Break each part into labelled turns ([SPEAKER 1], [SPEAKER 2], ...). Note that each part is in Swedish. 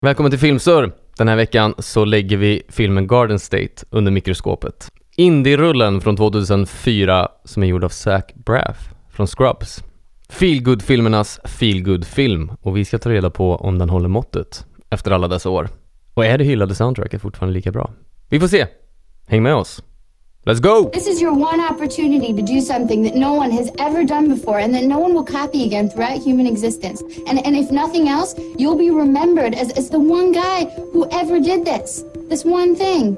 [SPEAKER 1] Välkommen till Filmsur! Den här veckan så lägger vi filmen Garden State under mikroskopet. Indie-rullen från 2004 som är gjord av Zach Braff från Scrubs. Feelgood-filmernas feelgood-film och vi ska ta reda på om den håller måttet efter alla dessa år. Och är det hyllade soundtracket fortfarande lika bra? Vi får se! Häng med oss! Let's go!
[SPEAKER 2] This is your one opportunity to do something that no one has ever done before and that no one will copy again throughout human existence. And, and if nothing else, you'll be remembered as, as the one guy who ever did this. This one thing.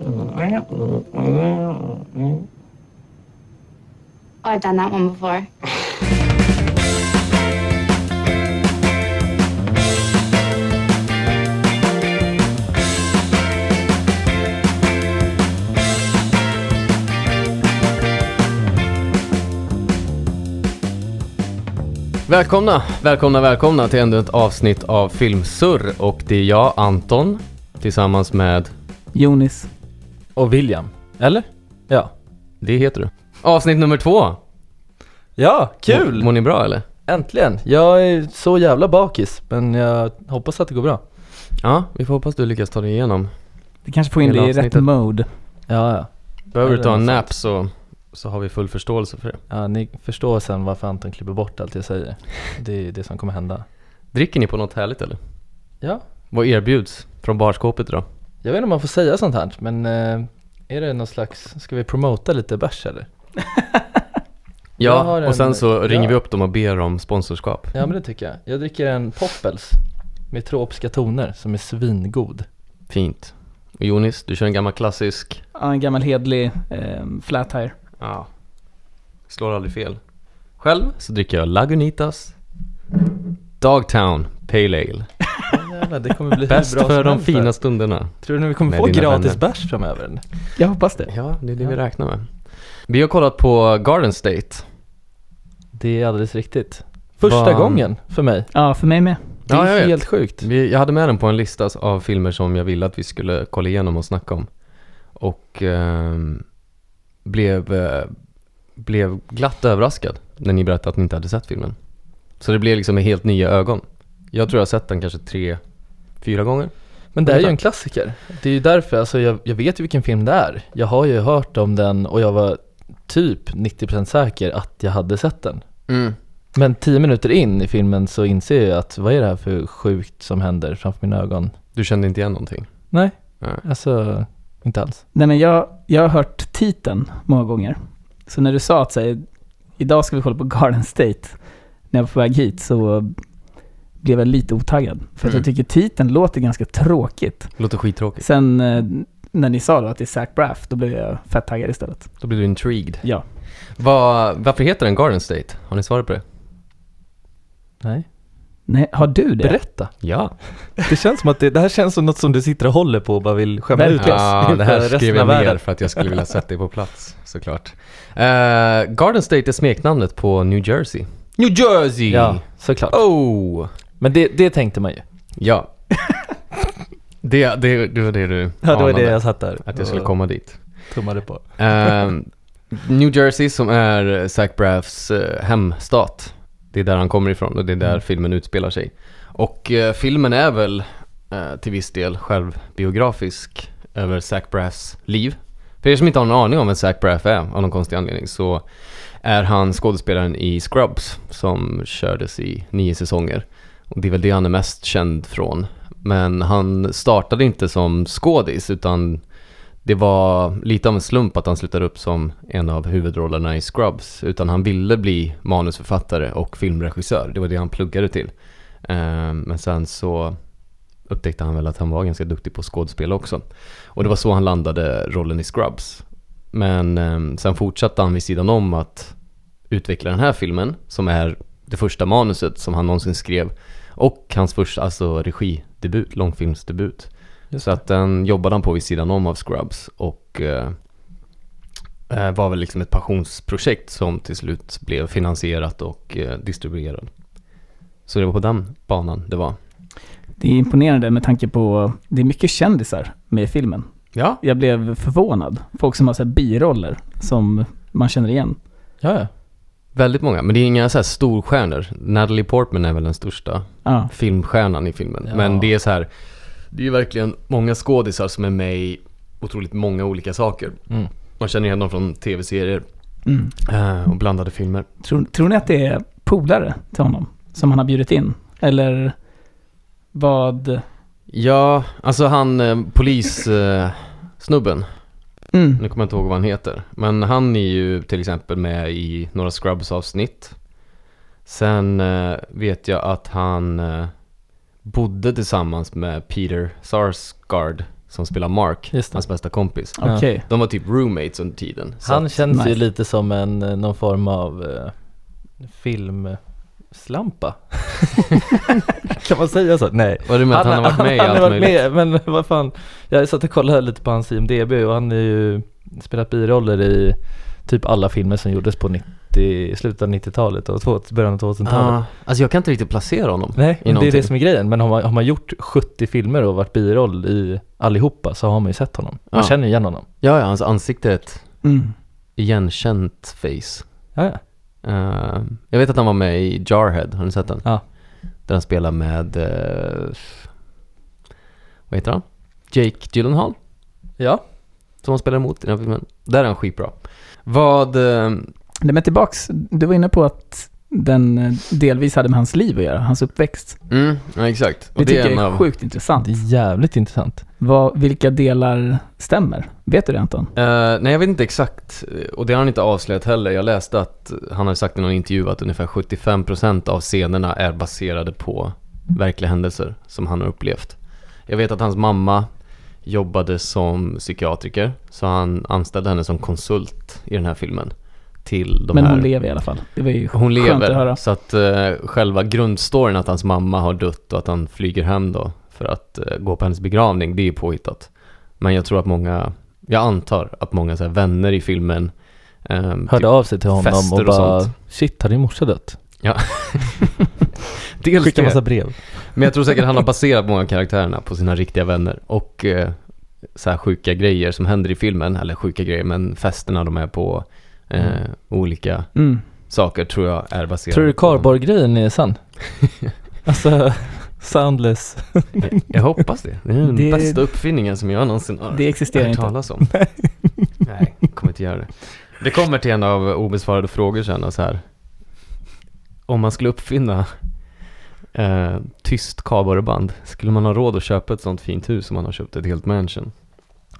[SPEAKER 3] Mm-hmm.
[SPEAKER 2] Oh, I've done that one before.
[SPEAKER 1] Välkomna, välkomna, välkomna till ännu ett avsnitt av Filmsurr och det är jag, Anton, tillsammans med
[SPEAKER 4] Jonis.
[SPEAKER 5] Och William. Eller? Ja.
[SPEAKER 1] Det heter du. Avsnitt nummer två.
[SPEAKER 5] Ja, kul!
[SPEAKER 1] Mår, mår ni bra eller?
[SPEAKER 5] Äntligen! Jag är så jävla bakis, men jag hoppas att det går bra.
[SPEAKER 1] Ja, vi får hoppas du lyckas ta dig igenom.
[SPEAKER 4] Du kanske får in
[SPEAKER 1] Hela
[SPEAKER 4] det i rätt
[SPEAKER 1] avsnittet.
[SPEAKER 4] mode.
[SPEAKER 5] Ja, ja.
[SPEAKER 1] Behöver du ta en
[SPEAKER 5] Eller
[SPEAKER 1] nap så, så har vi full förståelse för det.
[SPEAKER 5] ja ni förstår sen varför Anton klipper bort allt jag säger. Det är det som kommer hända.
[SPEAKER 1] Dricker ni på något härligt eller?
[SPEAKER 5] Ja,
[SPEAKER 1] Vad erbjuds från barskåpet idag?
[SPEAKER 5] jag vet inte om man får säga sånt här, men eh, är det någon slags, ska vi promota lite bärs eller? Jag
[SPEAKER 1] Ja,
[SPEAKER 5] har en-
[SPEAKER 1] och sen så ringer
[SPEAKER 5] ja.
[SPEAKER 1] vi upp dem och ber om sponsorskap.
[SPEAKER 5] Ja men det tycker jag. Jag dricker en Poppels med tropiska toner som är svingod.
[SPEAKER 1] Fint. Och Jonis, du kör en gammal klassisk.
[SPEAKER 4] Ja, en gammal hedlig eh, flat tire.
[SPEAKER 1] Ja. Slår aldrig fel. Själv så dricker jag Lagunitas Dogtown Pale Ale.
[SPEAKER 5] Ja, jävlar, det kommer bli hur
[SPEAKER 1] Bäst
[SPEAKER 5] bra som
[SPEAKER 1] för de
[SPEAKER 5] helst
[SPEAKER 1] fina
[SPEAKER 5] här.
[SPEAKER 1] stunderna.
[SPEAKER 5] Tror du vi kommer
[SPEAKER 1] med
[SPEAKER 5] få
[SPEAKER 1] dina
[SPEAKER 5] gratis
[SPEAKER 1] vänner.
[SPEAKER 5] bärs framöver?
[SPEAKER 4] Jag hoppas det.
[SPEAKER 1] Ja, det är det vi räknar med. Vi har kollat på Garden State.
[SPEAKER 5] Det är alldeles riktigt. Första
[SPEAKER 1] Vad-
[SPEAKER 5] gången för mig.
[SPEAKER 4] Ja, för mig med.
[SPEAKER 5] Det
[SPEAKER 1] Ja,
[SPEAKER 5] är
[SPEAKER 1] jag vet.
[SPEAKER 5] helt sjukt.
[SPEAKER 1] Vi, jag hade med den på en lista av filmer som jag ville att vi skulle kolla igenom och snacka om. Och ehm, blev, eh, blev glatt överraskad när ni berättade att ni inte hade sett filmen. Så det blev liksom med helt nya ögon. Jag tror jag har sett den kanske tre, fyra gånger.
[SPEAKER 5] Men det är ju
[SPEAKER 1] Ungefär.
[SPEAKER 5] en klassiker. Det är ju därför, alltså jag, jag vet ju vilken film det är. Jag har ju hört om den och jag var typ 90% säker att jag hade sett den. Men 10 minuter in i filmen så inser jag att vad är det här för sjukt som händer framför mina ögon?
[SPEAKER 1] Du kände inte igen någonting?
[SPEAKER 5] Nej,
[SPEAKER 1] Nej.
[SPEAKER 5] alltså inte alls.
[SPEAKER 4] Nej, men jag, jag har hört titeln många gånger. Så när du sa att så här, idag ska vi kolla på Garden State, när jag var på väg hit så blev jag lite otaggad. För att
[SPEAKER 1] Mm.
[SPEAKER 4] jag tycker titeln låter ganska tråkigt.
[SPEAKER 1] Låter skittråkigt.
[SPEAKER 4] Sen eh, när ni sa då att det är Zach Braff, då blev jag fett taggad istället.
[SPEAKER 1] Då blir du intrigued.
[SPEAKER 4] Ja.
[SPEAKER 1] Vad- varför heter den Garden State? Har ni svaret på det?
[SPEAKER 5] Nej.
[SPEAKER 4] Nej, har du det?
[SPEAKER 5] Berätta.
[SPEAKER 1] Ja.
[SPEAKER 5] Det känns som att det, det här känns som något som du sitter och håller på och bara vill skämma
[SPEAKER 4] ut oss
[SPEAKER 1] Ja, det här skrev jag ner
[SPEAKER 5] världen.
[SPEAKER 1] för att jag skulle vilja sätta dig på plats såklart. Eh, Garden State är smeknamnet på New Jersey. New Jersey!
[SPEAKER 5] Ja, såklart.
[SPEAKER 1] Oh!
[SPEAKER 5] Men det, det tänkte man ju.
[SPEAKER 1] Ja. Det, det, det var det du
[SPEAKER 5] Ja, det var det
[SPEAKER 1] anade,
[SPEAKER 5] jag satt där
[SPEAKER 1] att jag skulle
[SPEAKER 5] och
[SPEAKER 1] komma dit.
[SPEAKER 5] tummade på.
[SPEAKER 1] Eh, New Jersey som är Zach Braffs eh, hemstat. Det är där han kommer ifrån och det är där
[SPEAKER 5] Mm.
[SPEAKER 1] filmen utspelar sig. Och eh, filmen är väl eh, till viss del självbiografisk över Zach Braffs liv. För er som inte har en aning om vem Zach Braff är av någon konstig anledning så är han skådespelaren i Scrubs som kördes i nio säsonger. Och det är väl det han är mest känd från. Men han startade inte som skådis utan det var lite av en slump att han slutade upp som en av huvudrollerna i Scrubs. Utan han ville bli manusförfattare och filmregissör. Det var det han pluggade till. Eh, Men sen så upptäckte han väl att han var ganska duktig på skådespel också. Och det var så han landade rollen i Scrubs. Men eh, sen fortsatte han vid sidan om att utveckla den här filmen som är det första manuset som han någonsin skrev och hans första alltså regidebut, långfilmsdebut.
[SPEAKER 5] Just
[SPEAKER 1] Så att den jobbade han på vid sidan om av Scrubs och eh, eh, var väl liksom ett passionsprojekt som till slut blev finansierat och eh, distribuerat. Så det var på den banan det var.
[SPEAKER 4] Det är imponerande med tanke på, det är mycket kändisar med i filmen.
[SPEAKER 1] Ja,
[SPEAKER 4] jag blev förvånad. Folk som har så här biroller som man känner igen.
[SPEAKER 5] Ja, ja.
[SPEAKER 1] Väldigt många, men det är inga så här storstjärnor. Natalie Portman är väl den största
[SPEAKER 4] Ja,
[SPEAKER 1] filmstjärnan i filmen.
[SPEAKER 5] Ja.
[SPEAKER 1] Men det är så här, det är ju verkligen många skådisar som är med i otroligt många olika saker.
[SPEAKER 5] Mm.
[SPEAKER 1] Man känner igen dem från tv-serier
[SPEAKER 4] mm.
[SPEAKER 1] eh, och blandade filmer.
[SPEAKER 4] tror, tror ni att det är polare till honom som han har bjudit in? Eller vad...
[SPEAKER 1] Ja, alltså han eh, polissnubben,
[SPEAKER 4] Mm.
[SPEAKER 1] nu kommer jag inte ihåg vad han heter. Men han är ju till exempel med i några Scrubs-avsnitt. Sen eh, vet jag att han eh, bodde tillsammans med Peter Sarsgaard som spelar Mark,
[SPEAKER 5] Just det.
[SPEAKER 1] hans bästa kompis.
[SPEAKER 5] Ja.
[SPEAKER 4] Okej.
[SPEAKER 1] De var typ roommates under tiden. Så
[SPEAKER 5] Han
[SPEAKER 1] att-
[SPEAKER 5] känns ju
[SPEAKER 4] nice.
[SPEAKER 5] lite som en, eh, någon form av eh, filmslampa. kan man säga så? Nej.
[SPEAKER 1] Vad du menar att han har varit med i
[SPEAKER 5] han har
[SPEAKER 1] allt
[SPEAKER 5] varit
[SPEAKER 1] möjligt?
[SPEAKER 5] med, men vad fan. Jag satt och kollade lite på hans IMDB och han är ju spelat biroller i typ alla filmer som gjordes på 90, slutet av 90-talet och två- början av 2000-talet.
[SPEAKER 1] Ah, alltså jag kan inte riktigt placera honom.
[SPEAKER 5] Nej, men det är
[SPEAKER 1] någonting.
[SPEAKER 5] det som är grejen. Men har man, har man gjort 70 filmer och varit biroll i allihopa så har man ju sett honom. Man
[SPEAKER 1] Ja.
[SPEAKER 5] känner ju igen honom.
[SPEAKER 1] Ja, ja, hans ansikte är ett
[SPEAKER 4] Mm.
[SPEAKER 1] igenkänt face.
[SPEAKER 5] Ja, ja.
[SPEAKER 1] Eh, jag vet att han var med i Jarhead, har ni sett den?
[SPEAKER 5] Ja.
[SPEAKER 1] Där han spelar med, eh, vad heter han? Jake Gyllenhaal,
[SPEAKER 5] ja.
[SPEAKER 1] som han spelar emot i den här filmen. Där är han skitbra. Vad, eh,
[SPEAKER 4] Nej, men tillbaks, du var inne på att den eh, delvis hade med hans liv att göra, hans uppväxt.
[SPEAKER 1] mm, ja, exakt.
[SPEAKER 4] Det, tycker jag är
[SPEAKER 1] av-
[SPEAKER 4] sjukt intressant.
[SPEAKER 5] Det är jävligt intressant.
[SPEAKER 4] Vad, vilka delar stämmer? Vet du det Anton?
[SPEAKER 1] Eh, nej jag vet inte exakt eh, och det har han inte avslöjat heller. Jag läste att han har sagt i någon intervju att ungefär 75% av scenerna är baserade på verkliga händelser som han har upplevt. Jag vet att hans mamma jobbade som psykiatriker så han anställde henne som konsult i den här filmen. Till de
[SPEAKER 4] men
[SPEAKER 1] här.
[SPEAKER 4] hon lever i alla fall. Det var ju
[SPEAKER 1] Hon
[SPEAKER 4] skönt att
[SPEAKER 1] lever.
[SPEAKER 4] höra.
[SPEAKER 1] Så att eh, själva grundstoryn att hans mamma har dött och att han flyger hem då för att eh, gå på hennes begravning, det är ju påhittat. Men jag tror att många, jag antar att många så här, vänner i filmen eh,
[SPEAKER 5] Hörde av sig till honom
[SPEAKER 1] fester
[SPEAKER 5] och
[SPEAKER 1] och
[SPEAKER 5] bara
[SPEAKER 1] sånt.
[SPEAKER 5] Shit, har din morsa dött?
[SPEAKER 1] typ, dels
[SPEAKER 5] Skicka
[SPEAKER 1] det,
[SPEAKER 5] massa brev.
[SPEAKER 1] Men jag tror säkert han har baserat många av karaktärerna på sina riktiga vänner och eh, så här sjuka grejer som händer i filmen, eller sjuka grejer, men festerna de är på, eh,
[SPEAKER 5] Mm.
[SPEAKER 1] olika
[SPEAKER 4] Mm.
[SPEAKER 1] saker tror jag är baserat
[SPEAKER 5] Tror du
[SPEAKER 1] på honom.
[SPEAKER 5] Karlborg-grejen är sann? alltså, soundless.
[SPEAKER 1] Jag, jag hoppas det. Det är den
[SPEAKER 4] Det-
[SPEAKER 1] bästa uppfinningen som jag någonsin har
[SPEAKER 4] Det existerar
[SPEAKER 1] hört
[SPEAKER 4] inte.
[SPEAKER 1] talas om. Nej, jag kommer inte göra det. Det kommer till en av obesvarade frågor sen och så här. Om man skulle uppfinna eh, tyst kabelband, skulle man ha råd att köpa ett sånt fint hus som man har köpt ett helt mansion?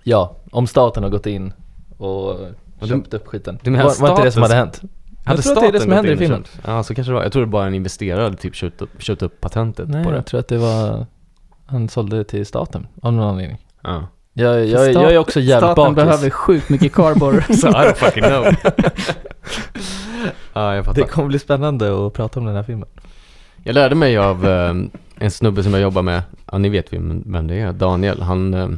[SPEAKER 5] Ja, om staten har gått in och
[SPEAKER 1] du-
[SPEAKER 5] köpt upp skiten.
[SPEAKER 1] du
[SPEAKER 5] var,
[SPEAKER 1] menar
[SPEAKER 5] var inte det
[SPEAKER 1] staten-
[SPEAKER 5] som hade hänt?
[SPEAKER 1] Hade
[SPEAKER 5] tror att det är det
[SPEAKER 1] staten
[SPEAKER 5] som händer
[SPEAKER 1] gått
[SPEAKER 5] i
[SPEAKER 1] in och
[SPEAKER 5] filmen.
[SPEAKER 1] köpt- Ja, så kanske det var. Jag tror det bara en investerare hade typ köpt upp, köpt upp patentet
[SPEAKER 5] Nej,
[SPEAKER 1] på det.
[SPEAKER 5] jag tror att det var, han sålde det till staten av någon anledning.
[SPEAKER 1] Ja.
[SPEAKER 5] Jag, jag, jag är också jävligt
[SPEAKER 4] Staten
[SPEAKER 5] bakis.
[SPEAKER 4] behöver sjukt mycket cardboard.
[SPEAKER 1] So I don't fucking know. ja, jag fattar.
[SPEAKER 5] Det kommer bli spännande att prata om den här filmen.
[SPEAKER 1] Jag lärde mig av eh, en snubbe som jag jobbar med, ja ni vet vem, vem det är, Daniel. Han, eh,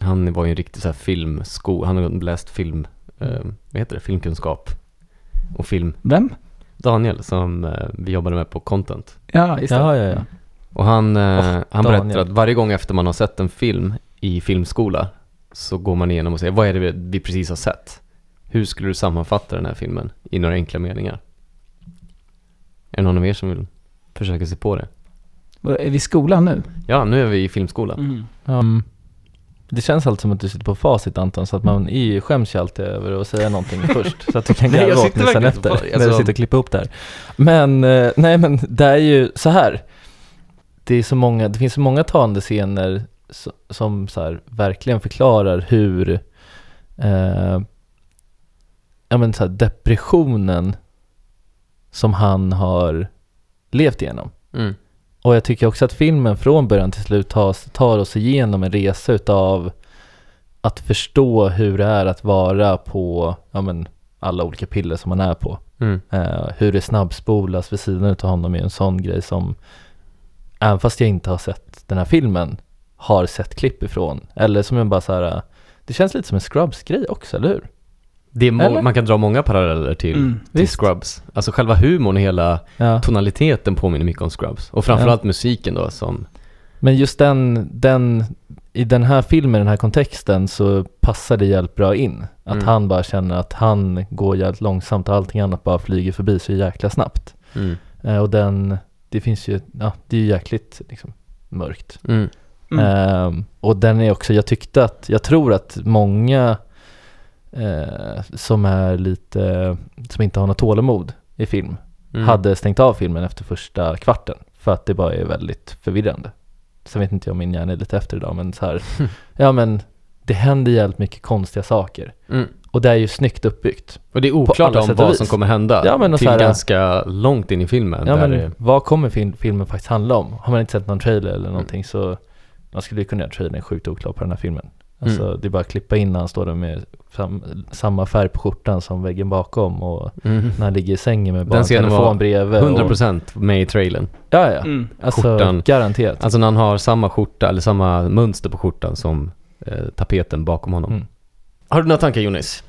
[SPEAKER 1] han var ju en riktig så här filmsko, han har läst film, eh, vad heter det, filmkunskap och film.
[SPEAKER 4] Vem?
[SPEAKER 1] Daniel som eh, vi jobbade med på content.
[SPEAKER 4] Ja, just det.
[SPEAKER 5] Ja, ja, ja.
[SPEAKER 1] Och han, eh, han
[SPEAKER 5] Daniel.
[SPEAKER 1] berättar att varje gång efter man har sett en film i filmskola så går man igenom och säger vad är det vi- vi precis har sett? Hur skulle du sammanfatta den här filmen i några enkla meningar? Är det någon av er som vill försöka sig på det?
[SPEAKER 4] Var- Är vi i skolan nu?
[SPEAKER 1] Ja, nu är vi i filmskolan.
[SPEAKER 5] Um, det känns alltid som att du sitter på facit Anton, så att man är, ju- skäms ju alltid över att säga någonting först. Så att du kan
[SPEAKER 1] Mm. Nej, jag
[SPEAKER 5] garva åt
[SPEAKER 1] sitter
[SPEAKER 5] mig sen
[SPEAKER 1] verkligen på
[SPEAKER 5] efter,
[SPEAKER 1] facit.
[SPEAKER 5] när du
[SPEAKER 1] Alltså-
[SPEAKER 5] sitter och klipper ihop det här. Men, eh, nej men det är ju så här. Det, är så många, det finns så många talande scener som, som så här, verkligen förklarar hur eh, ja, men så här, depressionen som han har levt igenom.
[SPEAKER 1] Mm.
[SPEAKER 5] Och jag tycker också att filmen från början till slut tar, tar oss igenom en resa utav att förstå hur det är att vara på ja, men, alla olika piller som man är på.
[SPEAKER 1] Mm.
[SPEAKER 5] Eh, hur det snabbspolas vid sidan utav honom är ju en sån grej som även fast jag inte har sett den här filmen har sett klipp ifrån. Eller som jag bara så här, eh, det känns lite som en Scrubs-grej också, eller hur?
[SPEAKER 1] Det är må-
[SPEAKER 5] Eller?
[SPEAKER 1] man kan dra många paralleller till,
[SPEAKER 4] Mm,
[SPEAKER 1] till
[SPEAKER 5] visst.
[SPEAKER 1] Scrubs. Alltså själva humorn och hela
[SPEAKER 5] Ja.
[SPEAKER 1] tonaliteten påminner mycket om Scrubs. Och framförallt musiken då som...
[SPEAKER 5] Men just den, den i den här filmen, den här kontexten så passar det jävligt bra in. Att
[SPEAKER 1] Mm.
[SPEAKER 5] han bara känner att han går jävligt långsamt och allting annat bara flyger förbi så jäkla snabbt.
[SPEAKER 1] Mm.
[SPEAKER 5] Eh, och den, det finns ju, ja det är ju jäkligt liksom, mörkt.
[SPEAKER 1] Mm.
[SPEAKER 4] Mm.
[SPEAKER 5] Ehm, och den är också, jag tyckte att, jag tror att många eh, som är lite, som inte har något tålamod i film,
[SPEAKER 1] Mm.
[SPEAKER 5] hade stängt av filmen efter första kvarten. För att det bara är väldigt förvirrande. Sen vet inte jag, min hjärna är lite efter idag, men så här, ja men det händer jävligt mycket konstiga saker.
[SPEAKER 1] Mm.
[SPEAKER 5] Och det är ju snyggt uppbyggt.
[SPEAKER 1] Och det är
[SPEAKER 5] På
[SPEAKER 1] oklart
[SPEAKER 5] alla
[SPEAKER 1] om
[SPEAKER 5] sätt och
[SPEAKER 1] vad
[SPEAKER 5] vis.
[SPEAKER 1] som kommer hända
[SPEAKER 5] Ja, men och
[SPEAKER 1] till
[SPEAKER 5] så här-
[SPEAKER 1] ganska långt in i filmen.
[SPEAKER 5] Ja
[SPEAKER 1] där
[SPEAKER 5] men
[SPEAKER 1] det,
[SPEAKER 5] vad kommer fil- filmen faktiskt handla om? Har man inte sett någon trailer
[SPEAKER 1] Mm.
[SPEAKER 5] eller någonting så man skulle ju kunna göra trailern sjukt oklar på den här filmen. Alltså
[SPEAKER 1] Mm.
[SPEAKER 5] det är bara att klippa in när han står där med sam, samma färg på skjortan som väggen bakom och
[SPEAKER 1] mm.
[SPEAKER 5] när han ligger i sängen med bara
[SPEAKER 1] Den
[SPEAKER 5] en
[SPEAKER 1] scenen var
[SPEAKER 5] telefon bredvid.
[SPEAKER 1] 100% med i trailern.
[SPEAKER 5] Och, ja ja,
[SPEAKER 4] Mm.
[SPEAKER 5] alltså
[SPEAKER 1] Skjortan.
[SPEAKER 5] garanterat.
[SPEAKER 1] Alltså när han har samma skjorta eller samma mönster på skjortan som eh, tapeten bakom honom.
[SPEAKER 5] Mm.
[SPEAKER 1] Har du några tankar Jonis?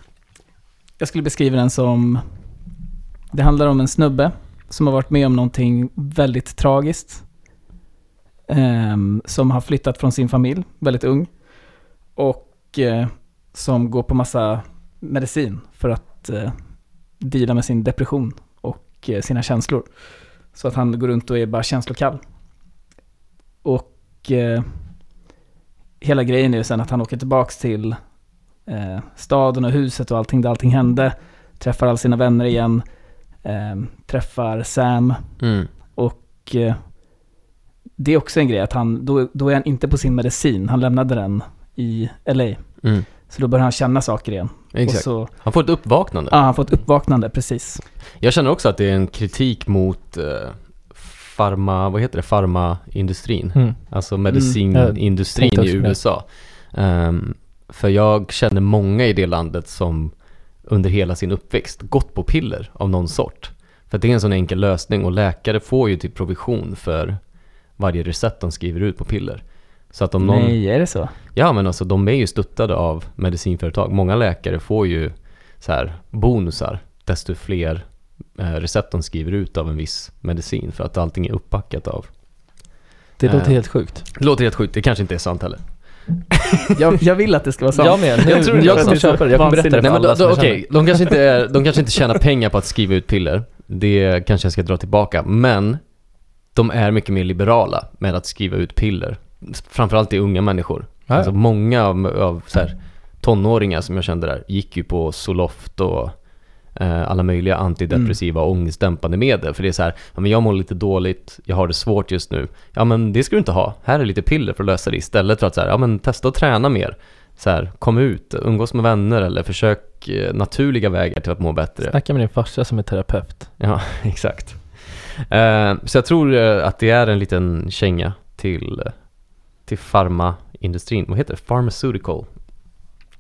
[SPEAKER 4] Jag skulle beskriva den som... Det handlar om en snubbe som har varit med om någonting väldigt tragiskt. Ehm, som har flyttat från sin familj, väldigt ung. Och eh, som går på massa medicin för att eh, deala med sin depression och eh, sina känslor. Så att han går runt och är bara känslokall. Och eh, hela grejen är ju sen att han åker tillbaks till eh, staden och huset och allting där allting hände. Träffar alla sina vänner igen. Eh, träffar Sam.
[SPEAKER 1] Mm.
[SPEAKER 4] Och eh, det är också en grej att han, då, då är han inte på sin medicin. Han lämnade den i LA.
[SPEAKER 1] Mm.
[SPEAKER 4] Så då börjar han känna saker igen.
[SPEAKER 1] Exakt.
[SPEAKER 4] Och så,
[SPEAKER 1] Han får ett uppvaknande.
[SPEAKER 4] ja, han får ett uppvaknande, precis.
[SPEAKER 1] Jag känner också att det är en kritik mot eh, farma, vad heter det, farmaindustrin.
[SPEAKER 5] Mm.
[SPEAKER 1] Alltså
[SPEAKER 5] Jag
[SPEAKER 1] medicinindustrin
[SPEAKER 5] tänkte
[SPEAKER 1] i
[SPEAKER 5] också på det.
[SPEAKER 1] USA. Ehm, för jag känner många i det landet som under hela sin uppväxt gått på piller av någon sort. För att det är en sån enkel lösning och läkare får ju typ provision för varje recept de skriver ut på piller. Så att om någon,
[SPEAKER 4] Nej, är det så?
[SPEAKER 1] Ja men alltså de är ju stöttade av medicinföretag. Många läkare får ju så här bonusar desto fler eh, recept de skriver ut av en viss medicin för att allting är uppbackat av.
[SPEAKER 5] Det
[SPEAKER 1] låter
[SPEAKER 5] låter
[SPEAKER 1] helt
[SPEAKER 5] helt sjukt.
[SPEAKER 1] Det låter helt sjukt, det kanske inte är sant heller.
[SPEAKER 4] Jag, jag vill att det ska vara sant.
[SPEAKER 5] Jag med, jag,
[SPEAKER 4] tror det.
[SPEAKER 5] jag kommer köpa det, jag kommer berätta det för
[SPEAKER 1] Nej men
[SPEAKER 5] alla
[SPEAKER 1] då,
[SPEAKER 5] som
[SPEAKER 1] då,
[SPEAKER 5] jag
[SPEAKER 1] okej,
[SPEAKER 5] känner.
[SPEAKER 1] de, kanske inte är, de kanske inte tjänar pengar på att skriva ut piller. Det kanske jag ska dra tillbaka. Men de är mycket mer liberala med att skriva ut piller. Framförallt till unga människor.
[SPEAKER 5] Ja, ja.
[SPEAKER 1] Alltså många av, av så här, tonåringar som jag kände där gick ju på Zoloft och eh, alla möjliga antidepressiva och ångestdämpande medel. För det är så här, ja, men jag mår lite dåligt, jag har det svårt just nu. Ja men det ska du inte ha, här är lite piller för att lösa det istället för att så här, ja men testa att träna mer. Så här, kom ut, umgås med vänner eller försök eh, naturliga vägar till att må bättre.
[SPEAKER 5] Snacka med din farsa som är terapeut.
[SPEAKER 1] Ja, exakt. Eh, så jag tror eh, att det är en liten känga till, eh, till farmaindustrin. Vad heter det? Pharmaceutical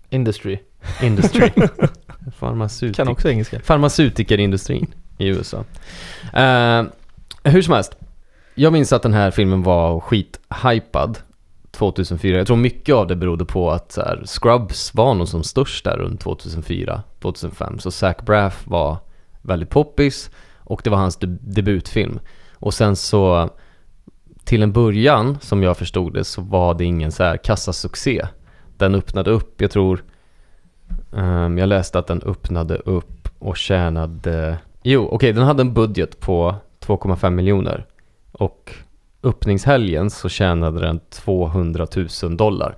[SPEAKER 5] Industry.
[SPEAKER 1] industry. Pharmaceutic-
[SPEAKER 5] Kan också engelska.
[SPEAKER 1] Farmaceutikerindustrin i USA. Eh, hur som helst, jag minns att den här filmen var skithypad 2004. Jag tror mycket av det berodde på att så här, Scrubs var nog som störst där runt 2004-2005. Så Zach Braff var väldigt poppis och det var hans deb- debutfilm. Och sen så till en början, som jag förstod det, så var det ingen så här kassasuccé. Den öppnade upp, jag tror, ehm, jag läste att den öppnade upp och tjänade, jo okej den hade en budget på 2,5 miljoner och öppningshelgen så tjänade den 200 000 dollar.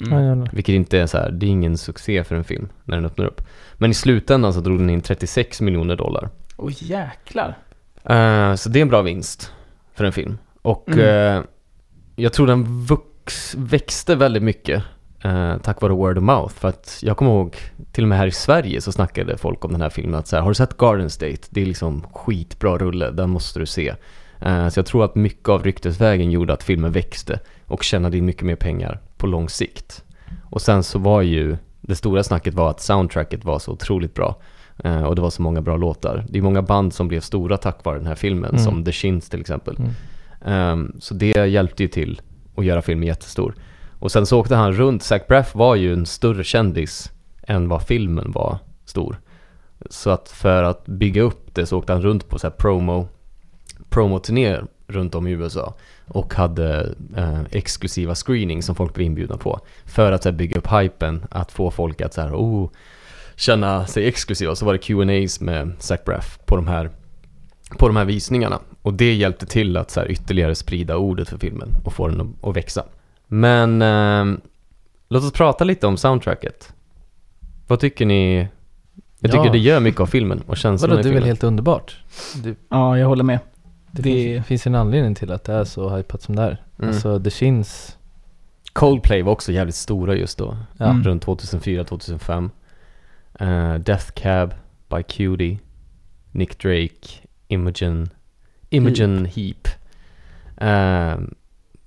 [SPEAKER 4] Mm.
[SPEAKER 1] Vilket inte är så här, det är ingen succé för en film när den öppnar upp. Men i slutändan så drog den in 36 miljoner dollar.
[SPEAKER 4] Åh jäklar.
[SPEAKER 1] Eh, så det är en bra vinst för en film. Och
[SPEAKER 4] Mm.
[SPEAKER 1] eh, jag tror den vux, växte väldigt mycket eh, tack vare word of mouth. För att jag kommer ihåg, till och med här i Sverige så snackade folk om den här filmen att så här, har du sett Garden State? Det är liksom skitbra rulle, den måste du se. Eh, så jag tror att mycket av ryktesvägen gjorde att filmen växte och tjänade in mycket mer pengar på lång sikt. Och sen så var ju, det stora snacket var att soundtracket var så otroligt bra. Eh, och det var så många bra låtar. Det är många band som blev stora tack vare den här filmen,
[SPEAKER 5] Mm.
[SPEAKER 1] som The Shins till exempel.
[SPEAKER 5] Mm.
[SPEAKER 1] Ehm, så det hjälpte ju till att göra filmen jättestor. Och sen så åkte han runt, Zach Braff var ju en större kändis än vad filmen var stor. Så att för att bygga upp det så åkte han runt på så här promo, promoturnéer runt om i USA. och hade eh, exklusiva screenings som folk blev inbjudna på. För att så här, bygga upp hypen, att få folk att så här, oh, känna sig exklusiva. Så var det Q&As med Zac Braff på de här på de här visningarna. Och det hjälpte till att så här, ytterligare sprida ordet för filmen och få den att, att växa. Men eh, låt oss prata lite om soundtracket. Vad tycker ni? Jag tycker
[SPEAKER 5] Ja.
[SPEAKER 1] det gör mycket av filmen och
[SPEAKER 5] Vadå,
[SPEAKER 1] känslan i
[SPEAKER 5] det är
[SPEAKER 1] filmen.
[SPEAKER 5] väl helt underbart? Det,
[SPEAKER 4] Ja, jag håller med. Det-
[SPEAKER 5] det, Finns, det finns ju en anledning till att det är så hypat som det är.
[SPEAKER 1] Mm.
[SPEAKER 5] Alltså det känns...
[SPEAKER 1] Coldplay var också jävligt stora just då.
[SPEAKER 5] Ja.
[SPEAKER 4] Mm.
[SPEAKER 1] Runt 2004-2005. Eh, Death Cab by Cutie. Nick Drake. Imogen. Imogen Heap. Eh,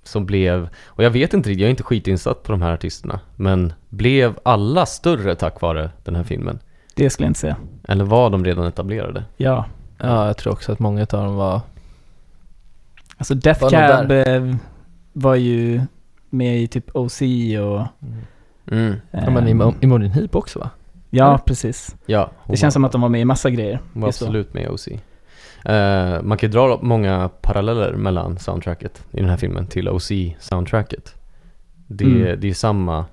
[SPEAKER 1] som blev, och jag vet inte riktigt, jag är inte skitinsatt på de här artisterna. Men blev alla större tack vare den här filmen?
[SPEAKER 4] Det skulle jag inte säga.
[SPEAKER 1] Eller var de redan etablerade?
[SPEAKER 4] Ja.
[SPEAKER 5] Ja, jag tror också att många av dem var...
[SPEAKER 4] Alltså Death
[SPEAKER 5] Var nog
[SPEAKER 4] Cab eh, var ju med i typ OC och...
[SPEAKER 5] Ja, men
[SPEAKER 4] ehm,
[SPEAKER 5] i, i Modern Heap också va?
[SPEAKER 4] Ja, precis.
[SPEAKER 1] Ja,
[SPEAKER 4] Det känns som att de var med i massa grejer.
[SPEAKER 1] Hon var
[SPEAKER 4] Just då.
[SPEAKER 1] absolut med i OC. Eh, man kan ju dra många paralleller mellan soundtracket i den här filmen till OC-soundtracket. Det,
[SPEAKER 4] Mm.
[SPEAKER 1] det är ju samma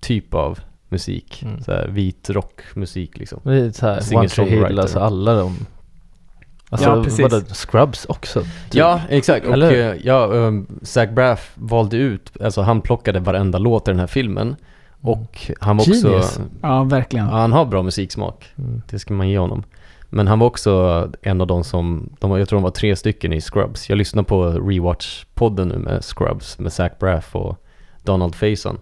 [SPEAKER 1] typ av musik,
[SPEAKER 5] Mm.
[SPEAKER 1] så här vit rockmusik liksom.
[SPEAKER 5] Det är så här, One Tree
[SPEAKER 1] Singer-songwriter.
[SPEAKER 5] Hill, alltså alla de... Alltså
[SPEAKER 4] Ja, precis.
[SPEAKER 5] vadå, Scrubs också? typ.
[SPEAKER 1] Ja, exakt. Och
[SPEAKER 5] Eller hur?
[SPEAKER 1] eh, ja, um, Zach Braff valde ut, alltså han plockade varenda låt i den här filmen. Och han var
[SPEAKER 5] Mm. Genius.
[SPEAKER 1] också,
[SPEAKER 4] Ja, verkligen.
[SPEAKER 1] ja, han har bra musiksmak.
[SPEAKER 5] Mm.
[SPEAKER 1] Det ska man ge honom. Men han var också en av de som, de var, jag tror de var tre stycken i Scrubs. Jag lyssnar på Rewatch-podden nu med Scrubs, med Zach Braff och Donald Faison.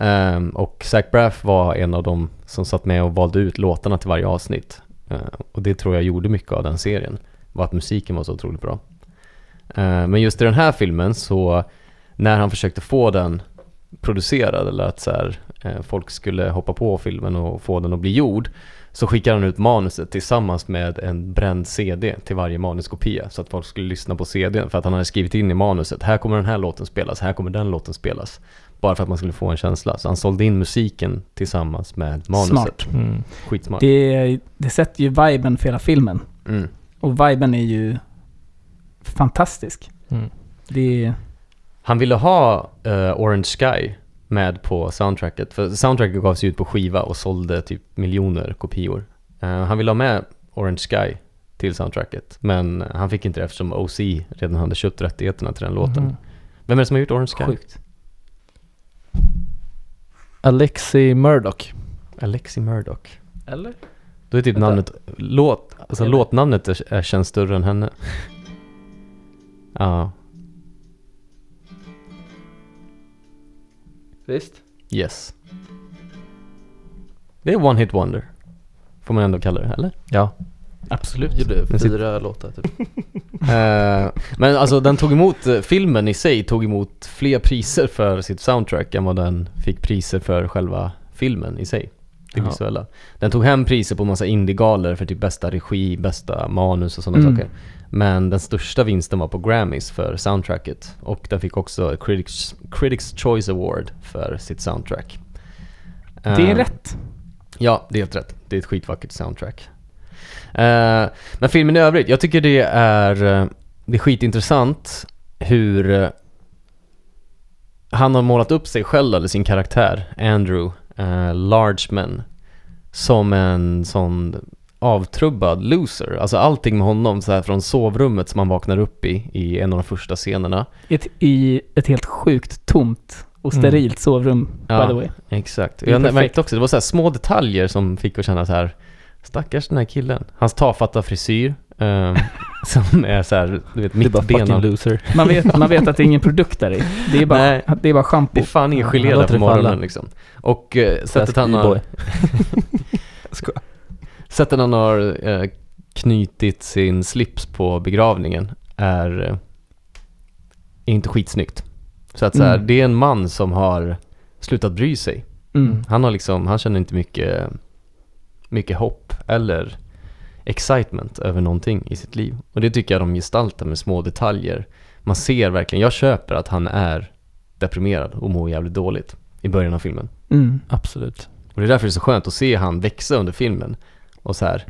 [SPEAKER 1] Ehm, och Zach Braff var en av de som satt med och valde ut låtarna till varje avsnitt. Ehm, och det tror jag gjorde mycket av den serien, var att musiken var så otroligt bra. Ehm, men just i den här filmen så, när han försökte få den producerad eller att så här, eh, folk skulle hoppa på filmen och få den att bli gjord, så skickade han ut manuset tillsammans med en bränd CD till varje manuskopia så att folk skulle lyssna på CDn för att han hade skrivit in i manuset här kommer den här låten spelas, här kommer den låten spelas. Bara för att man skulle få en känsla. Så han sålde in musiken tillsammans med manuset.
[SPEAKER 4] Smart.
[SPEAKER 5] Mm.
[SPEAKER 1] Skitsmart.
[SPEAKER 4] Det, det sätter ju viben för hela filmen.
[SPEAKER 1] Mm.
[SPEAKER 4] Och viben är ju fantastisk.
[SPEAKER 5] Mm.
[SPEAKER 4] Det är...
[SPEAKER 1] Han ville ha eh, Orange Sky med på soundtracket. För soundtracket gavs ju ut på skiva och sålde typ miljoner kopior. Eh, han ville ha med Orange Sky till soundtracket. Men han fick inte det eftersom OC redan hade köpt rättigheterna till den låten.
[SPEAKER 5] Mhm.
[SPEAKER 1] Vem är det som har gjort Orange Sky?
[SPEAKER 4] Sjukt.
[SPEAKER 5] Alexi Murdoch.
[SPEAKER 1] Alexi Murdoch.
[SPEAKER 5] Eller?
[SPEAKER 1] Då är typ
[SPEAKER 5] Vänta.
[SPEAKER 1] namnet, låt, alltså
[SPEAKER 5] Eller?
[SPEAKER 1] låtnamnet är, är, känns större än henne. Ja,
[SPEAKER 5] Visst.
[SPEAKER 1] yes. Det är one hit wonder. Får man ändå kalla det, eller?
[SPEAKER 5] Ja.
[SPEAKER 4] Absolut.
[SPEAKER 5] Gjorde
[SPEAKER 1] Men sitt-
[SPEAKER 5] fyra låtar typ.
[SPEAKER 1] Eh, men alltså den tog emot, eh, filmen i sig tog emot fler priser för sitt soundtrack än vad den fick priser för själva filmen i sig. Det
[SPEAKER 5] Ja.
[SPEAKER 1] visuella. Den tog hem priser på massa indiegaler för typ bästa regi, bästa manus och sådana
[SPEAKER 4] Mm.
[SPEAKER 1] saker. Men den största vinsten var på Grammys för soundtracket. Och den fick också Critics, Critics Choice Award för sitt soundtrack.
[SPEAKER 4] Det är
[SPEAKER 5] Ehm.
[SPEAKER 1] Eh,
[SPEAKER 4] rätt.
[SPEAKER 1] Ja, det är helt rätt. Det är ett skitvackert soundtrack. Eh, men filmen i övrigt, jag tycker det är, eh, det är skitintressant hur eh, han har målat upp sig själv, eller sin karaktär, Andrew eh, Largeman, som en sån avtrubbad loser. Alltså allting med honom, så här från sovrummet som han vaknar upp i, i en av de första scenerna.
[SPEAKER 4] Ett, I ett helt sjukt tomt och
[SPEAKER 5] Mm.
[SPEAKER 4] sterilt sovrum,
[SPEAKER 1] Ja.
[SPEAKER 4] by the way.
[SPEAKER 1] Exakt.
[SPEAKER 4] är
[SPEAKER 1] Jag
[SPEAKER 4] perfekt.
[SPEAKER 1] märkte också, det var så här små detaljer som fick att känna så här stackars den här killen. Hans tafatta frisyr, ehm, som är så här, du vet,
[SPEAKER 5] Mitt
[SPEAKER 1] mitt
[SPEAKER 5] fucking
[SPEAKER 1] ben
[SPEAKER 5] loser.
[SPEAKER 4] Man vet, man vet att det är ingen produkt där i. Det är bara,
[SPEAKER 1] Nej.
[SPEAKER 4] det är bara
[SPEAKER 1] Det
[SPEAKER 4] shampoo.
[SPEAKER 1] är fan ingen gelé
[SPEAKER 5] Han
[SPEAKER 1] där
[SPEAKER 5] låter
[SPEAKER 1] på
[SPEAKER 5] det falla.
[SPEAKER 1] morgonen liksom. Och eh, sättet han har,
[SPEAKER 5] E-boy. Skoja.
[SPEAKER 1] sättet han har eh, knutit sin slips på begravningen är eh, är inte skitsnyggt. Så att så här,
[SPEAKER 4] Mm.
[SPEAKER 1] det är en man som har slutat bry sig.
[SPEAKER 4] Mm.
[SPEAKER 1] Han har liksom, han känner inte mycket, mycket hopp eller excitement över någonting i sitt liv. Och det tycker jag de gestaltar med små detaljer. Man ser verkligen, jag köper att han är deprimerad och mår jävligt dåligt i början av filmen.
[SPEAKER 4] Mm.
[SPEAKER 5] Absolut.
[SPEAKER 1] Och det är därför det är så skönt att se han växa under filmen och så här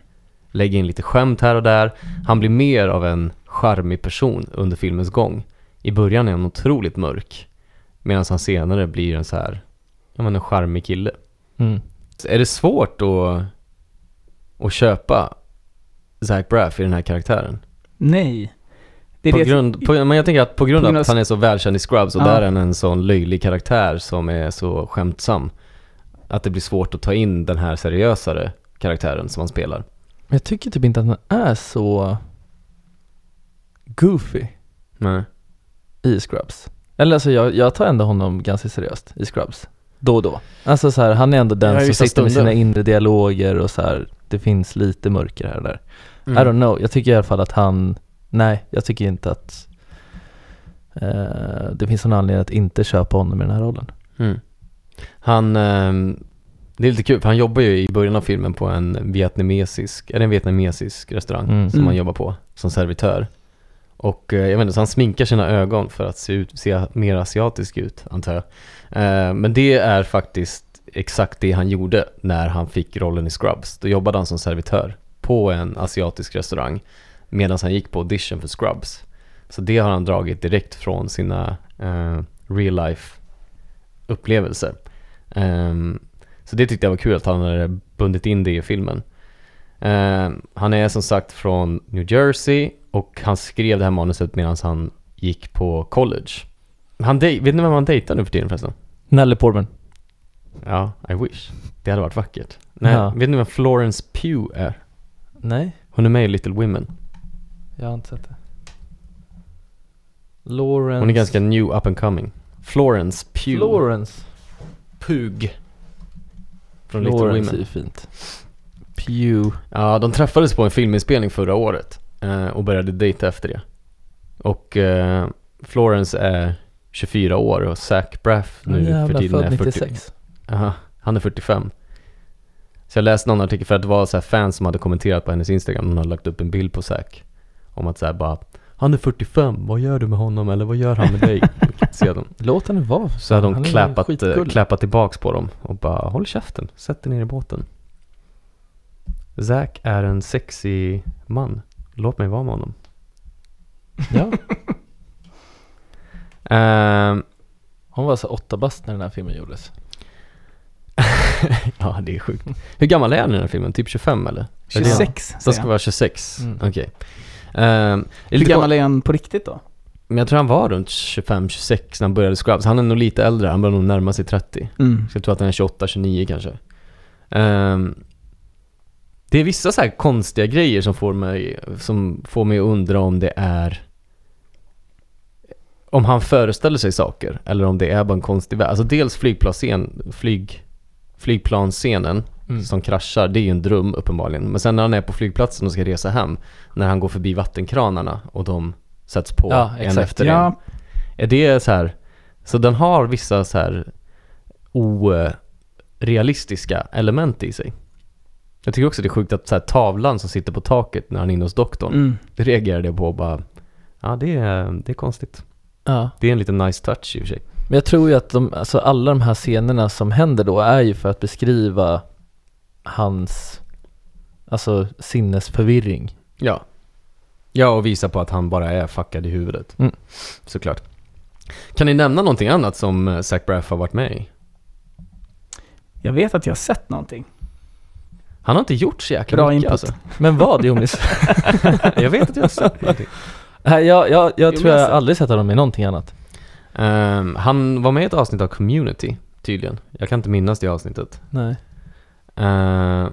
[SPEAKER 1] lägga in lite skämt här och där. Han blir mer av en charmig person under filmens gång. i början är han otroligt mörk. Medan han senare blir en så här, ja men en charmig kille.
[SPEAKER 5] Mm.
[SPEAKER 1] Är det svårt att, att köpa Zach Braff i den här karaktären?
[SPEAKER 4] Nej. Det är
[SPEAKER 1] På
[SPEAKER 4] det-
[SPEAKER 1] grund, på, men jag tänker att på grund
[SPEAKER 4] På
[SPEAKER 1] av
[SPEAKER 4] grund
[SPEAKER 1] att
[SPEAKER 4] av-
[SPEAKER 1] han är så välkänd i Scrubs och
[SPEAKER 4] Ja.
[SPEAKER 1] där är han en sån löjlig karaktär som är så skämtsam. Att det blir svårt att ta in den här seriösare karaktären som han spelar.
[SPEAKER 5] Men jag tycker typ inte att han är så goofy
[SPEAKER 1] Nej.
[SPEAKER 5] i Scrubs. Eller alltså jag, jag tar ändå honom ganska seriöst i Scrubs. Då och då. Alltså så här, han är ändå
[SPEAKER 1] Ja,
[SPEAKER 5] den som
[SPEAKER 1] vissa
[SPEAKER 5] sitter med sina
[SPEAKER 1] stunder.
[SPEAKER 5] inre dialoger och så här, det finns lite mörker här och där.
[SPEAKER 1] Mm.
[SPEAKER 5] I don't know, jag tycker i alla fall att han, nej jag tycker inte att eh, det finns någon anledning att inte köpa honom i den här rollen.
[SPEAKER 1] Mm. Han, ehm, det är lite kul för han jobbar ju i början av filmen på en vietnamesisk, är det en vietnamesisk restaurang
[SPEAKER 5] Mm.
[SPEAKER 1] som
[SPEAKER 4] Mm.
[SPEAKER 1] han jobbar på som servitör. Och eh, jag vet inte, så han sminkar sina ögon för att se, ut, se mer asiatisk ut antar jag. Eh, men det är faktiskt exakt det han gjorde när han fick rollen i Scrubs. Då jobbade han som servitör på en asiatisk restaurang medan han gick på audition för Scrubs. Så det har han dragit direkt från sina eh, real life upplevelser. Ehm, så det tyckte jag var kul att han hade bundit in det i filmen. Ehm, han är som sagt från New Jersey och han skrev det här manuset medan han gick på college. Han dej- vet ni vem han dejtar nu för tiden förresten?
[SPEAKER 5] Nelly Portman.
[SPEAKER 1] Ja, I wish. Det hade varit vackert. Nej,
[SPEAKER 5] Ja.
[SPEAKER 1] Vet ni vem Florence Pugh är?
[SPEAKER 5] Nej,
[SPEAKER 1] Hon är med i Little Women.
[SPEAKER 5] jag har inte sett det. Lawrence.
[SPEAKER 1] Hon är ganska new up and coming. Florence Pugh.
[SPEAKER 5] Lawrence.
[SPEAKER 1] Pugh. Från Little
[SPEAKER 5] Lawrence
[SPEAKER 1] Women.
[SPEAKER 5] är ju fint. Pew.
[SPEAKER 1] Ja, de träffades på en filminspelning förra året eh, och började dejta efter det. Och eh, Florence är 24 år och Zach Braff nu för tiden är 40, Aha, han är 45. Så jag läste någon artikel för att det var så här fans som hade kommenterat på hennes Instagram, hon hade lagt upp en bild på Zac. Om att säga bara, han är 45, vad gör du med honom eller vad gör han med dig? Så de.
[SPEAKER 5] Låt henne vara.
[SPEAKER 1] Så hade hon
[SPEAKER 5] Han är
[SPEAKER 1] kläpat, eh,
[SPEAKER 5] skitgullig.
[SPEAKER 1] kläpat tillbaks på dem och bara håll käften, sätt dig ner i båten. Zack är en sexig man. Låt mig vara med honom.
[SPEAKER 5] Ja.
[SPEAKER 1] Ehm,
[SPEAKER 5] Hon var så åtta bast när den här filmen gjordes.
[SPEAKER 1] ja, det är sjukt. Hur gammal är han i den här filmen? Typ 25 eller? Är det-
[SPEAKER 4] 26
[SPEAKER 1] Så
[SPEAKER 4] säger
[SPEAKER 1] ska
[SPEAKER 4] jag.
[SPEAKER 1] vara 26?
[SPEAKER 5] Mm.
[SPEAKER 1] Okej. Ehm, det är
[SPEAKER 4] Hur
[SPEAKER 1] lite
[SPEAKER 4] gammal är han på riktigt då?
[SPEAKER 1] Men jag tror han var runt 25-26 när han började Scrubs. Han är nog lite äldre, han börjar nog närma sig 30.
[SPEAKER 4] Mm.
[SPEAKER 1] Så jag tror att han är 28-29 kanske. Ehm, det är vissa så här konstiga grejer som får mig, som får mig att undra om det är om han föreställer sig saker eller om det är bara en konstig värld. Alltså dels flygplansscen, flyg, flygplansscenen
[SPEAKER 5] Mm.
[SPEAKER 1] som kraschar, det är ju en dröm uppenbarligen. Men sen när han är på flygplatsen och ska resa hem, när han går förbi vattenkranarna och de sätts på
[SPEAKER 5] Ja,
[SPEAKER 1] en
[SPEAKER 5] exakt.
[SPEAKER 1] efter en.
[SPEAKER 4] Ja,
[SPEAKER 1] Är det så här, så den har vissa så här orealistiska element i sig. Jag tycker också det är sjukt att så här, tavlan som sitter på taket när han är inne hos doktorn,
[SPEAKER 4] mm.
[SPEAKER 1] det reagerade jag på och bara, ja det är, det är konstigt.
[SPEAKER 5] Ja.
[SPEAKER 1] Det är en liten nice touch i och för sig.
[SPEAKER 5] Men jag tror ju att de, alltså alla de här scenerna som händer då är ju för att beskriva hans, alltså sinnesförvirring.
[SPEAKER 1] Ja. Ja, och visa på att han bara är fuckad i huvudet.
[SPEAKER 5] Mm.
[SPEAKER 1] Såklart. Kan ni nämna någonting annat som eh, Zach Braff har varit med i?
[SPEAKER 4] Jag vet att jag har sett någonting.
[SPEAKER 1] Han har inte gjort så jäkla
[SPEAKER 4] Bra
[SPEAKER 1] mycket
[SPEAKER 4] input.
[SPEAKER 1] alltså.
[SPEAKER 5] Men vad är hon miss-
[SPEAKER 1] Jag vet att jag har sett någonting.
[SPEAKER 5] Nej, jag, jag, jag
[SPEAKER 4] Jo,
[SPEAKER 5] tror
[SPEAKER 4] jag
[SPEAKER 5] jag
[SPEAKER 4] ser.
[SPEAKER 5] aldrig sett honom i någonting annat.
[SPEAKER 1] Ehm, han var med i ett avsnitt av Community, tydligen. Jag kan inte minnas det avsnittet.
[SPEAKER 5] Nej.
[SPEAKER 1] Ehm,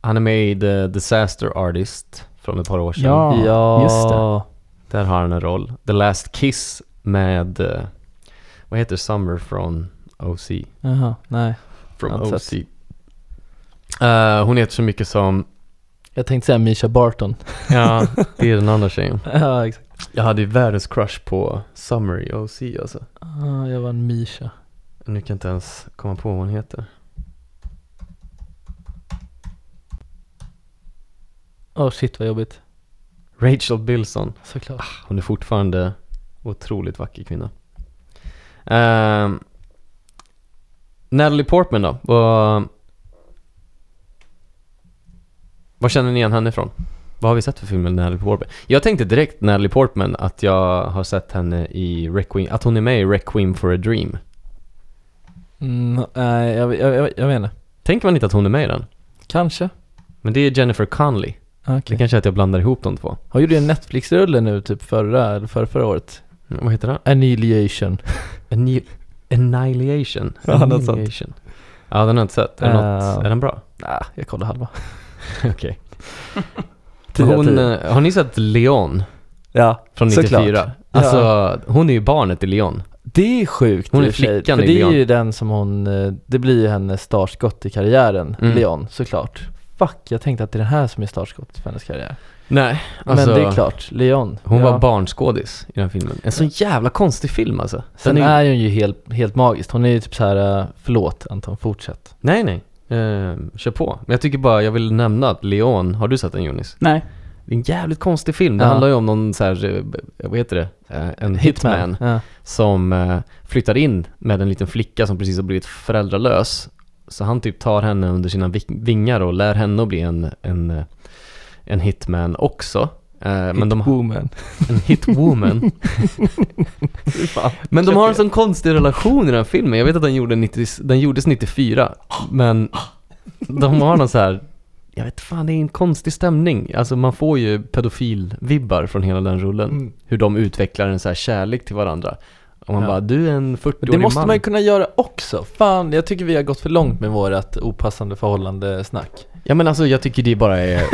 [SPEAKER 1] han är med i The Disaster Artist från ett par år sedan.
[SPEAKER 4] Ja.
[SPEAKER 5] ja,
[SPEAKER 4] just
[SPEAKER 1] Där har han en roll. The Last Kiss med, eh, vad heter Summer från OC?
[SPEAKER 5] Jaha, nej.
[SPEAKER 1] From
[SPEAKER 5] Jag har inte
[SPEAKER 1] OC. Ehm, hon heter så mycket som,
[SPEAKER 5] Jag tänkte säga Misha Barton.
[SPEAKER 1] ja det är den andra tjejen.
[SPEAKER 5] ja, exakt.
[SPEAKER 1] Jag hade ju världens crush på Summer i OC alltså.
[SPEAKER 5] Ah, jag var en Misha.
[SPEAKER 1] Nu kan jag inte ens komma på vad hon heter.
[SPEAKER 5] Åh shit vad jobbigt.
[SPEAKER 1] Rachel Bilson.
[SPEAKER 5] Såklart.
[SPEAKER 1] Hon är fortfarande otroligt vacker kvinna. Um, Natalie Portman då? Vad, vad känner ni igen henne ifrån? Vad har vi sett för film med Natalie Portman? Jag tänkte direkt Natalie Portman att jag har sett henne i Requiem, att hon är med i Requiem for a Dream.
[SPEAKER 5] Mm, nej, jag, jag, jag, jag menar.
[SPEAKER 1] Tänker man inte att hon är med i den?
[SPEAKER 5] Kanske.
[SPEAKER 1] Men det är Jennifer Connelly. Det
[SPEAKER 5] Okay.
[SPEAKER 1] kanske är att jag blandar ihop de två.
[SPEAKER 5] Hon gjorde ju en Netflix-rulle nu typ förra, eller förra, förra året.
[SPEAKER 1] Mm, Vad heter den?
[SPEAKER 5] Annihilation.
[SPEAKER 1] Anni- Annihilation.
[SPEAKER 5] Ja, något sånt.
[SPEAKER 1] Annihilation. Ja, den har jag inte sett. Är, det något,
[SPEAKER 5] Eh.
[SPEAKER 1] är den bra?
[SPEAKER 5] Nej, jag kollade halva.
[SPEAKER 1] Okej.
[SPEAKER 5] Tio av
[SPEAKER 1] Hon,
[SPEAKER 5] tio.
[SPEAKER 1] eh, har ni sett Leon
[SPEAKER 5] Ja.
[SPEAKER 1] från
[SPEAKER 5] Såklart.
[SPEAKER 1] 94? Alltså, hon är ju barnet i Leon.
[SPEAKER 5] Det är sjukt
[SPEAKER 1] Hon
[SPEAKER 5] i
[SPEAKER 1] är
[SPEAKER 5] och för sig,
[SPEAKER 1] flickan
[SPEAKER 5] För
[SPEAKER 1] i
[SPEAKER 5] det är
[SPEAKER 1] Leon.
[SPEAKER 5] ju den som hon, eh, det blir ju hennes startskott i karriären,
[SPEAKER 1] Mm.
[SPEAKER 5] Leon, såklart. Fuck, jag tänkte att det är den här som är startskottet för hennes karriär.
[SPEAKER 1] Nej,
[SPEAKER 5] Men det är klart, Leon.
[SPEAKER 1] Alltså, Hon
[SPEAKER 5] ja.
[SPEAKER 1] var barnskådis i den här filmen. En sån jävla konstig film alltså.
[SPEAKER 5] Sen
[SPEAKER 1] Den är ju-
[SPEAKER 5] är hon ju helt, helt magisk. Hon är ju typ så här, eh, förlåt Anton, fortsätt.
[SPEAKER 1] Nej, nej. Uh, kör på. Men jag tycker bara, jag vill nämna att Leon, har du sett den Jonis?
[SPEAKER 4] Nej.
[SPEAKER 1] Det är en jävligt konstig film. Det
[SPEAKER 5] Ja.
[SPEAKER 1] handlar ju om någon så här, eh, vad heter det? Eh, en hitman.
[SPEAKER 5] Ja.
[SPEAKER 1] som eh, flyttar in med en liten flicka som precis har blivit föräldralös. Så han typ tar henne under sina vik- vingar och lär henne att bli en, en, eh, en hitman också. Eh, men de har
[SPEAKER 5] Woman.
[SPEAKER 1] en hitwoman. men de har en sån konstig relation i den här filmen. Jag vet att den, gjorde 90, den gjordes 94, men de har någon så här jag vet fan, det är en konstig stämning. Alltså man får ju pedofil-vibbar från hela den rullen.
[SPEAKER 5] Mm.
[SPEAKER 1] Hur de utvecklar en så här kärlek till varandra. Och man
[SPEAKER 5] Ja.
[SPEAKER 1] bara, du är en
[SPEAKER 5] Men det
[SPEAKER 1] 40-årig
[SPEAKER 5] måste
[SPEAKER 1] man.
[SPEAKER 5] man ju kunna göra också. Fan, jag tycker vi har gått för långt med vårat opassande förhållande snack.
[SPEAKER 1] Ja men alltså jag tycker det bara är...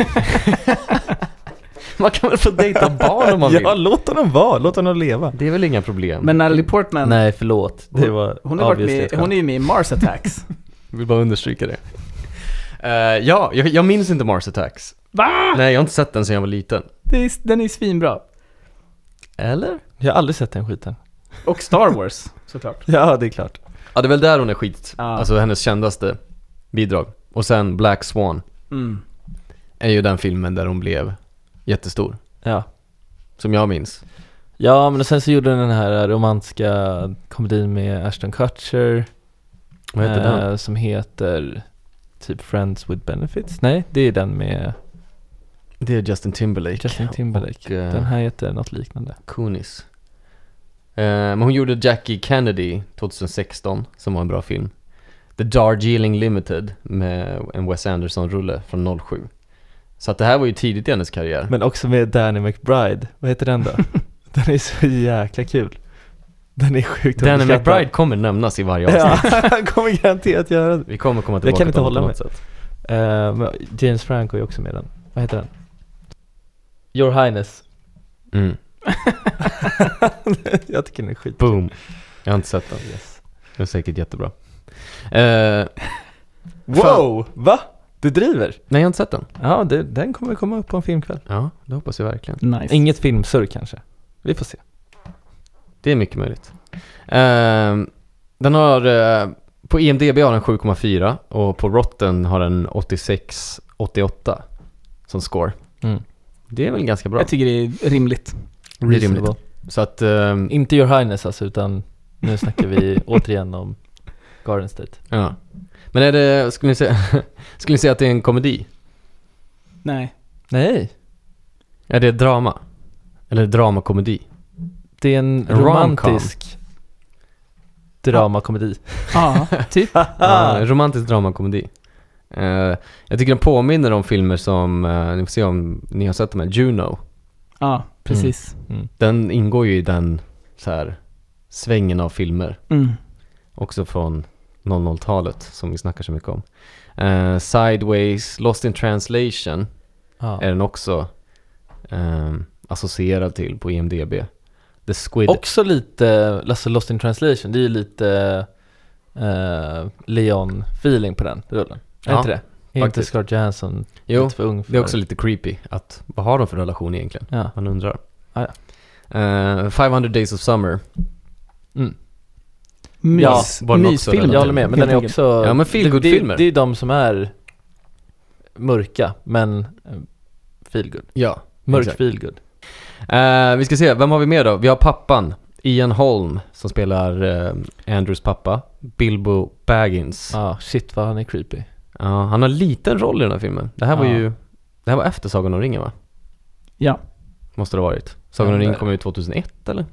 [SPEAKER 1] man kan väl få dejta barn om man vill?
[SPEAKER 5] låt honom vara, låt honom leva.
[SPEAKER 1] Det är väl inga problem.
[SPEAKER 4] Men Natalie Portman,
[SPEAKER 5] Nej, förlåt. Det
[SPEAKER 4] Hon-
[SPEAKER 5] var
[SPEAKER 4] hon, har varit
[SPEAKER 5] obviously
[SPEAKER 4] med,
[SPEAKER 5] ett
[SPEAKER 4] hon är
[SPEAKER 5] skämt.
[SPEAKER 4] ju med i Mars Attacks.
[SPEAKER 1] Jag vill bara understryka det. Eh, ja, jag, jag minns inte Mars Attacks.
[SPEAKER 4] Va?
[SPEAKER 1] Nej, jag har inte sett den sedan jag var liten.
[SPEAKER 4] Det är, den är ju svinbra.
[SPEAKER 1] Eller?
[SPEAKER 5] Jag har aldrig sett den skiten.
[SPEAKER 4] Och Star Wars, såklart.
[SPEAKER 5] Ja, det är klart.
[SPEAKER 1] Ja, det är väl där hon är skit.
[SPEAKER 4] Ja.
[SPEAKER 1] Alltså hennes kändaste bidrag. Och sen Black Swan
[SPEAKER 4] Mm.
[SPEAKER 1] är ju den filmen där hon blev jättestor.
[SPEAKER 5] Ja.
[SPEAKER 1] Som jag minns.
[SPEAKER 5] Ja, men och sen så gjorde den den här romantiska komedin med Ashton Kutcher.
[SPEAKER 1] Vad heter
[SPEAKER 5] eh,
[SPEAKER 1] den?
[SPEAKER 5] Som heter typ Friends with Benefits. Nej, det är den med
[SPEAKER 1] Det är Justin Timberlake.
[SPEAKER 5] Justin Timberlake.
[SPEAKER 1] Och, eh,
[SPEAKER 5] Den här heter något liknande.
[SPEAKER 1] Kunis. Eh, men hon gjorde Jackie Kennedy 2016, som var en bra film. The Darjeeling Limited med en Wes Anderson-rulle från 07. Så att det här var ju tidigt i hennes karriär.
[SPEAKER 5] Men också med Danny McBride. Vad heter den då? den är så jäkla kul. Den är sjukt
[SPEAKER 1] Danny
[SPEAKER 5] underskattad.
[SPEAKER 1] McBride kommer nämnas i varje avsnitt.
[SPEAKER 5] Ja, han kommer garanterat göra det.
[SPEAKER 1] Vi kommer komma
[SPEAKER 5] Jag
[SPEAKER 1] tillbaka
[SPEAKER 5] kan inte
[SPEAKER 1] till honom
[SPEAKER 5] hålla
[SPEAKER 1] på
[SPEAKER 5] mig.
[SPEAKER 1] något sätt.
[SPEAKER 5] Eh, men James Franco är också med i den. Vad heter den? Your Highness.
[SPEAKER 1] Mm.
[SPEAKER 5] jag tycker den är skit.
[SPEAKER 1] Boom. Jag har inte sett den.
[SPEAKER 5] Yes.
[SPEAKER 1] Den är säkert jättebra. Eh,
[SPEAKER 5] Wow! Va? Du driver?
[SPEAKER 1] nej, jag har inte sett den.
[SPEAKER 5] Ja, det, den kommer komma upp på en filmkväll.
[SPEAKER 1] Ja, det hoppas jag verkligen.
[SPEAKER 4] Nice.
[SPEAKER 5] Inget filmsurr kanske. Vi får se.
[SPEAKER 1] Det är mycket möjligt. Ehm, den har, eh, på IMDB har den 7,4 och på Rotten har den 86-88 som score.
[SPEAKER 5] Mm.
[SPEAKER 1] Det är väl ganska bra.
[SPEAKER 4] Jag tycker det är rimligt.
[SPEAKER 1] Det är rimligt. Så att, ehm,
[SPEAKER 5] Inte Your Highness alltså, utan nu snackar vi återigen om Garden State.
[SPEAKER 1] ja. Men är det, skulle ni, säga, skulle ni säga att det är en komedi?
[SPEAKER 4] Nej.
[SPEAKER 5] Nej,
[SPEAKER 1] Är det drama? Eller dramakomedi?
[SPEAKER 5] det är en
[SPEAKER 1] En rom-com.
[SPEAKER 5] romantisk dramakomedi.
[SPEAKER 4] Ja, typ.
[SPEAKER 1] Ja, en romantisk dramakomedi. Eh, jag tycker den påminner om filmer som, eh, ni får se om ni har sett dem här, Juno.
[SPEAKER 4] Ja, precis.
[SPEAKER 1] Den ingår ju i den så här svängen av filmer,
[SPEAKER 4] Mm.
[SPEAKER 1] också från 00-talet som vi snackar så mycket om. Eh, Sideways, Lost in translation
[SPEAKER 5] Ja.
[SPEAKER 1] är den också ehm, associerad till på IMDB. The Squid.
[SPEAKER 5] Också lite, alltså Lost in translation, det är ju lite eh, Leon-feeling på den rullen. Är
[SPEAKER 1] Ja,
[SPEAKER 5] inte det? Är inte
[SPEAKER 1] faktiskt.
[SPEAKER 5] Scarlett Johansson
[SPEAKER 1] jo,
[SPEAKER 5] lite för ung för
[SPEAKER 1] det är också lite creepy att vad har de för relation egentligen?
[SPEAKER 5] Ja.
[SPEAKER 1] Man undrar.
[SPEAKER 5] Ah,
[SPEAKER 1] Eh, 500 Days of Summer.
[SPEAKER 5] Mm.
[SPEAKER 4] Mys,
[SPEAKER 5] Ja,
[SPEAKER 1] var den också
[SPEAKER 4] mysfilm.
[SPEAKER 1] relativt-
[SPEAKER 5] Jag håller med, men den är också...
[SPEAKER 1] Ja, men feel good
[SPEAKER 5] det,
[SPEAKER 1] filmer.
[SPEAKER 5] det, det är de som är mörka, men eh, feel good.
[SPEAKER 1] Ja,
[SPEAKER 5] Mörk
[SPEAKER 1] exakt.
[SPEAKER 5] feel good.
[SPEAKER 1] Eh, vi ska se, vem har vi med då? Vi har pappan, Ian Holm, som spelar eh, Andrews pappa, Bilbo Baggins.
[SPEAKER 5] Ja, shit vad han är creepy.
[SPEAKER 1] Ja, han har en liten roll i den här filmen. Det här var
[SPEAKER 5] Ja.
[SPEAKER 1] ju, det här var efter Sagan om ringen va?
[SPEAKER 4] Ja,
[SPEAKER 1] Måste det ha varit. Sagan om
[SPEAKER 5] Ja,
[SPEAKER 1] ringen
[SPEAKER 5] där.
[SPEAKER 1] kom ut 2001 eller?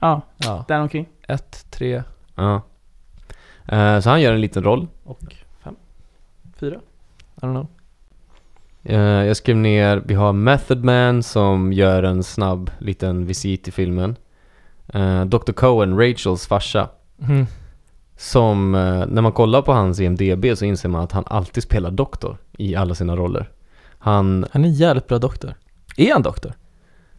[SPEAKER 4] ja
[SPEAKER 5] Ja.
[SPEAKER 4] däromkring.
[SPEAKER 5] Ett, tre
[SPEAKER 1] Ja. Eh, Så han gör en liten roll.
[SPEAKER 5] och fem. Fyra? I don't know.
[SPEAKER 1] Eh, Jag skrev ner, vi har Method Man som gör en snabb liten visit i filmen. Eh, Dr. Cohen, Rachels farsa,
[SPEAKER 5] Mm.
[SPEAKER 1] som eh, när man kollar på hans IMDB så inser man att han alltid spelar doktor i alla sina roller. Han,
[SPEAKER 5] Han är en jävligt bra doktor. Är han doktor?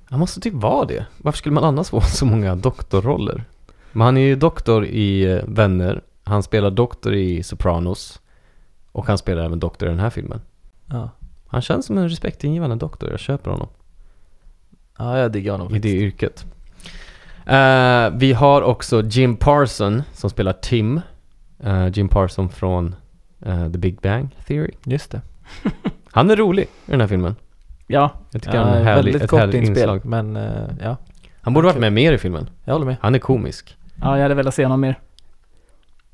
[SPEAKER 1] han måste typ vara det. Varför skulle man annars få så många doktorroller? Men han är ju doktor i eh, Vänner, han spelar doktor i Sopranos och han spelar även doktor i den här filmen.
[SPEAKER 5] Ja.
[SPEAKER 1] Han känns som en respektingivande doktor, jag köper honom.
[SPEAKER 5] Ja, jag diggar honom
[SPEAKER 1] i det
[SPEAKER 5] faktiskt.
[SPEAKER 1] yrket. Eh, vi har också Jim Parson som spelar Tim. Eh, Jim Parson från eh, The Big Bang Theory.
[SPEAKER 5] Just det.
[SPEAKER 1] Han är rolig i den här filmen.
[SPEAKER 4] Ja,
[SPEAKER 1] Jag tycker
[SPEAKER 5] Ja,
[SPEAKER 1] han är härlig,
[SPEAKER 5] väldigt
[SPEAKER 1] ett
[SPEAKER 5] kort
[SPEAKER 1] härligt
[SPEAKER 5] inspel,
[SPEAKER 1] inslag.
[SPEAKER 5] men eh, ja,
[SPEAKER 1] Han borde
[SPEAKER 5] Ja,
[SPEAKER 1] varit
[SPEAKER 5] kul.
[SPEAKER 1] med mer i filmen.
[SPEAKER 5] jag håller med.
[SPEAKER 1] Han är komisk.
[SPEAKER 4] ja, jag hade velat se honom mer.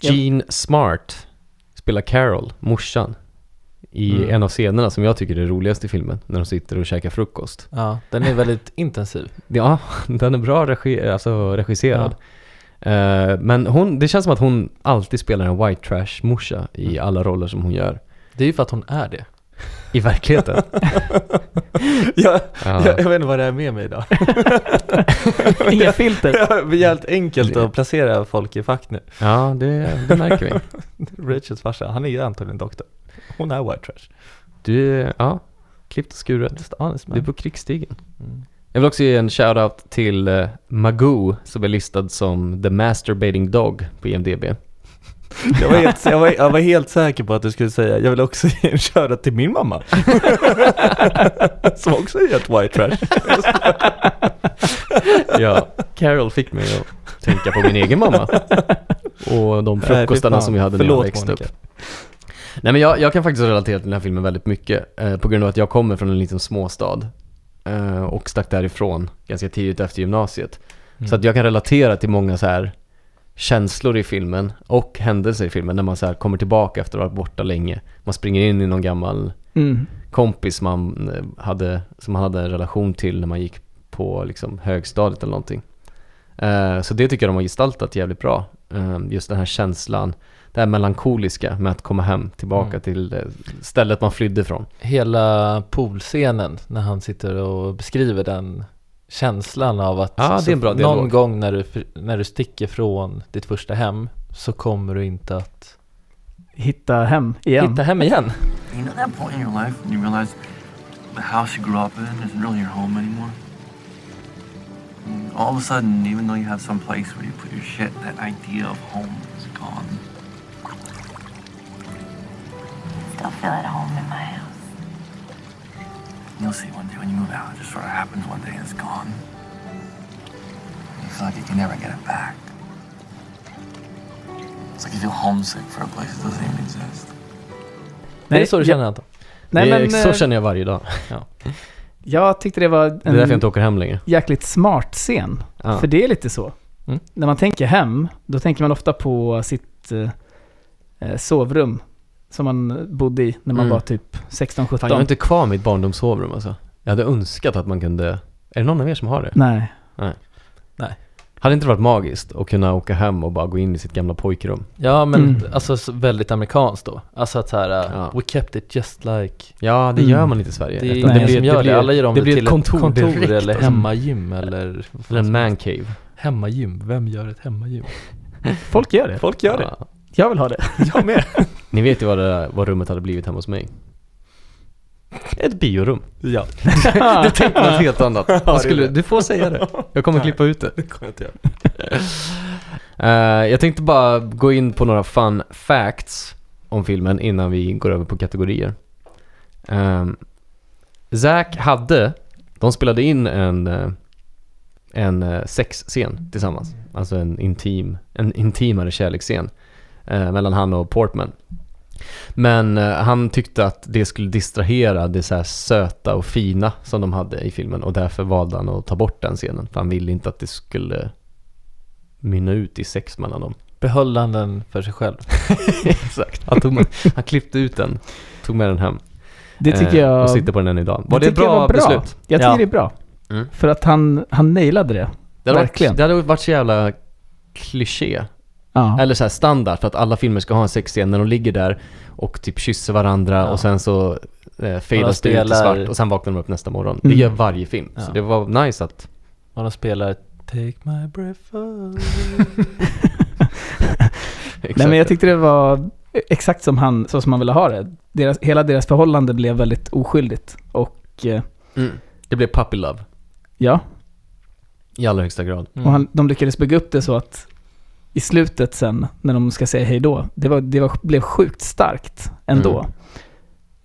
[SPEAKER 4] Ja.
[SPEAKER 1] Gene Smart spelar Carol, morsan, i
[SPEAKER 5] Mm.
[SPEAKER 1] en av scenerna som jag tycker är roligast i filmen. När de sitter och käkar frukost.
[SPEAKER 5] Ja, den är väldigt intensiv.
[SPEAKER 1] Ja, den är bra regi- alltså regisserad. Eh, men hon, det känns som att hon alltid spelar en white trash morsa i alla roller som hon gör.
[SPEAKER 5] Det är ju för att hon är det.
[SPEAKER 1] I verkligheten.
[SPEAKER 5] jag,
[SPEAKER 1] ja.
[SPEAKER 5] vet inte vad det är med mig idag.
[SPEAKER 4] Inga filter.
[SPEAKER 5] det är jävligt enkelt att placera folk i fack nu.
[SPEAKER 1] ja, det, det märker vi.
[SPEAKER 5] Rachels farsa, han är ju antagligen doktor. Hon är white trash.
[SPEAKER 1] Du, är- ja, klippt och skuren.
[SPEAKER 5] Just honest
[SPEAKER 1] Du är
[SPEAKER 5] man.
[SPEAKER 1] på krigsstigen.
[SPEAKER 5] Mm.
[SPEAKER 1] Jag vill också ge en shout-out till eh, Magoo som är listad som the masturbating dog på IMDB.
[SPEAKER 5] Jag, var helt, jag, var, jag var helt säker på att du skulle säga, jag vill också köra till min mamma. Som också är helt white trash.
[SPEAKER 1] ja, Carol fick mig att tänka på min egen mamma. Och de frukostarna
[SPEAKER 5] Nej, fy fan.
[SPEAKER 1] som vi hade när
[SPEAKER 5] Förlåt,
[SPEAKER 1] jag växte
[SPEAKER 5] Monica.
[SPEAKER 1] upp. Nej men jag, jag kan faktiskt relatera till den här filmen väldigt mycket. Eh, på grund av att jag kommer från en liten småstad. Eh, och stack därifrån ganska tidigt efter gymnasiet.
[SPEAKER 5] Mm.
[SPEAKER 1] Så att jag kan relatera till många så här känslor i filmen och händelser i filmen när man så här kommer tillbaka efter att ha varit borta länge. Man springer in i någon gammal
[SPEAKER 4] Mm.
[SPEAKER 1] kompis man eh, hade, som man hade en relation till när man gick på liksom högstadiet eller någonting. Eh, Så det tycker jag de har gestaltat jävligt bra. Eh, Just den här känslan, det här melankoliska med att komma hem tillbaka
[SPEAKER 5] Mm.
[SPEAKER 1] till eh, stället man flydde från.
[SPEAKER 5] Hela poolscenen när han sitter och beskriver den känslan av att
[SPEAKER 1] Ja, det är en bra
[SPEAKER 5] så
[SPEAKER 1] dialog.
[SPEAKER 5] någon gång när du, fr- när du sticker från ditt första hem så kommer du inte att
[SPEAKER 4] Hitta hem igen.
[SPEAKER 5] hitta hem igen.
[SPEAKER 6] You know that point in your life when you realize the house you grew up in isn't really your home anymore? And all of a sudden, even though you have some place where you put your shit, that idea of home is gone.
[SPEAKER 7] Still feel at home in my house.
[SPEAKER 6] And You'll see one day when you move out, it just sort of happens one day and it's gone. You feel like you can never get it back. It's like you feel homesick for a place that doesn't even exist.
[SPEAKER 5] är det så du
[SPEAKER 4] jag-
[SPEAKER 5] känner Anton?
[SPEAKER 4] Nej,
[SPEAKER 1] det är,
[SPEAKER 4] men,
[SPEAKER 1] så
[SPEAKER 4] eh,
[SPEAKER 1] känner jag varje dag.
[SPEAKER 4] jag tyckte det var
[SPEAKER 1] Det är därför jag
[SPEAKER 4] en
[SPEAKER 1] inte åker hem längre.
[SPEAKER 4] jäkligt smart scen.
[SPEAKER 1] Ja.
[SPEAKER 4] För det är lite så.
[SPEAKER 5] Mm.
[SPEAKER 4] När man tänker hem, då tänker man ofta på sitt eh, eh, sovrum som man bodde i när man
[SPEAKER 1] Mm.
[SPEAKER 4] var typ 16-17.
[SPEAKER 1] Fan, jag har inte kvar mitt barndomssovrum alltså. Jag hade önskat att man kunde... Är det någon av er som har det?
[SPEAKER 4] Nej.
[SPEAKER 1] Hade inte det varit magiskt att kunna åka hem och bara gå in i sitt gamla pojkrum?
[SPEAKER 5] Ja men
[SPEAKER 4] Mm.
[SPEAKER 5] alltså så väldigt amerikanskt då. Alltså att så här, uh,
[SPEAKER 1] Ja.
[SPEAKER 5] we kept it just like.
[SPEAKER 1] Ja, det
[SPEAKER 4] Mm.
[SPEAKER 1] gör man inte i Sverige.
[SPEAKER 5] Det är
[SPEAKER 1] Utan
[SPEAKER 5] ingen
[SPEAKER 4] Nej.
[SPEAKER 5] som gör det. Alla gör om det,
[SPEAKER 1] det blir
[SPEAKER 5] till
[SPEAKER 1] ett kontor, direkt,
[SPEAKER 5] eller
[SPEAKER 1] alltså.
[SPEAKER 5] hemmagym eller... vad fan
[SPEAKER 1] Eller en
[SPEAKER 5] som helst.
[SPEAKER 1] mancave.
[SPEAKER 5] Hemmagym, vem gör ett hemmagym?
[SPEAKER 4] Folk gör det.
[SPEAKER 5] Folk
[SPEAKER 1] Ja.
[SPEAKER 4] Jag vill ha det.
[SPEAKER 5] jag med.
[SPEAKER 1] Ni vet ju vad, det, vad rummet hade blivit hemma hos mig. Ett biorum.
[SPEAKER 5] ja,
[SPEAKER 1] Du tänkte något helt annat.
[SPEAKER 5] det är
[SPEAKER 1] Jag skulle,
[SPEAKER 5] det.
[SPEAKER 1] du får säga det. Jag kommer klippa ut det.
[SPEAKER 5] det kommer jag inte göra.
[SPEAKER 1] Eh, jag tänkte bara gå in på några fun facts om filmen innan vi går över på kategorier. Um, Zack hade, de spelade in en, eh, en eh, sexscen tillsammans. Alltså en, intim, en intimare kärleksscen eh, mellan han och Portman. Men eh, han tyckte att det skulle distrahera det så här söta och fina som de hade i filmen och därför valde han att ta bort den scenen. För han ville inte att det skulle mynna ut i sex mellan dem.
[SPEAKER 5] Behöll han den för sig själv?
[SPEAKER 1] Exakt. Han, tog med, han klippte ut den, tog med den hem.
[SPEAKER 4] Det tycker
[SPEAKER 1] eh,
[SPEAKER 4] jag...
[SPEAKER 1] Och sitter på den än idag. Var det, ett
[SPEAKER 4] tycker jag
[SPEAKER 1] bra,
[SPEAKER 4] var
[SPEAKER 1] beslut?
[SPEAKER 4] Jag tycker
[SPEAKER 5] Ja.
[SPEAKER 4] det är bra.
[SPEAKER 1] Mm.
[SPEAKER 4] För att han, han nailade det.
[SPEAKER 1] Det hade,
[SPEAKER 4] Verkligen.
[SPEAKER 1] varit, det hade varit så jävla kliché.
[SPEAKER 4] Ja.
[SPEAKER 1] Eller så här standard för att alla filmer ska ha en sexscen när de ligger där och typ kysser varandra
[SPEAKER 5] Ja.
[SPEAKER 1] och sen så eh,
[SPEAKER 5] Och de
[SPEAKER 1] fadas det ut i
[SPEAKER 5] spelar-
[SPEAKER 1] svart och sen vaknar de upp nästa morgon. Det
[SPEAKER 4] Mm.
[SPEAKER 1] gör varje film. Så
[SPEAKER 5] Ja.
[SPEAKER 1] det var nice att...
[SPEAKER 5] Och de spelar Take my breath away.
[SPEAKER 4] Nej, men jag
[SPEAKER 1] Exakt.
[SPEAKER 4] tyckte det var exakt som han, så som han ville ha det. Deras, hela deras förhållande blev väldigt oskyldigt. Och eh,
[SPEAKER 1] mm. Det blev puppy love
[SPEAKER 4] ja,
[SPEAKER 1] i allra högsta grad.
[SPEAKER 5] Mm.
[SPEAKER 4] och han, de lyckades bygga upp det så att i slutet sen, när de ska säga hej då, det, var, det var, blev sjukt starkt ändå.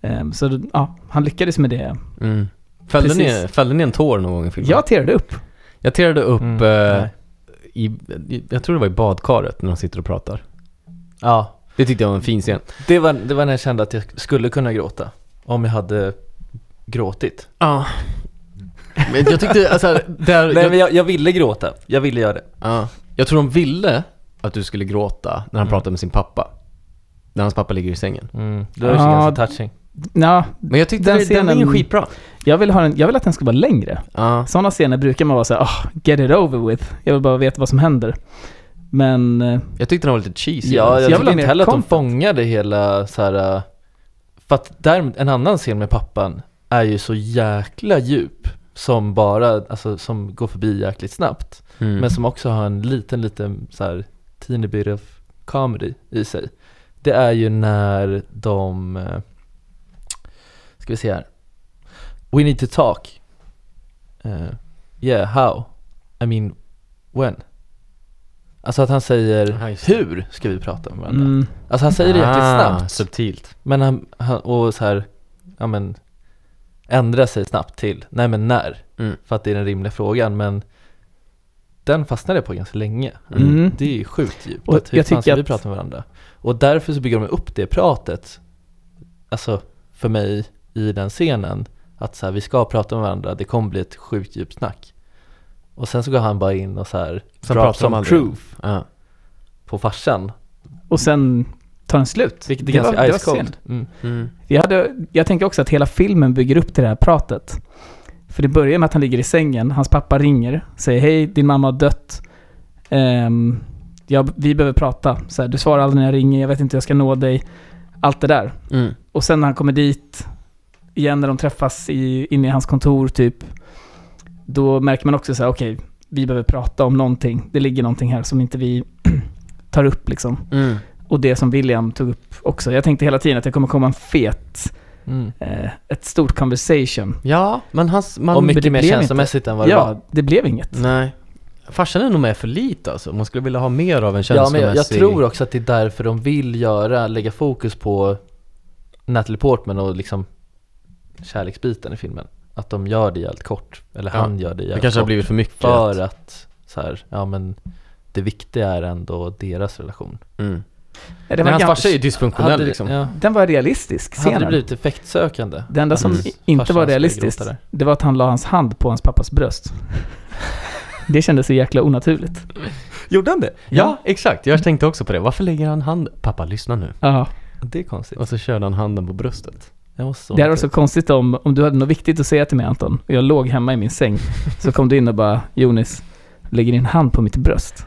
[SPEAKER 5] Mm.
[SPEAKER 4] Ehm, så ja, han lyckades med det.
[SPEAKER 1] Mm. Fällde, ni,
[SPEAKER 4] Precis.
[SPEAKER 1] fällde ni en tår någon gång i filmen?
[SPEAKER 4] Jag tearade upp.
[SPEAKER 1] Jag tirade upp,
[SPEAKER 5] Mm,
[SPEAKER 1] eh,
[SPEAKER 5] nej.
[SPEAKER 1] i, i, jag tror det var i badkaret när de sitter och pratar.
[SPEAKER 5] Ja,
[SPEAKER 1] Det tyckte jag var en fin scen.
[SPEAKER 5] det var, det var när jag kände att jag skulle kunna gråta. Om jag hade gråtit.
[SPEAKER 1] Ja. Men jag tyckte, alltså, här, där,
[SPEAKER 5] Nej
[SPEAKER 1] jag,
[SPEAKER 5] men jag, jag ville gråta, jag ville göra det.
[SPEAKER 1] ja. jag tror de ville att du skulle gråta när han
[SPEAKER 5] Mm.
[SPEAKER 1] pratade med sin pappa. När hans pappa ligger i sängen.
[SPEAKER 4] Mm.
[SPEAKER 5] Det var ju
[SPEAKER 4] Ja.
[SPEAKER 5] ganska touching.
[SPEAKER 4] Ja,
[SPEAKER 1] Men jag tyckte
[SPEAKER 4] Den
[SPEAKER 1] den, det, den var ju
[SPEAKER 4] scenen-
[SPEAKER 1] skitbra.
[SPEAKER 4] jag, vill ha en, jag vill att den ska vara längre.
[SPEAKER 1] Ja.
[SPEAKER 4] Sådana scener brukar man vara så här, "Ah, get it over with. Jag vill bara veta vad som händer. Men eh,
[SPEAKER 1] Jag tyckte den var lite cheesy.
[SPEAKER 5] Ja, jag,
[SPEAKER 4] vill ha
[SPEAKER 5] tycker inte
[SPEAKER 4] mer
[SPEAKER 5] heller att de
[SPEAKER 4] comfort.
[SPEAKER 5] fångade hela så här. äh, För att där, en annan scen med pappan är ju så jäkla djup. Som bara, alltså som går förbi jäkligt snabbt.
[SPEAKER 1] Mm.
[SPEAKER 5] Men som också har en liten, liten så här teeny bit of comedy i sig. Det är ju när de, eh, ska vi se här. We need to talk. Eh, yeah, how? I mean, when? Alltså att han säger,
[SPEAKER 1] Ja, just det.
[SPEAKER 5] hur ska vi prata med varandra?
[SPEAKER 4] mm,
[SPEAKER 5] Alltså han säger det jäkligt
[SPEAKER 1] Ah,
[SPEAKER 5] snabbt.
[SPEAKER 1] Subtilt.
[SPEAKER 5] Men han, han och så här, ja men, ändra sig snabbt till, nej men när?
[SPEAKER 1] Mm.
[SPEAKER 5] För att det är den rimliga frågan, men den fastnade jag på ganska länge.
[SPEAKER 1] Mm.
[SPEAKER 4] mm.
[SPEAKER 5] Det är ju sjukt djupt,
[SPEAKER 4] Och
[SPEAKER 5] att hur
[SPEAKER 4] jag
[SPEAKER 5] fan
[SPEAKER 4] tycker
[SPEAKER 5] ska vi
[SPEAKER 4] att-
[SPEAKER 5] prata med varandra? Och därför så bygger de upp det pratet, alltså för mig i den scenen, att så här, vi ska prata med varandra, det kommer bli ett sjukt djupt snack. Och sen så går han bara in och så här,
[SPEAKER 1] Sen
[SPEAKER 5] drops
[SPEAKER 1] pratar de
[SPEAKER 5] some
[SPEAKER 1] aldrig.
[SPEAKER 5] proof
[SPEAKER 1] Ja.
[SPEAKER 5] på farsan,
[SPEAKER 4] Och sen tar den slut.
[SPEAKER 5] vilket är
[SPEAKER 4] Det var-
[SPEAKER 5] ganska
[SPEAKER 4] det var
[SPEAKER 5] ice cold.
[SPEAKER 4] synd.
[SPEAKER 5] Mm.
[SPEAKER 1] Mm.
[SPEAKER 4] Jag, hade, jag tänker också att hela filmen bygger upp till det här pratet. För det börjar med att han ligger i sängen, hans pappa ringer, säger hej, din mamma har dött. Ehm, ja, vi behöver prata. Så här, du svarar aldrig när jag ringer, jag vet inte hur jag ska nå dig. Allt det där.
[SPEAKER 1] Mm.
[SPEAKER 4] Och sen när han kommer dit, igen när de träffas i, inne i hans kontor typ, då märker man också så här, okej, vi behöver prata om någonting. Det ligger någonting här som inte vi tar upp liksom.
[SPEAKER 1] Mm.
[SPEAKER 4] Och det som William tog upp också. Jag tänkte hela tiden att det kommer komma en fet,
[SPEAKER 5] Mm.
[SPEAKER 4] eh, ett stort conversation.
[SPEAKER 1] Ja, men hans... Man,
[SPEAKER 5] och
[SPEAKER 4] men det
[SPEAKER 5] mycket mer
[SPEAKER 4] blev
[SPEAKER 5] känslomässigt än vad det var.
[SPEAKER 4] Ja, det blev inget.
[SPEAKER 1] Nej. Farsan är nog med för lite alltså. Man skulle vilja ha mer av en
[SPEAKER 5] Ja, men
[SPEAKER 1] känslomässig...
[SPEAKER 5] jag, jag tror också att det är därför de vill göra, lägga fokus på Natalie Portman och liksom kärleksbiten i filmen. Att de gör det jävligt kort, eller
[SPEAKER 1] Ja,
[SPEAKER 5] han gör det
[SPEAKER 1] Det
[SPEAKER 5] jävligt
[SPEAKER 1] kanske har
[SPEAKER 5] kort.
[SPEAKER 1] blivit för mycket.
[SPEAKER 5] för att så här, ja men det viktiga är ändå deras relation.
[SPEAKER 1] Mm.
[SPEAKER 4] Det
[SPEAKER 1] Men
[SPEAKER 4] var
[SPEAKER 1] hans
[SPEAKER 4] gans-
[SPEAKER 1] farsa är ju dysfunktionell
[SPEAKER 5] Hade det-
[SPEAKER 1] liksom.
[SPEAKER 5] ja,
[SPEAKER 4] Den var realistisk,
[SPEAKER 5] hade det
[SPEAKER 4] scenen.
[SPEAKER 5] blivit effektsökande?
[SPEAKER 4] Det enda som
[SPEAKER 1] Mm.
[SPEAKER 4] i- inte
[SPEAKER 5] Farsan
[SPEAKER 4] var
[SPEAKER 5] skulle
[SPEAKER 4] realistiskt,
[SPEAKER 5] gråta där.
[SPEAKER 4] det var att han la hans hand på hans pappas bröst. Det kändes så jäkla onaturligt.
[SPEAKER 5] Gjorde han det?
[SPEAKER 1] Ja, exakt. Jag tänkte också på det. Varför lägger han handen... Pappa, lyssna nu.
[SPEAKER 4] Ja.
[SPEAKER 5] Det är konstigt.
[SPEAKER 1] Och så körde han handen på bröstet.
[SPEAKER 5] Jag måste
[SPEAKER 4] Det här var så konstigt om, om du hade något viktigt att säga till mig Anton, och jag låg hemma i min säng, så kom du in och bara Jonis, lägger din hand på mitt bröst.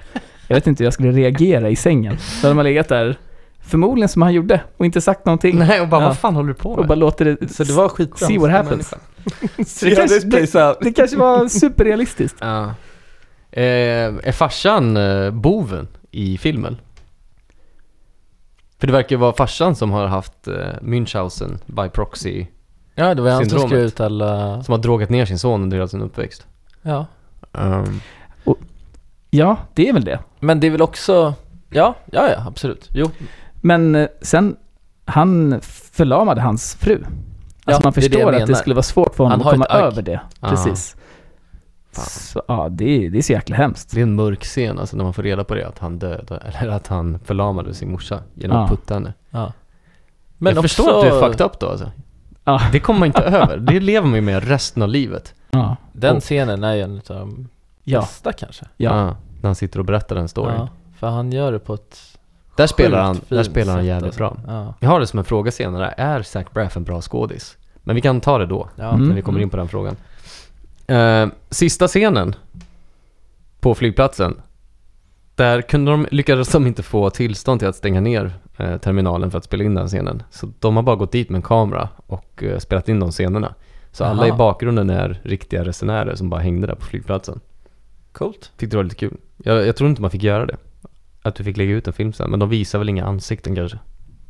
[SPEAKER 4] Jag vet inte hur jag skulle reagera i sängen. Då hade man legat där, förmodligen som han gjorde, och inte sagt någonting.
[SPEAKER 1] Nej, och bara
[SPEAKER 4] Ja.
[SPEAKER 1] vad fan håller du på med?
[SPEAKER 4] Och bara låter det...
[SPEAKER 5] Så det var skitbra.
[SPEAKER 4] See what happens.
[SPEAKER 5] Så det kanske, det,
[SPEAKER 4] Det kanske var superrealistiskt.
[SPEAKER 1] Ja. Eh, är farsan eh, boven i filmen? För det verkar ju vara farsan som har haft eh, Münchhausen by proxy,
[SPEAKER 5] ja, det var han som
[SPEAKER 1] Syndromet.
[SPEAKER 5] skrev ut alla...
[SPEAKER 1] som har drogat ner sin son under hela sin uppväxt. Ehm,
[SPEAKER 5] Ja.
[SPEAKER 4] Ja, det är väl det.
[SPEAKER 5] Men det är väl också, ja, ja, ja absolut. Jo,
[SPEAKER 4] Men eh, sen, han förlamade hans fru. Alltså
[SPEAKER 5] Ja,
[SPEAKER 4] man
[SPEAKER 5] det är det jag
[SPEAKER 4] förstår att det
[SPEAKER 5] menar.
[SPEAKER 4] skulle vara svårt för
[SPEAKER 5] Han
[SPEAKER 4] honom att
[SPEAKER 5] har
[SPEAKER 4] komma
[SPEAKER 5] ett agg.
[SPEAKER 4] över det.
[SPEAKER 1] Ah.
[SPEAKER 4] Precis. Så, ja, det är, det är så jäkla hemskt.
[SPEAKER 1] Det är en mörk scen alltså när man får reda på det, att han dödade, eller att han förlamade sin morsa genom att
[SPEAKER 4] Ja.
[SPEAKER 1] putta henne.
[SPEAKER 5] ja.
[SPEAKER 1] Men jag förstår att du är fucked up då alltså.
[SPEAKER 4] Ja.
[SPEAKER 1] Det kommer man inte över, det lever man ju med resten av livet.
[SPEAKER 4] Ja.
[SPEAKER 5] Den
[SPEAKER 1] Och-
[SPEAKER 5] scenen är ju en av de
[SPEAKER 4] Ja.
[SPEAKER 5] bästa kanske.
[SPEAKER 4] Ja.
[SPEAKER 1] Ah, när han sitter och berättar den storyn.
[SPEAKER 5] Ja, för han gör det på ett
[SPEAKER 1] Där spelar
[SPEAKER 5] sjukt
[SPEAKER 1] han, där
[SPEAKER 5] fint
[SPEAKER 1] spelar han
[SPEAKER 5] sätt,
[SPEAKER 1] jävligt
[SPEAKER 5] alltså.
[SPEAKER 1] bra.
[SPEAKER 5] Ja.
[SPEAKER 1] Jag har det som en fråga senare, är Zach Braff en bra skådis? Men vi kan ta det då,
[SPEAKER 4] Mm.
[SPEAKER 1] när vi kommer in på den frågan. Eh, sista scenen på flygplatsen. Där kunde de, lyckades de inte få tillstånd till att stänga ner eh, terminalen för att spela in den scenen. Så de har bara gått dit med en kamera och eh, spelat in de scenerna. Så alla i
[SPEAKER 5] Aha.
[SPEAKER 1] bakgrunden är riktiga resenärer som bara hängde där på flygplatsen.
[SPEAKER 5] Coolt.
[SPEAKER 1] Tyckte det var lite kul. Jag, jag tror inte man fick göra det. Att du fick lägga ut en film sen. Men de visar väl inga ansikten kanske.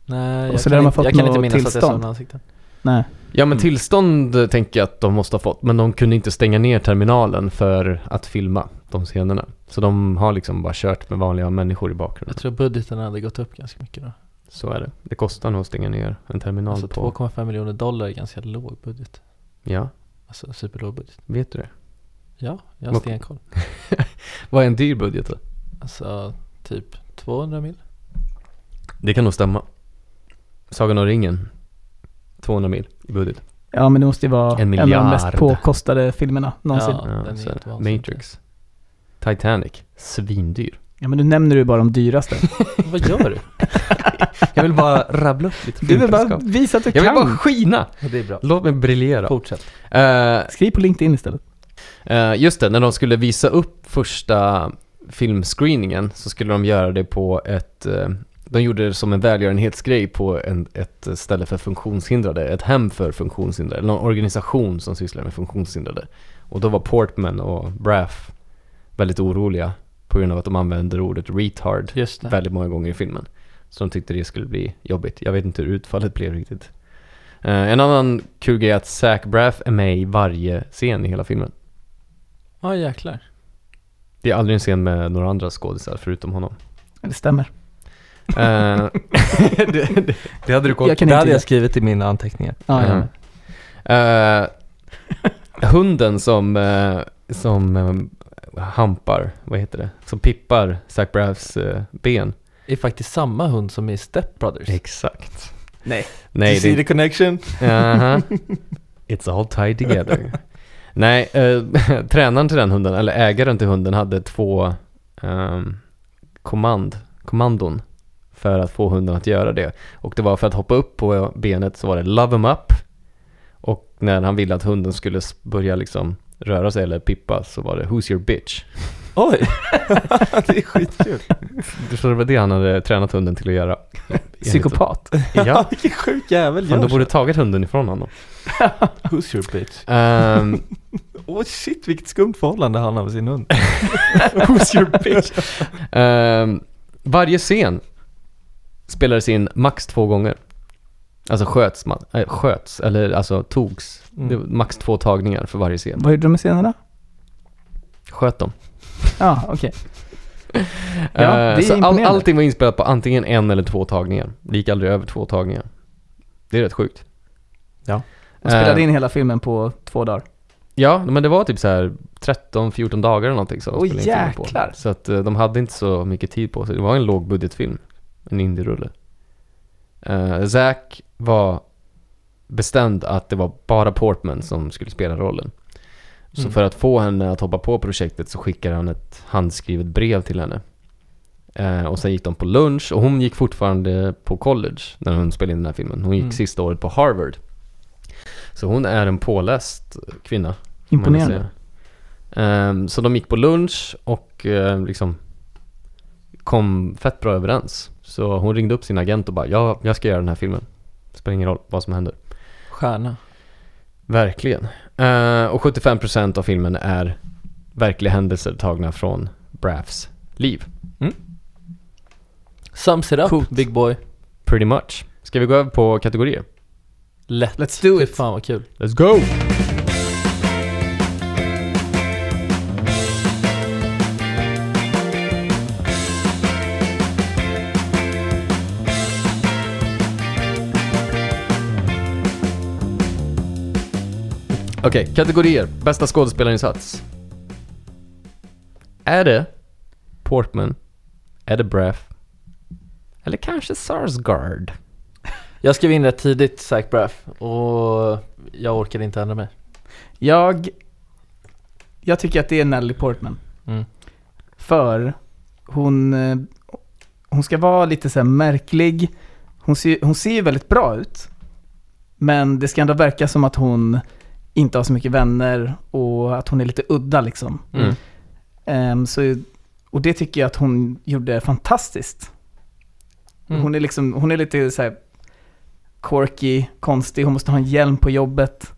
[SPEAKER 5] Nej,
[SPEAKER 4] Och så där har man fått
[SPEAKER 5] jag kan
[SPEAKER 4] något
[SPEAKER 5] inte minnas att jag såg
[SPEAKER 4] tillstånd.
[SPEAKER 5] den ansikten.
[SPEAKER 4] Nej.
[SPEAKER 1] Ja men
[SPEAKER 5] Mm.
[SPEAKER 1] tillstånd eh, tänker jag att de måste ha fått. Men de kunde inte stänga ner terminalen för att filma de scenerna. Så de har liksom bara kört med vanliga människor i
[SPEAKER 5] Jag
[SPEAKER 1] bakgrunden.
[SPEAKER 5] tror budgeten hade gått upp ganska mycket då.
[SPEAKER 1] Så är det. Det kostar nog att stänga ner en terminal
[SPEAKER 5] Alltså
[SPEAKER 1] på...
[SPEAKER 5] 2,5 miljoner dollar är ganska låg budget.
[SPEAKER 1] Ja,
[SPEAKER 5] Alltså superlåg budget.
[SPEAKER 1] vet du det?
[SPEAKER 5] Ja, jag har
[SPEAKER 1] Vad-
[SPEAKER 5] stenkoll.
[SPEAKER 1] Vad är en dyr budget då?
[SPEAKER 5] Alltså typ 200 mil.
[SPEAKER 1] Det kan nog stämma. Sagan om ringen. 200 mil i budget.
[SPEAKER 4] Ja, men det måste ju vara
[SPEAKER 1] En
[SPEAKER 4] en, av de mest
[SPEAKER 1] miljard.
[SPEAKER 4] påkostade filmerna någonsin.
[SPEAKER 5] Ja,
[SPEAKER 4] Ja.
[SPEAKER 5] den är
[SPEAKER 1] så
[SPEAKER 5] helt
[SPEAKER 1] är det.
[SPEAKER 5] vansinnig.
[SPEAKER 1] Matrix. Titanic. Svindyr.
[SPEAKER 4] men du nämner ju bara de dyraste.
[SPEAKER 5] Vad gör du?
[SPEAKER 1] Jag vill bara rabbla upp lite
[SPEAKER 4] Du vill bara
[SPEAKER 1] filmkunskap.
[SPEAKER 4] visa att du
[SPEAKER 1] Jag vill
[SPEAKER 4] kan.
[SPEAKER 1] bara skina!
[SPEAKER 5] Det är bra.
[SPEAKER 1] Låt mig briljera.
[SPEAKER 5] Fortsätt.
[SPEAKER 1] Eh,
[SPEAKER 4] Skriv på LinkedIn istället.
[SPEAKER 1] Eh, just det, när de skulle visa upp första filmscreeningen så skulle de göra det på ett... eh, de gjorde det som en välgörenhetsgrej på en, ett ställe för funktionshindrade, ett hem för funktionshindrade, eller någon organisation som sysslar med funktionshindrade. Och då var Portman och Braff väldigt oroliga på grund av att de använder ordet retard
[SPEAKER 5] Just det.
[SPEAKER 1] väldigt många gånger i filmen. Så de tyckte det skulle bli jobbigt. Jag vet inte hur utfallet blev riktigt. Eh, en annan kul grej är att Zach Braff är med i varje scen i hela filmen.
[SPEAKER 5] Ja jäklar.
[SPEAKER 1] Det är aldrig en scen med några andra skådisar förutom honom.
[SPEAKER 4] Ja, Det stämmer.
[SPEAKER 1] Eh, det, det, det hade du koll
[SPEAKER 4] Jag kan inte det.
[SPEAKER 5] skrivit i mina anteckningar.
[SPEAKER 4] Ja, Ah, ja.
[SPEAKER 1] Mm. Eh, Hunden som, eh, som eh, hampar, vad heter det? Som pippar Zac Braffs eh, ben.
[SPEAKER 5] Är faktiskt samma hund som i Step Brothers.
[SPEAKER 1] Exakt.
[SPEAKER 5] Nej.
[SPEAKER 1] Nej, det,
[SPEAKER 5] connection?
[SPEAKER 1] Aha. It's all tied together. Nej, eh, tränaren till den hunden, eller ägaren till hunden, hade två ehm, kommand, kommandon för att få hunden att göra det. Och det var för att hoppa upp på benet så var det love him up. Och när han ville att hunden skulle s- börja liksom röra sig eller pippa så var det who's your bitch.
[SPEAKER 5] Oj! det är skitkul.
[SPEAKER 1] Så det var det han hade tränat hunden till att göra.
[SPEAKER 4] Psykopat.
[SPEAKER 1] Ja,
[SPEAKER 5] vilken sjuk jävel
[SPEAKER 1] fan, du borde tagit hunden ifrån honom.
[SPEAKER 5] Who's your bitch?
[SPEAKER 1] Ehm,
[SPEAKER 5] Åh shit vilket skumt förhållande han har med sin hund.
[SPEAKER 1] Who's your bitch? Ehm, varje scen spelades in max två gånger. Alltså sköts, man, äh, sköts eller alltså togs.
[SPEAKER 5] Mm.
[SPEAKER 1] Det var max två tagningar för varje scen.
[SPEAKER 4] Vad gjorde de med scenerna?
[SPEAKER 1] Sköt dem.
[SPEAKER 4] Ja, okej. det
[SPEAKER 1] Ehm,
[SPEAKER 4] är
[SPEAKER 1] så all,
[SPEAKER 4] imponerande.
[SPEAKER 1] allting var inspelat på antingen en eller två tagningar. Det gick aldrig över två tagningar. Det är rätt sjukt.
[SPEAKER 5] Ja.
[SPEAKER 4] De spelade
[SPEAKER 1] Ehm,
[SPEAKER 4] in hela filmen på två dagar.
[SPEAKER 1] Ja, men det var typ så här 13-14 dagar eller någonting som de
[SPEAKER 4] Oj,
[SPEAKER 1] spelade in film på.
[SPEAKER 4] jäklar.
[SPEAKER 1] Så att eh, de hade inte så mycket tid på sig. Det var en lågbudgetfilm. En indie-rulle. Eh, Zack var bestämd att det var bara Portman som skulle spela rollen. Så
[SPEAKER 5] Mm.
[SPEAKER 1] för att få henne att hoppa på projektet så skickade han ett handskrivet brev till henne. Eh, och sen gick de på lunch och hon gick fortfarande på college när hon spelade in den här filmen. Hon gick
[SPEAKER 5] Mm.
[SPEAKER 1] sista året på Harvard. Så hon är en påläst kvinna. får man
[SPEAKER 4] Imponerande.
[SPEAKER 1] säga. Ehm, så de gick på lunch och eh, liksom kom fett bra överens. Så hon ringde upp sin agent och bara ja, jag ska göra den här filmen. Spelar ingen roll vad som händer.
[SPEAKER 5] Stjärna.
[SPEAKER 1] Verkligen. Eh, och 75% av filmen är verkliga händelser tagna från Braffs liv.
[SPEAKER 5] Sums it up big boy.
[SPEAKER 1] Pretty much. Ska vi gå över på kategorier?
[SPEAKER 5] Lätt. Let's do it. Fan vad kul.
[SPEAKER 1] Let's go! Okej, kategorier. Bästa skådespelarinsats. Är det Portman? Är det Braff? Eller kanske Sarsgaard?
[SPEAKER 5] Jag skrev in rätt tidigt Zac Braff och jag orkade inte ändra mig.
[SPEAKER 4] Jag, jag tycker att det är Nelly Portman.
[SPEAKER 5] Mm.
[SPEAKER 4] För hon, eh, hon ska vara lite så här märklig. Hon ser, hon ser ju väldigt bra ut. Men det ska ändå verka som att hon inte har så mycket vänner och att hon är lite udda liksom.
[SPEAKER 1] Mm.
[SPEAKER 4] Ehm, så, och det tycker jag att hon gjorde fantastiskt.
[SPEAKER 1] Mm.
[SPEAKER 4] Hon, är liksom, hon är lite så här quirky, konstig, hon måste ha en hjälm på jobbet.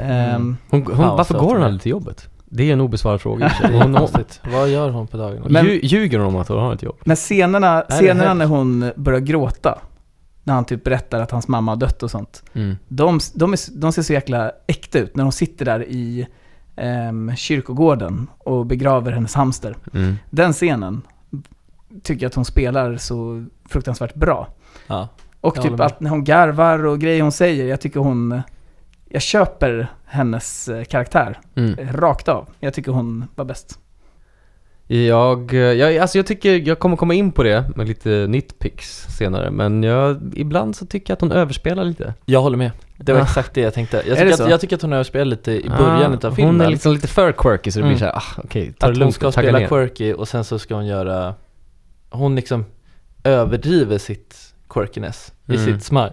[SPEAKER 4] Ehm,
[SPEAKER 1] Hon, hon,
[SPEAKER 5] Ja,
[SPEAKER 1] varför
[SPEAKER 5] så
[SPEAKER 1] går
[SPEAKER 5] att-
[SPEAKER 1] hon aldrig till jobbet? Det är en obesvarad fråga i och för sig.
[SPEAKER 5] Det är
[SPEAKER 1] hon,
[SPEAKER 5] konstigt. Vad gör hon på dagen?
[SPEAKER 1] Men, Lju- ljuger hon om att hon har ett jobb?
[SPEAKER 4] Men scenerna,
[SPEAKER 5] det
[SPEAKER 4] scenerna
[SPEAKER 5] hemskt?
[SPEAKER 4] när hon börjar gråta, när han typ berättar att hans mamma har dött och sånt,
[SPEAKER 1] Mm.
[SPEAKER 4] de, de, är, de ser så jäkla äkta ut när hon sitter där i ehm, kyrkogården och begraver hennes hamster.
[SPEAKER 1] Mm.
[SPEAKER 4] Den scenen tycker jag att hon spelar så fruktansvärt bra.
[SPEAKER 5] Ja.
[SPEAKER 4] Och
[SPEAKER 5] Jag
[SPEAKER 4] typ
[SPEAKER 5] håller med.
[SPEAKER 4] att när hon garvar och grejer hon säger, jag tycker hon... Jag köper hennes eh, karaktär
[SPEAKER 1] Mm.
[SPEAKER 4] eh, rakt av. Jag tycker hon var bäst.
[SPEAKER 1] Jag, eh, jag, alltså jag tycker, jag kommer komma in på det med lite nitpicks senare, men jag, ibland så tycker jag att hon överspelar lite.
[SPEAKER 5] Jag håller med. Det var
[SPEAKER 1] Ah.
[SPEAKER 5] exakt det Ah. jag tänkte. Jag
[SPEAKER 4] det
[SPEAKER 5] tycker,
[SPEAKER 4] så?
[SPEAKER 5] att, jag tycker att hon överspelar lite i början utav filmen.
[SPEAKER 1] Hon är liksom lite för quirky så det blir
[SPEAKER 5] Mm.
[SPEAKER 1] såhär, ah, okej, ta det
[SPEAKER 5] att hon
[SPEAKER 1] lugnt,
[SPEAKER 5] ska
[SPEAKER 1] tagga
[SPEAKER 5] spela
[SPEAKER 1] ner.
[SPEAKER 5] quirky och sen så ska hon göra... Hon liksom överdriver sitt quirkiness i
[SPEAKER 1] Mm.
[SPEAKER 5] sitt smile.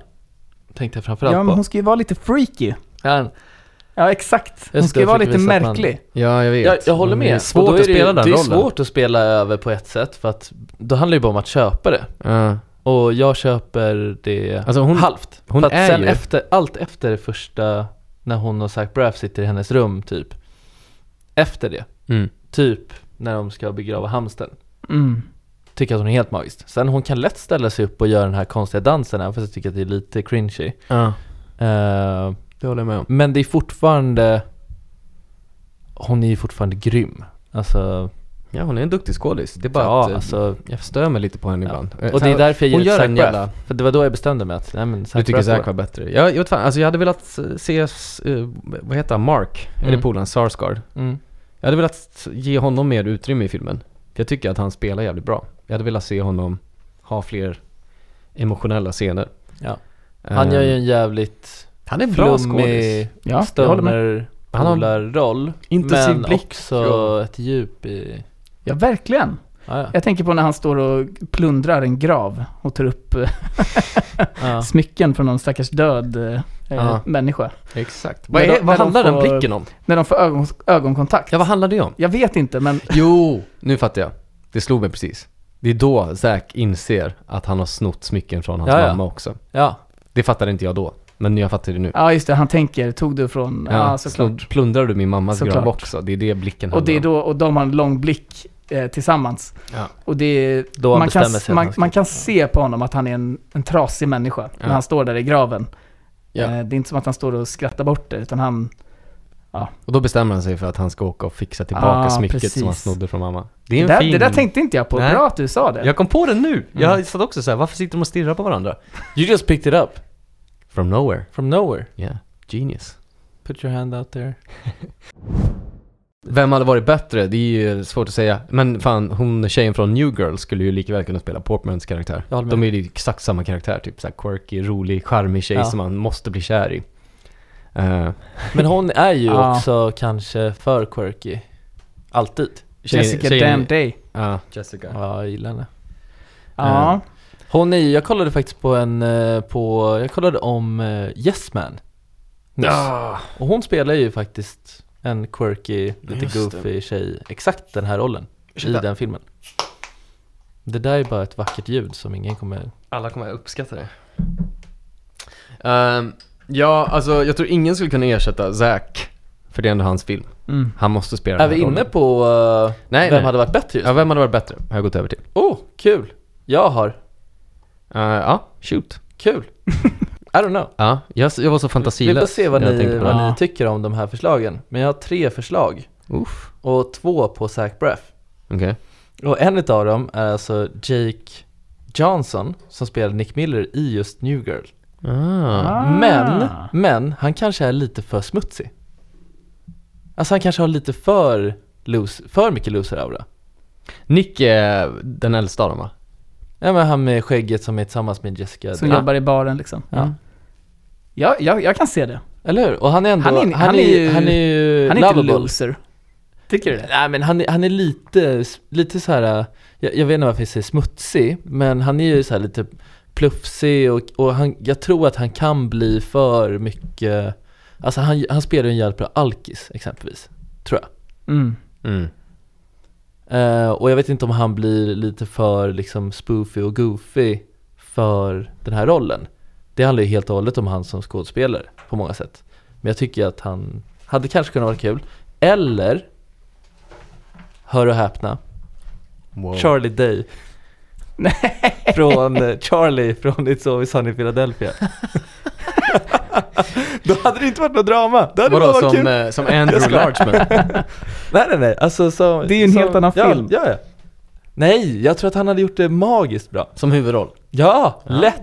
[SPEAKER 5] Tänkte jag framförallt
[SPEAKER 4] Ja,
[SPEAKER 5] på.
[SPEAKER 4] men hon ska ju vara lite freaky.
[SPEAKER 5] Ja,
[SPEAKER 4] Ja, exakt. Hon
[SPEAKER 5] Just
[SPEAKER 4] ska
[SPEAKER 5] det,
[SPEAKER 4] ju vara
[SPEAKER 5] fick vi
[SPEAKER 4] lite
[SPEAKER 5] visa att man-
[SPEAKER 4] märklig.
[SPEAKER 1] Ja, jag vet.
[SPEAKER 5] jag, jag håller
[SPEAKER 1] Men
[SPEAKER 5] med.
[SPEAKER 1] Det är
[SPEAKER 5] Och
[SPEAKER 1] svårt
[SPEAKER 5] då
[SPEAKER 1] att spela
[SPEAKER 5] det,
[SPEAKER 1] den
[SPEAKER 5] Det är
[SPEAKER 1] rollen.
[SPEAKER 5] svårt att spela över på ett sätt för att då handlar det ju bara om att köpa det.
[SPEAKER 1] Ja.
[SPEAKER 5] Och jag köper det
[SPEAKER 1] Alltså hon-
[SPEAKER 5] halvt.
[SPEAKER 1] hon
[SPEAKER 5] för att
[SPEAKER 1] är
[SPEAKER 5] sen
[SPEAKER 1] ju-
[SPEAKER 5] efter, allt efter det första, när hon och Zach Braff sitter i hennes rum typ. Efter det,
[SPEAKER 1] Mm.
[SPEAKER 5] typ när de ska begrava hamstern.
[SPEAKER 4] Mm.
[SPEAKER 5] Tycker att hon är helt magisk. Sen hon kan lätt ställa sig upp och göra den här konstiga dansen även fast jag tycker att det är lite cringy.
[SPEAKER 1] Ja,
[SPEAKER 5] Eh,
[SPEAKER 1] det håller jag med om.
[SPEAKER 5] men det är fortfarande, hon är ju fortfarande grym. Alltså,
[SPEAKER 1] Ja, hon är en duktig skådis. Det är bara
[SPEAKER 5] ja,
[SPEAKER 1] att, eh,
[SPEAKER 5] alltså
[SPEAKER 1] jag stör mig lite på henne
[SPEAKER 5] Ja.
[SPEAKER 1] ibland. Eh,
[SPEAKER 5] Och det är därför jag
[SPEAKER 1] Hon
[SPEAKER 5] gillar
[SPEAKER 1] gör
[SPEAKER 5] Zac
[SPEAKER 1] en
[SPEAKER 5] Braff.
[SPEAKER 1] jävla-
[SPEAKER 5] För det var då jag bestämde mig att, nej men Zac
[SPEAKER 1] Du tycker
[SPEAKER 5] Braff var-
[SPEAKER 1] Zack var bättre? Jag, jag vet fan, alltså jag hade velat se, eh, vad heter han, Mark? Eller
[SPEAKER 5] Mm.
[SPEAKER 1] polaren, Sarsgaard.
[SPEAKER 5] Mm.
[SPEAKER 1] Jag hade velat ge honom mer utrymme i filmen. För jag tycker att han spelar jävligt bra. Jag hade velat se honom ha fler emotionella scener. Eh,
[SPEAKER 5] Ja. Han gör ju en jävligt
[SPEAKER 1] Han är en bra skådis.
[SPEAKER 5] flummig
[SPEAKER 4] Ja, jag håller med.
[SPEAKER 5] stoner
[SPEAKER 1] Han har en
[SPEAKER 5] roll
[SPEAKER 1] intensiv
[SPEAKER 5] Men
[SPEAKER 1] blick
[SPEAKER 5] också
[SPEAKER 1] och-
[SPEAKER 5] ett djup i...
[SPEAKER 4] Ja, verkligen.
[SPEAKER 5] Ja, ja.
[SPEAKER 4] Jag tänker på när han står och plundrar en grav och tar upp eh,
[SPEAKER 5] ja.
[SPEAKER 4] smycken från någon stackars död eh,
[SPEAKER 1] Ja.
[SPEAKER 4] människa.
[SPEAKER 1] Exakt. Vad,
[SPEAKER 4] När
[SPEAKER 1] är,
[SPEAKER 4] de-
[SPEAKER 1] vad
[SPEAKER 4] när de
[SPEAKER 1] handlar den
[SPEAKER 4] får-
[SPEAKER 1] blicken om?
[SPEAKER 4] När de får ögon, ögonkontakt.
[SPEAKER 1] Ja, vad handlar det om?
[SPEAKER 4] Jag vet inte, men
[SPEAKER 1] Jo, nu fattar jag. Det slog mig precis. Det är då Zack inser att han har snott smycken från hans
[SPEAKER 5] Ja, ja.
[SPEAKER 1] mamma också.
[SPEAKER 5] ja.
[SPEAKER 1] Det fattade inte jag då, men jag fattar det nu.
[SPEAKER 4] ja just det, han tänker, tog du från, ja, såklart.
[SPEAKER 1] snott- plundrar du min mammas
[SPEAKER 4] Såklart.
[SPEAKER 1] grav också? Det är det blicken
[SPEAKER 4] Och det är
[SPEAKER 1] handlar om.
[SPEAKER 4] då, och de har en lång blick eh, tillsammans.
[SPEAKER 1] Ja.
[SPEAKER 4] Och det är,
[SPEAKER 5] Då han
[SPEAKER 4] man, kan,
[SPEAKER 5] bestämmer sig att
[SPEAKER 4] man,
[SPEAKER 5] han ska-
[SPEAKER 4] man kan se på honom att han är en, en trasig människa
[SPEAKER 1] Ja.
[SPEAKER 4] när han står där i graven.
[SPEAKER 1] Ja.
[SPEAKER 4] Eh, det är inte som att han står och skrattar bort det, utan han,
[SPEAKER 1] Och då bestämmer han sig för att han ska åka och fixa tillbaka
[SPEAKER 4] Ah,
[SPEAKER 1] smycket
[SPEAKER 4] precis.
[SPEAKER 1] som han snodde från mamma. Det är
[SPEAKER 4] det
[SPEAKER 1] en
[SPEAKER 4] där,
[SPEAKER 1] fin...
[SPEAKER 4] det där tänkte inte jag Mm. på.
[SPEAKER 1] Nej.
[SPEAKER 4] Bra att du sa det.
[SPEAKER 1] Jag kom på det nu! Jag satt också så här, varför sitter de och stirrar på varandra?
[SPEAKER 5] You just picked it up
[SPEAKER 1] From nowhere.
[SPEAKER 5] from nowhere.
[SPEAKER 1] Yeah, genius.
[SPEAKER 5] Put your hand out there.
[SPEAKER 1] Vem hade varit bättre? Det är ju svårt att säga. Men fan, hon tjejen från New Girl skulle ju lika väl kunna spela Portmans karaktär.
[SPEAKER 5] Jag håller med.
[SPEAKER 1] De är ju exakt samma karaktär, typ så här quirky, rolig, charmig tjej
[SPEAKER 5] Ja.
[SPEAKER 1] som man måste bli kär i. Eh,
[SPEAKER 5] Men hon är ju
[SPEAKER 4] Ja.
[SPEAKER 5] också kanske för quirky. Alltid.
[SPEAKER 1] tjejen-
[SPEAKER 4] Jessica
[SPEAKER 1] tjejen-
[SPEAKER 4] Damn Day.
[SPEAKER 1] Ja, Jessica.
[SPEAKER 5] Ja, jag gillar henne.
[SPEAKER 4] Ja.
[SPEAKER 5] Hon är ju, jag kollade faktiskt på en, eh, på, jag kollade om eh, Yes Man. nyss.
[SPEAKER 1] Ja.
[SPEAKER 5] Och hon spelar ju faktiskt en quirky, lite
[SPEAKER 1] Just det.
[SPEAKER 5] goofy tjej, exakt den här rollen
[SPEAKER 1] Ursäkta.
[SPEAKER 5] i den filmen. Det där är bara ett vackert ljud som ingen kommer...
[SPEAKER 1] Alla kommer att uppskatta det. Ehm, ja, alltså jag tror ingen skulle kunna ersätta Zack. För det är ändå hans film.
[SPEAKER 4] Mm.
[SPEAKER 1] Han måste spela
[SPEAKER 5] Är
[SPEAKER 1] den här
[SPEAKER 5] vi inne
[SPEAKER 1] rollen.
[SPEAKER 5] på eh,
[SPEAKER 1] Nej,
[SPEAKER 5] vem
[SPEAKER 1] nej.
[SPEAKER 5] hade varit bättre just
[SPEAKER 1] Ja, vem hade varit bättre? Har jag gått över till.
[SPEAKER 5] Oh, kul! Jag har.
[SPEAKER 1] Eh, ja, shoot.
[SPEAKER 5] Kul! I don't know.
[SPEAKER 1] Ja, jag, jag var så
[SPEAKER 5] Vi får
[SPEAKER 1] fantasilös.
[SPEAKER 5] se vad,
[SPEAKER 1] när jag
[SPEAKER 5] ni,
[SPEAKER 1] tänkte på
[SPEAKER 5] vad
[SPEAKER 1] det.
[SPEAKER 5] ni
[SPEAKER 4] Ja.
[SPEAKER 5] tycker om de här förslagen. Men jag har tre förslag
[SPEAKER 1] Uff.
[SPEAKER 5] och två på Zac Braff.
[SPEAKER 1] Okej.
[SPEAKER 5] Och en utav dem är alltså Jake Johnson som spelade Nick Miller i just New Girl.
[SPEAKER 1] Ah.
[SPEAKER 5] Men, men han kanske är lite för smutsig. Alltså han kanske har lite för, loose, för mycket loser-aura.
[SPEAKER 1] Nick är den äldsta av dem va?
[SPEAKER 5] Ja men han med skägget som är tillsammans med Jessica.
[SPEAKER 4] Som
[SPEAKER 5] Ja.
[SPEAKER 4] jobbar i baren liksom.
[SPEAKER 5] Ja.
[SPEAKER 4] Ja, jag, jag kan se det.
[SPEAKER 5] Eller hur? Och han är ändå,
[SPEAKER 4] Han
[SPEAKER 5] han
[SPEAKER 4] är- han
[SPEAKER 5] är,
[SPEAKER 4] är ju-
[SPEAKER 5] han är ju
[SPEAKER 4] Han är inte
[SPEAKER 5] lovable.
[SPEAKER 4] loser. Tycker du det?
[SPEAKER 5] Nej men han, är- han är lite, lite så här. Jag, jag vet inte varför jag säger smutsig, men han är ju så här lite plufsig och, och han, jag tror att han kan bli för mycket, alltså han, han spelar ju en jävligt bra alkis exempelvis, tror jag.
[SPEAKER 4] Mm.
[SPEAKER 1] Mm.
[SPEAKER 5] Eh, och jag vet inte om han blir lite för liksom spoofy och goofy för den här rollen. Det handlar ju helt och hållet om han som skådespelare på många sätt. Men jag tycker att han hade kanske kunnat vara kul. Eller, hör och häpna,
[SPEAKER 1] Wow.
[SPEAKER 5] Charlie Day. från eh, Charlie från It's Always Sunny in Philadelphia. Då hade det inte varit något drama. Det hade bara
[SPEAKER 1] Vadå,
[SPEAKER 5] varit
[SPEAKER 1] som,
[SPEAKER 5] kul.
[SPEAKER 1] eh, som Andrew Larchman?
[SPEAKER 5] Nej nej nej, alltså som,
[SPEAKER 4] Det är ju en
[SPEAKER 5] som,
[SPEAKER 4] helt annan
[SPEAKER 5] ja,
[SPEAKER 4] film.
[SPEAKER 5] Ja, ja. Nej, jag tror att han hade gjort det magiskt bra.
[SPEAKER 1] Som huvudroll?
[SPEAKER 5] Ja, lätt!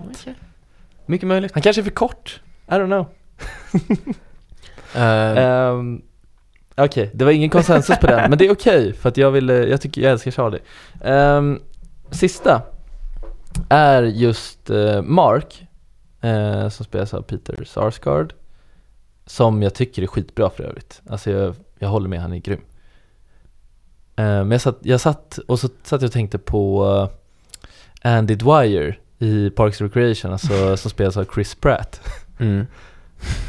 [SPEAKER 1] Mycket möjligt.
[SPEAKER 5] Han kanske är för kort, I don't know.
[SPEAKER 1] Eh,
[SPEAKER 5] Ehm, okej, det var ingen konsensus på den, men det är okej för att jag vill, eh, jag tycker, jag älskar Charlie. Ehm, sista är just eh, Mark, eh, som spelas av Peter Sarsgaard, som jag tycker är skitbra för övrigt. Alltså jag, jag håller med, han är grym. Eh, men jag satt, jag satt, och så satt jag och tänkte på eh, Andy Dwyer i Parks and Recreation, alltså som spelas av Chris Pratt.
[SPEAKER 1] mm.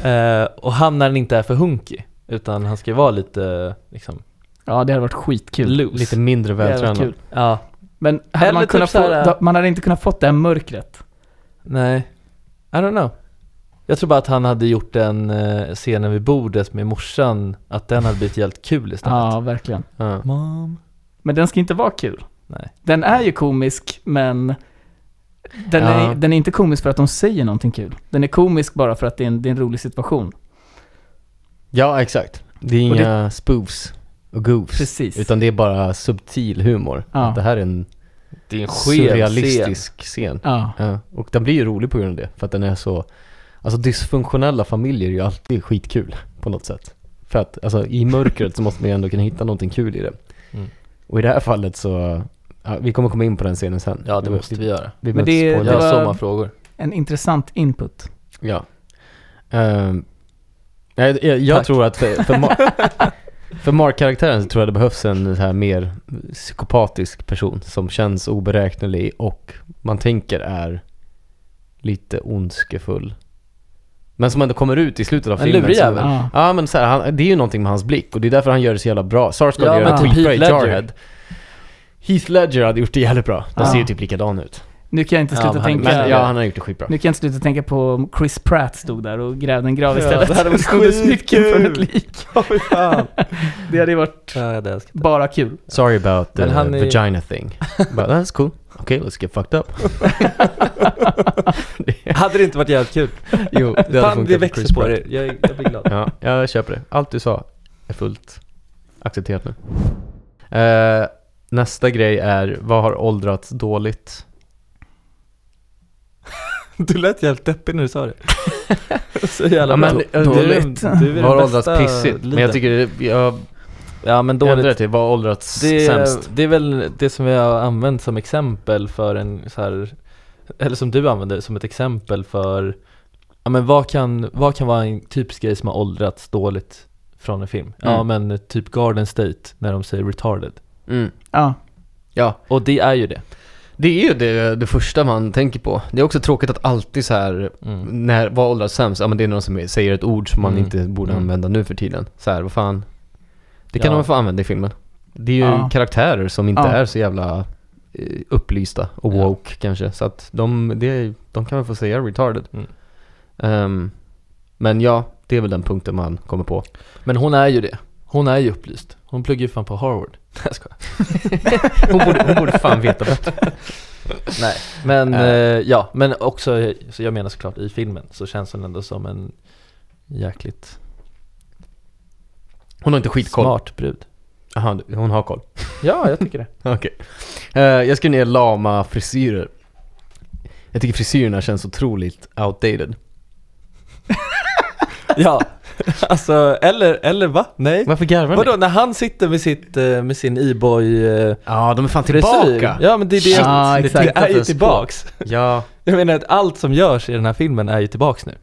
[SPEAKER 5] Eh, och han när han inte är för hunky, utan han ska ju vara lite liksom,
[SPEAKER 4] Ja, det hade varit skitkul.
[SPEAKER 5] loose.
[SPEAKER 1] Lite mindre
[SPEAKER 4] Det hade varit
[SPEAKER 1] vältränad.
[SPEAKER 4] kul.
[SPEAKER 5] Ja,
[SPEAKER 4] Men hade
[SPEAKER 5] Eller
[SPEAKER 4] man,
[SPEAKER 5] typ
[SPEAKER 4] kunnat
[SPEAKER 5] så här-
[SPEAKER 4] få, man hade inte kunnat fått det här mörkret.
[SPEAKER 5] nej. I don't know. Jag tror bara att han hade gjort den eh, scenen vid bordet med morsan, att den hade blivit jävligt kul istället.
[SPEAKER 4] Ja, verkligen.
[SPEAKER 1] Ja.
[SPEAKER 5] Mom.
[SPEAKER 4] Men den ska inte vara kul.
[SPEAKER 5] Nej.
[SPEAKER 4] Den är ju komisk, men den,
[SPEAKER 1] Ja.
[SPEAKER 4] är, den är inte komisk för att de säger någonting kul. Den är komisk bara för att det är en, det är en rolig situation.
[SPEAKER 1] ja, exakt. Det är
[SPEAKER 4] Och det-
[SPEAKER 1] inga spoofs och goofs.
[SPEAKER 4] Precis.
[SPEAKER 1] Utan det är bara subtil humor.
[SPEAKER 4] Ja.
[SPEAKER 1] Att det här är en
[SPEAKER 5] Det är en skev scen.
[SPEAKER 1] surrealistisk scen.
[SPEAKER 4] Ja,
[SPEAKER 1] Ja. Och den blir ju rolig på grund av det. För att den är så... Alltså dysfunktionella familjer är ju alltid skitkul på något sätt. För att alltså, i mörkret så måste man ju ändå kunna hitta någonting kul i det.
[SPEAKER 5] Mm.
[SPEAKER 1] Och i det här fallet så... Ja, vi kommer komma in på den scenen sen.
[SPEAKER 5] Ja, det måste vi göra.
[SPEAKER 1] Vi
[SPEAKER 4] Men
[SPEAKER 1] behöver inte
[SPEAKER 4] det-
[SPEAKER 1] spoila.
[SPEAKER 5] Jag har
[SPEAKER 4] var-
[SPEAKER 5] så många frågor.
[SPEAKER 4] en intressant input.
[SPEAKER 1] Ja. Ehm, jag jag, jag
[SPEAKER 5] Tack.
[SPEAKER 1] tror att för, för, Mar- för Mark-karaktären så tror jag det behövs en så här mer psykopatisk person som känns oberäknelig och man tänker är lite ondskefull. Men som ändå kommer ut i slutet av
[SPEAKER 5] En
[SPEAKER 1] filmen.
[SPEAKER 5] lurig
[SPEAKER 1] som-
[SPEAKER 5] jävel.
[SPEAKER 4] Ja.
[SPEAKER 1] Ja men så här, han, det är ju någonting med hans blick och det är därför han gör det så jävla bra. Sarsgaard
[SPEAKER 5] Ja,
[SPEAKER 1] gör
[SPEAKER 5] men
[SPEAKER 1] det
[SPEAKER 5] typ
[SPEAKER 1] skitbra i
[SPEAKER 5] Heath Ledger.
[SPEAKER 1] Jarhead. Heath Ledger hade gjort det jävligt bra. De
[SPEAKER 4] Ja.
[SPEAKER 1] ser ju typ likadana ut.
[SPEAKER 4] Nu kan jag inte
[SPEAKER 5] Ja,
[SPEAKER 4] sluta
[SPEAKER 5] men han-
[SPEAKER 4] tänka...
[SPEAKER 1] Men ja, han har gjort det skitbra.
[SPEAKER 4] Nu kan jag inte sluta tänka på om Chris Pratt stod där och grävde en grav
[SPEAKER 5] Ja,
[SPEAKER 4] istället.
[SPEAKER 5] det hade varit
[SPEAKER 4] Och snodde smycken från ett
[SPEAKER 5] skitkul.
[SPEAKER 4] lik.
[SPEAKER 5] Ja, fy fan.
[SPEAKER 4] Det hade ju varit
[SPEAKER 5] ja, jag älskar det.
[SPEAKER 4] bara kul.
[SPEAKER 1] Sorry about the
[SPEAKER 5] Men han är-
[SPEAKER 1] vagina thing. But that's cool. Okay, let's get fucked up.
[SPEAKER 5] Hade det inte varit jävligt kul?
[SPEAKER 1] jo,
[SPEAKER 5] Fan, det växer på det. Jag, jag blir glad.
[SPEAKER 1] Ja, jag köper det. Allt du sa är fullt accepterat nu. Eh, nästa grej är, vad har åldrats dåligt?
[SPEAKER 5] Du lät jävligt deppig när du sa det. Så jävla
[SPEAKER 1] Ja, men
[SPEAKER 5] bra.
[SPEAKER 1] det är
[SPEAKER 4] dåligt.
[SPEAKER 5] Dåligt. Du
[SPEAKER 1] Vad
[SPEAKER 5] är
[SPEAKER 1] har
[SPEAKER 5] den
[SPEAKER 1] åldrats
[SPEAKER 5] bästa
[SPEAKER 1] pissigt? Men
[SPEAKER 5] leadern.
[SPEAKER 1] jag tycker, det- jag
[SPEAKER 5] Ja men
[SPEAKER 1] ändrar det
[SPEAKER 5] dåligt.
[SPEAKER 1] till, vad har åldrats
[SPEAKER 5] Det
[SPEAKER 1] sämst?
[SPEAKER 5] är, det är väl det som vi har använt som exempel för en så här eller som du använder som ett exempel för, ja men vad kan, vad kan vara en typisk grej som har åldrats dåligt från en film? Ja men typ Garden State, när de säger retarded.
[SPEAKER 1] Mm.
[SPEAKER 4] Ja,
[SPEAKER 1] Ja,
[SPEAKER 5] Och det är ju det.
[SPEAKER 1] det är ju det, det första man tänker på. Det är också tråkigt att alltid så här
[SPEAKER 5] Mm.
[SPEAKER 1] När, vad åldras sämst? Ja men det är någon som säger ett ord som man
[SPEAKER 5] Mm.
[SPEAKER 1] inte borde
[SPEAKER 5] Mm.
[SPEAKER 1] använda nu för tiden. Så här, vad fan. Det kan
[SPEAKER 5] Ja.
[SPEAKER 1] man få använda i filmen. Det är ju
[SPEAKER 4] Ja.
[SPEAKER 1] karaktärer som inte
[SPEAKER 4] Ja.
[SPEAKER 1] är så jävla eh, upplysta och
[SPEAKER 5] Ja.
[SPEAKER 1] woke kanske. Så att de, det, de kan väl få säga retarded.
[SPEAKER 5] Mm.
[SPEAKER 1] Ehm, men ja, det är väl den punkten man kommer på.
[SPEAKER 5] Men hon är ju det. Hon är ju upplyst. Hon pluggar ju fan på Harvard. Jag skojar.
[SPEAKER 1] Hon borde, hon borde fan veta bättre.
[SPEAKER 5] Nej, men
[SPEAKER 1] Eh.
[SPEAKER 5] eh, ja, men också, så jag menar såklart i filmen så känns hon ändå som en jäkligt
[SPEAKER 1] Hon har inte skitkoll.
[SPEAKER 5] smart brud.
[SPEAKER 1] Aha, du- hon har koll.
[SPEAKER 5] Ja, jag tycker det.
[SPEAKER 1] Okej. Eh, jag skrev ner lama frisyrer. Jag tycker frisyrerna känns otroligt outdated.
[SPEAKER 5] ja, alltså eller, eller va? Nej.
[SPEAKER 1] Varför garvar ni?
[SPEAKER 5] Vadå, när han sitter med, sitt, eh, med sin e-boy eh,
[SPEAKER 1] Ja, de är fan
[SPEAKER 5] frisyr. Ja men det är det,
[SPEAKER 1] Ah,
[SPEAKER 4] Ja,
[SPEAKER 5] det,
[SPEAKER 4] exakt.
[SPEAKER 5] det är ju
[SPEAKER 1] Titta
[SPEAKER 5] tillbaks.
[SPEAKER 1] Ja,
[SPEAKER 5] Jag menar att allt som görs i den här filmen är ju tillbaks nu.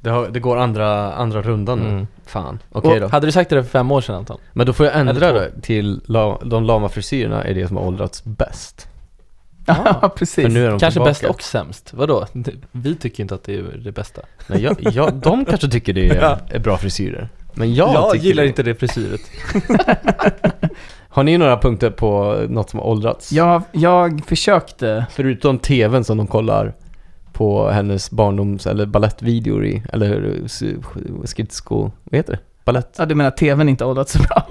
[SPEAKER 1] det, har, det går andra, andra rundan nu.
[SPEAKER 5] Mm.
[SPEAKER 1] Fan, okej
[SPEAKER 5] Och
[SPEAKER 1] då.
[SPEAKER 5] Hade du sagt det där för fem år sedan Anton?
[SPEAKER 1] Men då får jag ändra
[SPEAKER 5] Eller
[SPEAKER 1] det till la, de lama frisyrerna är det som har åldrats bäst.
[SPEAKER 4] Ja,
[SPEAKER 1] För
[SPEAKER 4] precis.
[SPEAKER 1] nu är de
[SPEAKER 5] Kanske
[SPEAKER 1] tillbaka.
[SPEAKER 5] bäst och sämst, vadå? Vi tycker inte att det är det bästa.
[SPEAKER 1] Nej, jag, jag, de kanske tycker det
[SPEAKER 5] Ja.
[SPEAKER 1] är, är bra frisyrer. Men jag, tycker det.
[SPEAKER 5] det frisyret.
[SPEAKER 1] Har ni några punkter på något som har åldrats?
[SPEAKER 4] Jag, jag försökte,
[SPEAKER 1] Förutom tvn som de kollar på hennes barndoms eller ballettvideor i, eller s- skridsko, vad heter det? Ballett.
[SPEAKER 4] ja du menar tvn inte åldrats så bra?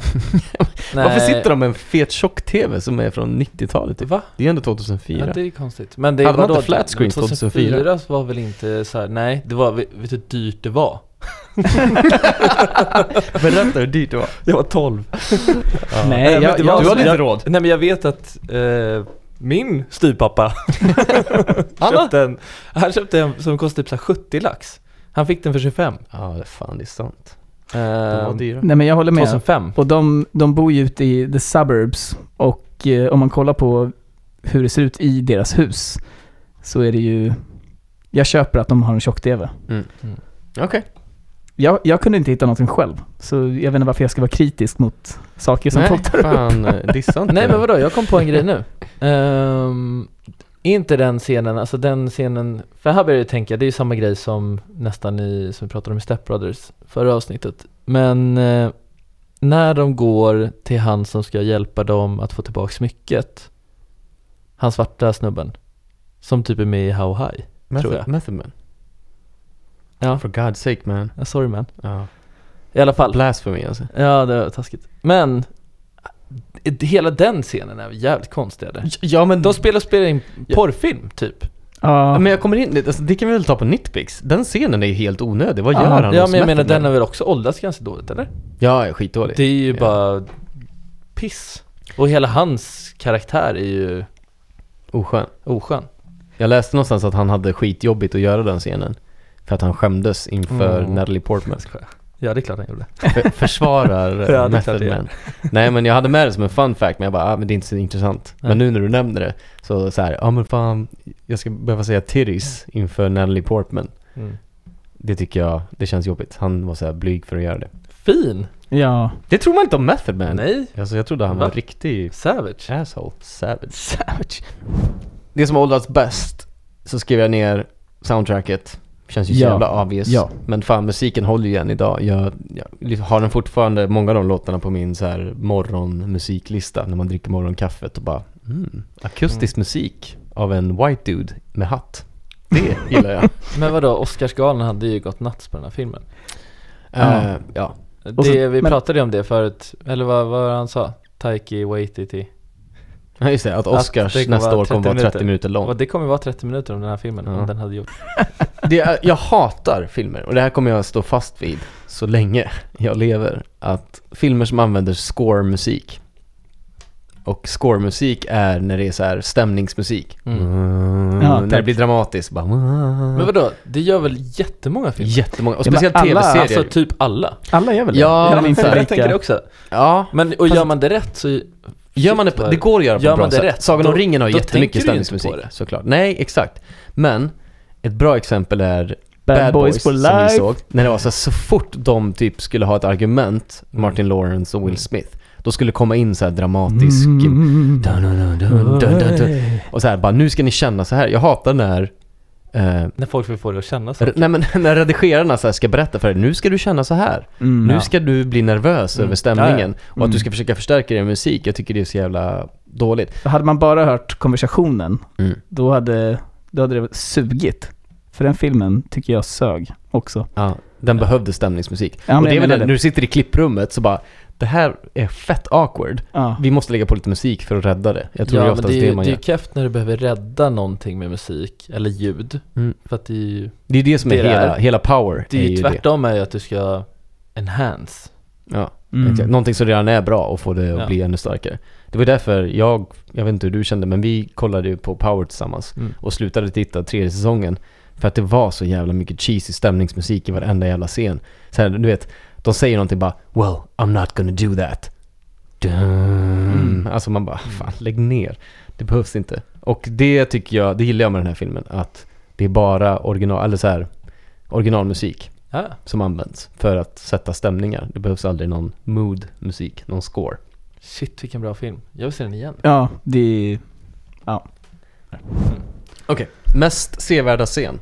[SPEAKER 1] Varför sitter de med en fet tjock-tv som är från 90-talet? Typ?
[SPEAKER 5] Va?
[SPEAKER 1] Det är ändå 2004.
[SPEAKER 5] Ja, det är konstigt. Men det
[SPEAKER 1] Hade man
[SPEAKER 5] vadå?
[SPEAKER 1] inte flat screen 2004?
[SPEAKER 5] 2004 var väl inte så här, nej, det var, vet du hur dyrt det var?
[SPEAKER 1] Berätta hur dyrt det var.
[SPEAKER 5] Jag var 12.
[SPEAKER 4] Nej, jag, jag,
[SPEAKER 5] det var-
[SPEAKER 1] du hade
[SPEAKER 5] jag-
[SPEAKER 1] inte råd.
[SPEAKER 5] Nej men jag vet att eh, min styvpappa köpte en, han köpte en som kostade typ så här 70 lax. Han fick den för 25.
[SPEAKER 1] Ja, det- fan det är sant. De var
[SPEAKER 5] Eh,
[SPEAKER 1] dyra.
[SPEAKER 4] nej men jag håller med.
[SPEAKER 5] 2005.
[SPEAKER 4] Och de, de bor ju ute i the suburbs och eh, om man kollar på hur det ser ut i deras hus så är det ju, jag köper att de har en tjock-tv.
[SPEAKER 1] Okej.
[SPEAKER 4] Jag, jag kunde inte hitta någonting själv, så jag vet inte varför jag ska vara kritisk mot saker som folk tar upp.
[SPEAKER 1] fan, eh, dissa inte.
[SPEAKER 5] Nej men vadå, jag kom på en grej nu. Ehm, inte den scenen, alltså den scenen, för här började jag tänka, det är ju samma grej som nästan i, som vi pratade om i Step Brothers förra avsnittet. Men eh, när de går till han som ska hjälpa dem att få tillbaka smycket, han svarta snubben, som typ är med i How High.
[SPEAKER 1] Method,
[SPEAKER 5] tror jag.
[SPEAKER 1] Method Man.
[SPEAKER 5] Ja.
[SPEAKER 1] For God's sake man.
[SPEAKER 5] Ah, Sorry man.
[SPEAKER 1] Ja.
[SPEAKER 5] I alla fall.
[SPEAKER 1] Blasphemy alltså.
[SPEAKER 5] Ja, det var taskigt. Men, eh, hela den scenen är jävligt konstig eller?
[SPEAKER 1] Ja men
[SPEAKER 5] De spelar, spelar in
[SPEAKER 1] Ja.
[SPEAKER 5] porrfilm typ.
[SPEAKER 4] Ja,
[SPEAKER 1] Ja, Men jag kommer in, alltså, det kan vi väl ta på nitpicks. Den scenen är ju helt onödig, vad gör
[SPEAKER 4] Ja,
[SPEAKER 1] han
[SPEAKER 5] Ja
[SPEAKER 1] hos
[SPEAKER 5] men jag menar
[SPEAKER 1] Method
[SPEAKER 5] den
[SPEAKER 1] Man?
[SPEAKER 5] har väl också åldrats ganska dåligt eller?
[SPEAKER 1] Ja, är skitdålig.
[SPEAKER 5] Det är ju
[SPEAKER 1] Ja.
[SPEAKER 5] bara piss. Och hela hans karaktär är ju
[SPEAKER 1] Oskön.
[SPEAKER 5] oskön.
[SPEAKER 1] Jag läste någonstans att han hade skitjobbigt att göra den scenen. För att han skämdes inför
[SPEAKER 5] Mm.
[SPEAKER 1] Natalie Portman.
[SPEAKER 5] Ja det är klart han gjorde.
[SPEAKER 1] För, försvarar
[SPEAKER 5] Ja, det är
[SPEAKER 1] eh,
[SPEAKER 5] klart det
[SPEAKER 1] Method
[SPEAKER 5] gör.
[SPEAKER 1] Man. Nej men jag hade med det som en fun fact, men jag bara, ah, men det är inte så intressant.
[SPEAKER 5] Nej.
[SPEAKER 1] Men nu när du nämner det, så så här, ja ah, men fan, jag ska behöva säga Tiris inför Natalie Portman.
[SPEAKER 5] Mm.
[SPEAKER 1] Det tycker jag, det känns jobbigt. Han var så här blyg för att göra det.
[SPEAKER 5] Fin!
[SPEAKER 4] ja.
[SPEAKER 1] Det tror man inte om Method Man.
[SPEAKER 5] Nej.
[SPEAKER 1] Alltså jag trodde han var
[SPEAKER 5] Va?
[SPEAKER 1] en riktig
[SPEAKER 5] Savage.
[SPEAKER 1] asshole. Savage. Savage. Det som har åldrats bäst, så skrev jag ner soundtracket. Känns ju så
[SPEAKER 4] Ja.
[SPEAKER 1] jävla obvious.
[SPEAKER 4] Ja.
[SPEAKER 1] Men fan musiken håller ju än idag. Jag, jag har den fortfarande, många av de låtarna på min så här morgonmusiklista. När man dricker morgonkaffet och bara mm, akustisk musik av en white dude med hatt. Det gillar jag.
[SPEAKER 5] Men vadå, Oscarsgalan hade ju gått nuts på den här filmen.
[SPEAKER 1] Eh, ja.
[SPEAKER 4] Och så-
[SPEAKER 5] det, vi
[SPEAKER 4] men-
[SPEAKER 5] pratade ju om det förut, eller vad vad var det han sa? Taiki Waititi.
[SPEAKER 1] Ja, just det. Att Oscars
[SPEAKER 5] det kommer
[SPEAKER 1] nästa
[SPEAKER 5] vara
[SPEAKER 1] år kommer
[SPEAKER 5] 30
[SPEAKER 1] vara 30
[SPEAKER 5] minuter.
[SPEAKER 1] minuter, lång.
[SPEAKER 5] Och det kommer vara 30 minuter om den här filmen,
[SPEAKER 1] Ja.
[SPEAKER 5] om den hade gjort.
[SPEAKER 1] Det är, jag hatar filmer och det här kommer jag stå fast vid så länge jag lever. Att filmer som använder scoremusik. Och scoremusik är när det är så här stämningsmusik.
[SPEAKER 5] Mm.
[SPEAKER 4] Ja,
[SPEAKER 1] när det
[SPEAKER 4] tack.
[SPEAKER 1] blir dramatiskt. Bara,
[SPEAKER 5] Men vadå, det gör väl jättemånga filmer?
[SPEAKER 1] Jättemånga. Och
[SPEAKER 4] Ja, men
[SPEAKER 1] speciellt
[SPEAKER 4] alla,
[SPEAKER 1] tv-serier.
[SPEAKER 5] Alltså typ alla.
[SPEAKER 4] Alla gör väl det?
[SPEAKER 1] Ja,
[SPEAKER 4] Gör de
[SPEAKER 1] men
[SPEAKER 4] inte
[SPEAKER 1] så här-
[SPEAKER 5] Jag
[SPEAKER 4] lika?
[SPEAKER 5] tänker det också.
[SPEAKER 1] ja,
[SPEAKER 5] Men, och
[SPEAKER 1] Fast-
[SPEAKER 5] gör man det rätt så...
[SPEAKER 1] Gör man det, på,
[SPEAKER 5] vad-
[SPEAKER 1] det går att göra på
[SPEAKER 5] gör
[SPEAKER 1] ett bra
[SPEAKER 5] man det
[SPEAKER 1] sätt.
[SPEAKER 5] rätt,
[SPEAKER 1] Sagan om
[SPEAKER 5] då-
[SPEAKER 1] ringen har
[SPEAKER 5] då
[SPEAKER 1] jättemycket
[SPEAKER 5] tänker du ju inte på
[SPEAKER 1] stämningsmusik såklart. Nej, exakt. Men ett bra exempel är
[SPEAKER 4] Bad, Boys for
[SPEAKER 1] som vi
[SPEAKER 4] Life.
[SPEAKER 1] såg. När det var så, här, så fort de typ skulle ha ett argument, Martin Lawrence och Will Smith, då skulle det komma in så här dramatisk...
[SPEAKER 4] Mm.
[SPEAKER 1] Dun, dun, dun, dun, dun, dun. Och så här bara, nu ska ni känna så här. Jag hatar när... Eh,
[SPEAKER 5] När folk vill få det att kännas
[SPEAKER 1] r- nej men när redigerarna så här ska berätta för dig, nu ska du känna så här.
[SPEAKER 4] Mm.
[SPEAKER 1] Nu ska du bli nervös
[SPEAKER 5] Mm.
[SPEAKER 1] över stämningen.
[SPEAKER 5] Ja,
[SPEAKER 1] Och att du
[SPEAKER 4] Mm.
[SPEAKER 1] ska försöka förstärka din musik. Jag tycker det är så jävla dåligt.
[SPEAKER 4] Hade man bara hört konversationen,
[SPEAKER 1] Mm.
[SPEAKER 4] då hade, då hade det sugit. För den filmen tycker jag sög också.
[SPEAKER 1] Ja, den behövde stämningsmusik.
[SPEAKER 4] Ja, men
[SPEAKER 1] och det är
[SPEAKER 4] jag
[SPEAKER 1] väl
[SPEAKER 4] menar
[SPEAKER 1] det,
[SPEAKER 4] det.
[SPEAKER 1] när du sitter i klipprummet så bara Det här är fett awkward.
[SPEAKER 4] Ja.
[SPEAKER 1] Vi måste lägga på lite musik för att rädda det. Jag tror det är oftast
[SPEAKER 5] det
[SPEAKER 1] det,
[SPEAKER 5] är, ju-
[SPEAKER 1] man
[SPEAKER 5] det är
[SPEAKER 1] gör.
[SPEAKER 5] ju kefft när du behöver rädda någonting med musik, eller ljud.
[SPEAKER 1] Mm.
[SPEAKER 5] För att det är ju,
[SPEAKER 1] Det är det som
[SPEAKER 5] det
[SPEAKER 1] är
[SPEAKER 5] det
[SPEAKER 1] hela,
[SPEAKER 5] är.
[SPEAKER 1] hela power.
[SPEAKER 5] det är ju
[SPEAKER 1] ju
[SPEAKER 5] tvärtom är ju att du ska enhance.
[SPEAKER 1] Det. Ja,
[SPEAKER 4] Mm.
[SPEAKER 1] exakt. Någonting som redan är bra och få det att
[SPEAKER 5] Ja.
[SPEAKER 1] bli ännu starkare. Det var därför jag, jag vet inte hur du kände, men vi kollade ju på Power tillsammans
[SPEAKER 5] Mm.
[SPEAKER 1] och slutade titta tredje säsongen. För att det var så jävla mycket cheesy stämningsmusik i varenda jävla scen. Så här, du vet, de säger någonting bara “Well, I'm not gonna do that”. Dun.
[SPEAKER 5] Mm.
[SPEAKER 1] Alltså man bara, fan lägg ner. Det behövs inte. Och det tycker jag, det gillar jag med den här filmen. Att det är bara original, eller så här, originalmusik
[SPEAKER 5] Ja.
[SPEAKER 1] som används för att sätta stämningar. Det behövs aldrig någon mood-musik, någon score.
[SPEAKER 5] Shit vilken bra film. Jag vill se den igen.
[SPEAKER 4] Ja, det är... Ja.
[SPEAKER 1] Okej, mest sevärda scen.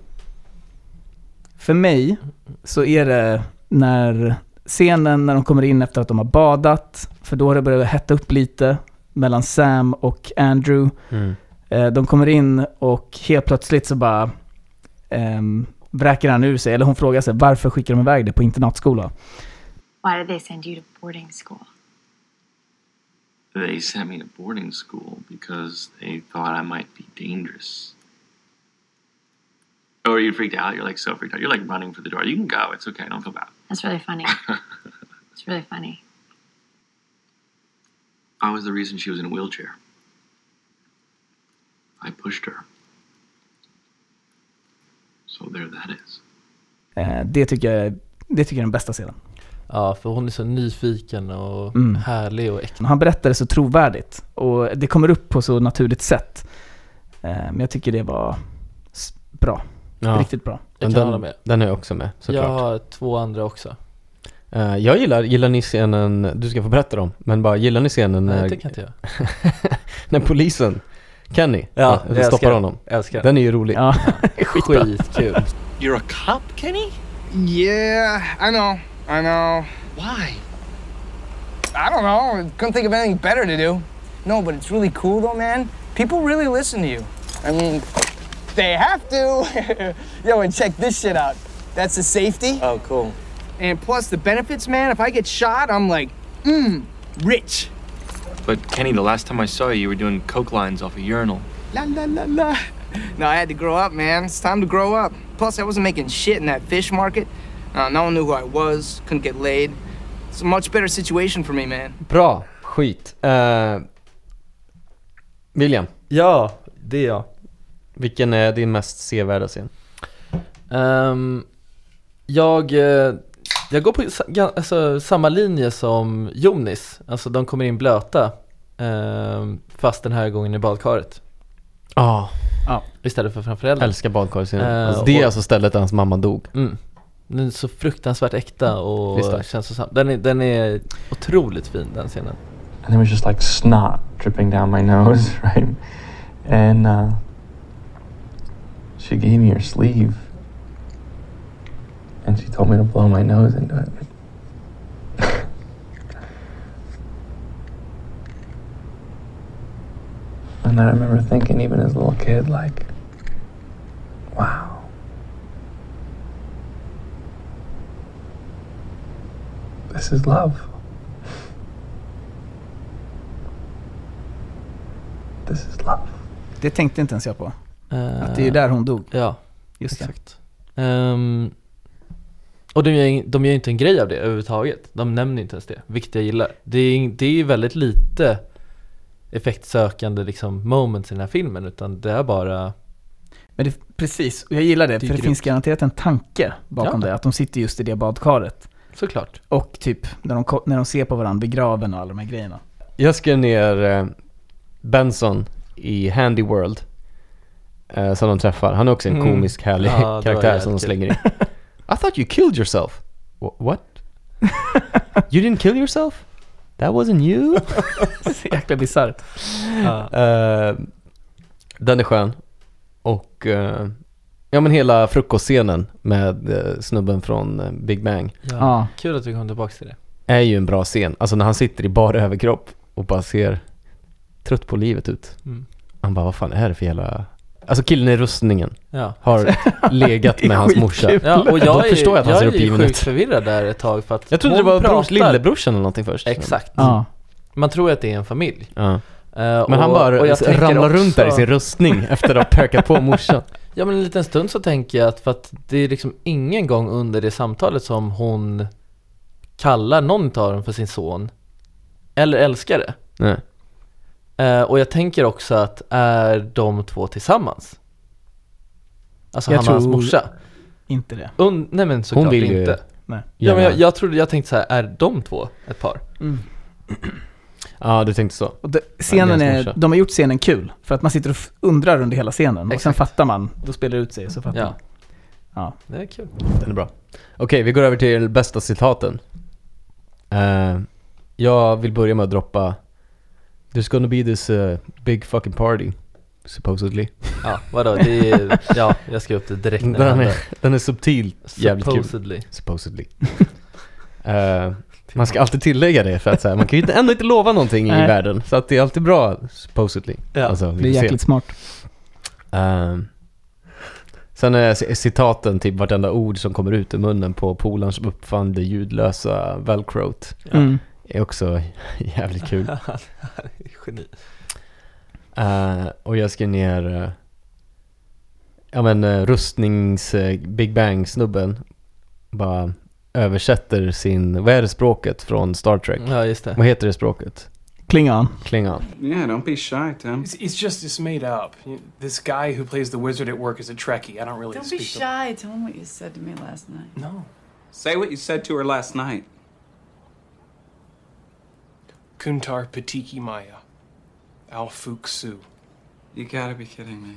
[SPEAKER 4] För mig så är det när scenen när de kommer in efter att de har badat, för då har det börjat hetta upp lite mellan Sam och Andrew.
[SPEAKER 1] Mm.
[SPEAKER 4] Eh, De kommer in och helt plötsligt så bara ehm, vräker han ur sig, eller hon frågar sig varför skickar de iväg det på internatskola?
[SPEAKER 7] Why did they send you to boarding school?
[SPEAKER 6] They sent me to boarding school because they thought I might be dangerous. Oh, are you freaked out? You're like so freaked out. You're like running for the door. You can go. It's okay. Don't feel bad.
[SPEAKER 7] That's really funny. it's really funny.
[SPEAKER 6] I was the reason she was in a wheelchair. I pushed her. So there that is.
[SPEAKER 4] Eh, Det tycker jag, det tycker jag är den bästa scenen.
[SPEAKER 5] Ja, för hon är så nyfiken och
[SPEAKER 4] Mm.
[SPEAKER 5] härlig och äcklig.
[SPEAKER 4] Han berättar det så trovärdigt och det kommer upp på så naturligt sätt. Eh, Men jag tycker det var s- bra.
[SPEAKER 1] Ja,
[SPEAKER 4] Riktigt bra.
[SPEAKER 5] Jag
[SPEAKER 1] men
[SPEAKER 5] kan hålla med.
[SPEAKER 1] den, den är jag också med
[SPEAKER 5] Jag
[SPEAKER 1] såklart.
[SPEAKER 5] har två andra också.
[SPEAKER 1] Eh, jag gillar, gillar ni scenen, du ska få berätta dem, men bara gillar ni scenen
[SPEAKER 5] Nej,
[SPEAKER 1] när,
[SPEAKER 5] det kan inte jag.
[SPEAKER 1] när polisen, Kenny, eh,
[SPEAKER 5] jag
[SPEAKER 1] stoppar
[SPEAKER 5] älskar-
[SPEAKER 1] honom?
[SPEAKER 5] Älskar den.
[SPEAKER 1] Den är ju rolig.
[SPEAKER 4] Ja.
[SPEAKER 5] Skitkul.
[SPEAKER 6] You're a cop, Kenny?
[SPEAKER 3] Yeah, I know. I know.
[SPEAKER 6] Why?
[SPEAKER 3] I don't know. Couldn't think of anything better to do. No, but it's really cool though, man. People really listen to you. I mean, they have to. Yo, and check this shit out. That's a safety.
[SPEAKER 6] Oh, cool.
[SPEAKER 3] And plus the benefits, man. If I get shot, I'm like, mmm, rich.
[SPEAKER 6] But Kenny, the last time I saw you, you were doing coke lines off a urinal.
[SPEAKER 3] La la la la. No, I had to grow up, man. It's time to grow up. Plus, I wasn't making shit in that fish market. Uh, no one knew who I was. Couldn't get laid. It's a much better situation for me, man.
[SPEAKER 1] Bra, skit. Eh, William,
[SPEAKER 5] Ja, det är jag.
[SPEAKER 1] vilken är din mest sevärda scen?
[SPEAKER 5] Ehm, jag, eh, jag går på sa- gan- alltså, samma linje som Jonis. Alltså de kommer in blöta. ehm, fast den här gången i badkaret.
[SPEAKER 1] Ja,
[SPEAKER 5] Istället för framför elden.
[SPEAKER 1] älskar badkarsscenen.
[SPEAKER 5] Eh,
[SPEAKER 1] alltså, det är
[SPEAKER 5] och-
[SPEAKER 1] alltså stället där hans mamma dog.
[SPEAKER 5] Mm. Den är så fruktansvärt äkta och
[SPEAKER 1] Det Mm. är starkt.
[SPEAKER 5] känslosam. Den är, den är otroligt fin den scenen.
[SPEAKER 8] and there was just like snot dripping down my nose, right? And uh, she gave me her sleeve, and she told me to blow my nose into it. and I remember thinking, even as a little kid, like, wow. This is love. This is love.
[SPEAKER 4] Det tänkte inte ens jag på.
[SPEAKER 5] Eh,
[SPEAKER 4] Att det är ju där hon dog.
[SPEAKER 5] Ja,
[SPEAKER 4] Just det.
[SPEAKER 5] exakt. Ehm, och de gör, ing- de gör inte en grej av det överhuvudtaget. De nämner inte ens det, vilket jag gillar. Det är, ing- det är väldigt lite effektsökande liksom moments i den här filmen utan det är bara
[SPEAKER 4] Men det, precis, och jag gillar det,
[SPEAKER 5] Dyker
[SPEAKER 4] för det finns garanterat en tanke bakom
[SPEAKER 5] Ja.
[SPEAKER 4] det. Att de sitter just i det badkaret.
[SPEAKER 5] såklart.
[SPEAKER 4] Och typ när de, ko- när de ser på varandra vid graven och alla de här grejerna.
[SPEAKER 1] Jag skrev ner eh, Benson i Handy World. Eh, som de träffar. Han är också en
[SPEAKER 5] Mm.
[SPEAKER 1] komisk, härlig
[SPEAKER 5] Ja, det var
[SPEAKER 1] karaktär som de
[SPEAKER 5] jävligt
[SPEAKER 1] slänger in. I thought you killed yourself. Wha- what? you didn't kill yourself? That wasn't you?
[SPEAKER 4] Så jäkla bisarrt.
[SPEAKER 1] Eh, den är skön. Och eh, ja men hela frukostscenen med eh, snubben från eh, Big Bang
[SPEAKER 5] Ja.
[SPEAKER 4] Ja.
[SPEAKER 5] Kul att vi kom tillbaka till det.
[SPEAKER 1] är ju en bra scen. Alltså när han sitter i bara överkropp och bara ser trött på livet ut.
[SPEAKER 5] Mm.
[SPEAKER 1] Han bara, vad fan är det för jävla... Alltså killen i rustningen
[SPEAKER 5] Ja.
[SPEAKER 1] har legat med hans morsa.
[SPEAKER 5] Ja, och jag
[SPEAKER 1] Då
[SPEAKER 5] är,
[SPEAKER 1] förstår jag att han ser
[SPEAKER 5] jag är
[SPEAKER 1] uppgiven
[SPEAKER 5] sjukt
[SPEAKER 1] ut.
[SPEAKER 5] förvirrad där ett tag för att
[SPEAKER 1] Jag trodde det
[SPEAKER 5] hon
[SPEAKER 1] var brors,
[SPEAKER 5] pratar-
[SPEAKER 1] lillebrorsan eller någonting först.
[SPEAKER 5] Exakt.
[SPEAKER 4] Ja.
[SPEAKER 5] Man tror att det är en familj.
[SPEAKER 1] Ja.
[SPEAKER 5] Eh,
[SPEAKER 1] Men han bara
[SPEAKER 5] tänker
[SPEAKER 1] ramlar runt där i
[SPEAKER 5] också-
[SPEAKER 1] sin rustning efter att ha pökat på morsan.
[SPEAKER 5] Ja men en liten stund så tänker jag att för att det är liksom ingen gång under det samtalet som hon kallar någon av dem för sin son eller älskare.
[SPEAKER 1] Nej.
[SPEAKER 5] Eh, och jag tänker också att är de två tillsammans? Alltså
[SPEAKER 4] Jag
[SPEAKER 5] han och hans
[SPEAKER 4] tror-
[SPEAKER 5] morsa?
[SPEAKER 4] Inte det.
[SPEAKER 5] Und, nej men såklart
[SPEAKER 1] vill ju
[SPEAKER 5] inte.
[SPEAKER 4] Nej.
[SPEAKER 5] Ja, men jag,
[SPEAKER 1] Gärna.
[SPEAKER 5] jag trodde, jag tänkte så här, är de två ett par?
[SPEAKER 1] Ja, du tänkte så.
[SPEAKER 4] Och det,
[SPEAKER 1] Ja,
[SPEAKER 4] scenen
[SPEAKER 1] det är
[SPEAKER 4] är,
[SPEAKER 1] smorsa.
[SPEAKER 4] de har gjort scenen kul, för att man sitter och f- undrar under hela scenen. Och sen
[SPEAKER 5] Exakt.
[SPEAKER 4] fattar man, då spelar det ut sig så fattar
[SPEAKER 5] Ja.
[SPEAKER 4] man. Ja.
[SPEAKER 5] Det är kul.
[SPEAKER 1] Den är bra. Okej, vi går över till bästa citaten. Eh, jag vill börja med att droppa There's gonna be this eh, big fucking party. supposedly.
[SPEAKER 5] Ja, vadå? Det är, ja, jag skrev upp det direkt när jag
[SPEAKER 1] Den är,
[SPEAKER 5] hade-
[SPEAKER 1] den är subtilt jävligt kul.
[SPEAKER 5] Supposedly.
[SPEAKER 1] Supposedly. Eh, man ska alltid tillägga det för att så här, man kan ju inte- ändå inte lova någonting i
[SPEAKER 4] Nej.
[SPEAKER 1] världen. Så att det är alltid bra, supposedly.
[SPEAKER 5] Ja,
[SPEAKER 1] Alltså, vi
[SPEAKER 4] Det är
[SPEAKER 1] får se.
[SPEAKER 4] jäkligt smart.
[SPEAKER 1] Ehm, sen är c- citaten till vartenda ord som kommer ut ur munnen på polaren som uppfann det ljudlösa velcrot.
[SPEAKER 4] Mm.
[SPEAKER 1] Är också jävligt kul.
[SPEAKER 5] Geni.
[SPEAKER 1] Eh, och jag skrev ner eh, ja, men, eh, rustnings eh, Big Bang-snubben. Bara översätter sin, vad är det språket från Star Trek?
[SPEAKER 5] Ja, just det.
[SPEAKER 1] Vad heter det språket?
[SPEAKER 4] Klingon.
[SPEAKER 1] Klingon.
[SPEAKER 9] Yeah, don't be shy, Tim.
[SPEAKER 10] It's, it's just it's made up. You- This guy who plays the wizard at work is a Trekkie. I don't really
[SPEAKER 11] Don't be
[SPEAKER 10] speak
[SPEAKER 11] shy. Tell him what you said to me last night.
[SPEAKER 10] To... No,
[SPEAKER 9] Say what you said to her last night.
[SPEAKER 10] Kuntar Patiki Maya, Alfuk Su.
[SPEAKER 9] You gotta be kidding me.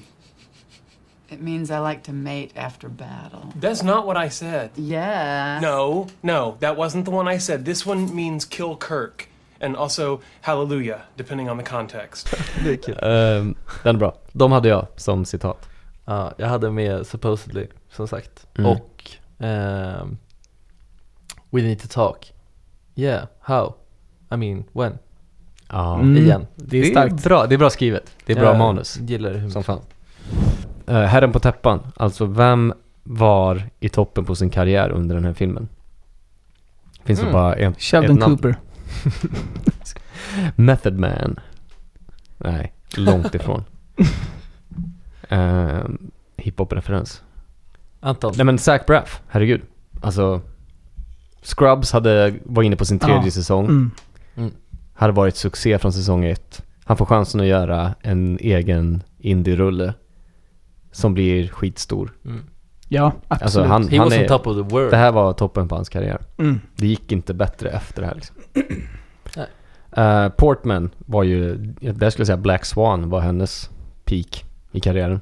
[SPEAKER 11] It means I like to mate after battle.
[SPEAKER 10] That's not what I said.
[SPEAKER 11] Yeah.
[SPEAKER 10] No, no, that wasn't the one I said. This one means kill Kirk, and also hallelujah, depending on the context.
[SPEAKER 5] Det är kul.
[SPEAKER 1] Ehm, den är bra. De hade jag som citat.
[SPEAKER 5] Ja, jag hade med supposedly, som sagt.
[SPEAKER 1] Mm.
[SPEAKER 5] Och ehm, We need to talk. Yeah, how? I mean, when?
[SPEAKER 1] Ja.
[SPEAKER 4] Mm.
[SPEAKER 5] Igen.
[SPEAKER 4] Det är starkt.
[SPEAKER 1] bra, det är bra skrivet. Det är bra
[SPEAKER 5] Jag
[SPEAKER 1] manus.
[SPEAKER 5] Gillar hur
[SPEAKER 1] Som fan. Eh, herren på täppan, alltså vem var i toppen på sin karriär under den här filmen? Finns det
[SPEAKER 5] Mm.
[SPEAKER 1] bara en?
[SPEAKER 4] Sheldon
[SPEAKER 1] ett namn.
[SPEAKER 4] Cooper.
[SPEAKER 1] Method Man. Nej, långt ifrån. uh, Hiphop-referens.
[SPEAKER 5] Anton.
[SPEAKER 1] Nej men Zac Braff, herregud. Alltså, Scrubs hade, var inne på sin tredje
[SPEAKER 4] Ja.
[SPEAKER 1] säsong.
[SPEAKER 4] Mm.
[SPEAKER 1] Hade varit succé från säsong ett. Han får chansen att göra en egen indie-rulle. Som blir skitstor.
[SPEAKER 5] Mm.
[SPEAKER 4] Ja, absolut.
[SPEAKER 1] Alltså han,
[SPEAKER 5] He
[SPEAKER 1] han
[SPEAKER 5] was on
[SPEAKER 1] är,
[SPEAKER 5] top of the world.
[SPEAKER 1] det här var toppen på hans karriär.
[SPEAKER 4] Mm.
[SPEAKER 1] Det gick inte bättre efter det här liksom.
[SPEAKER 5] Nej.
[SPEAKER 1] Eh, Portman var ju, där skulle jag säga Black Swan var hennes peak i karriären.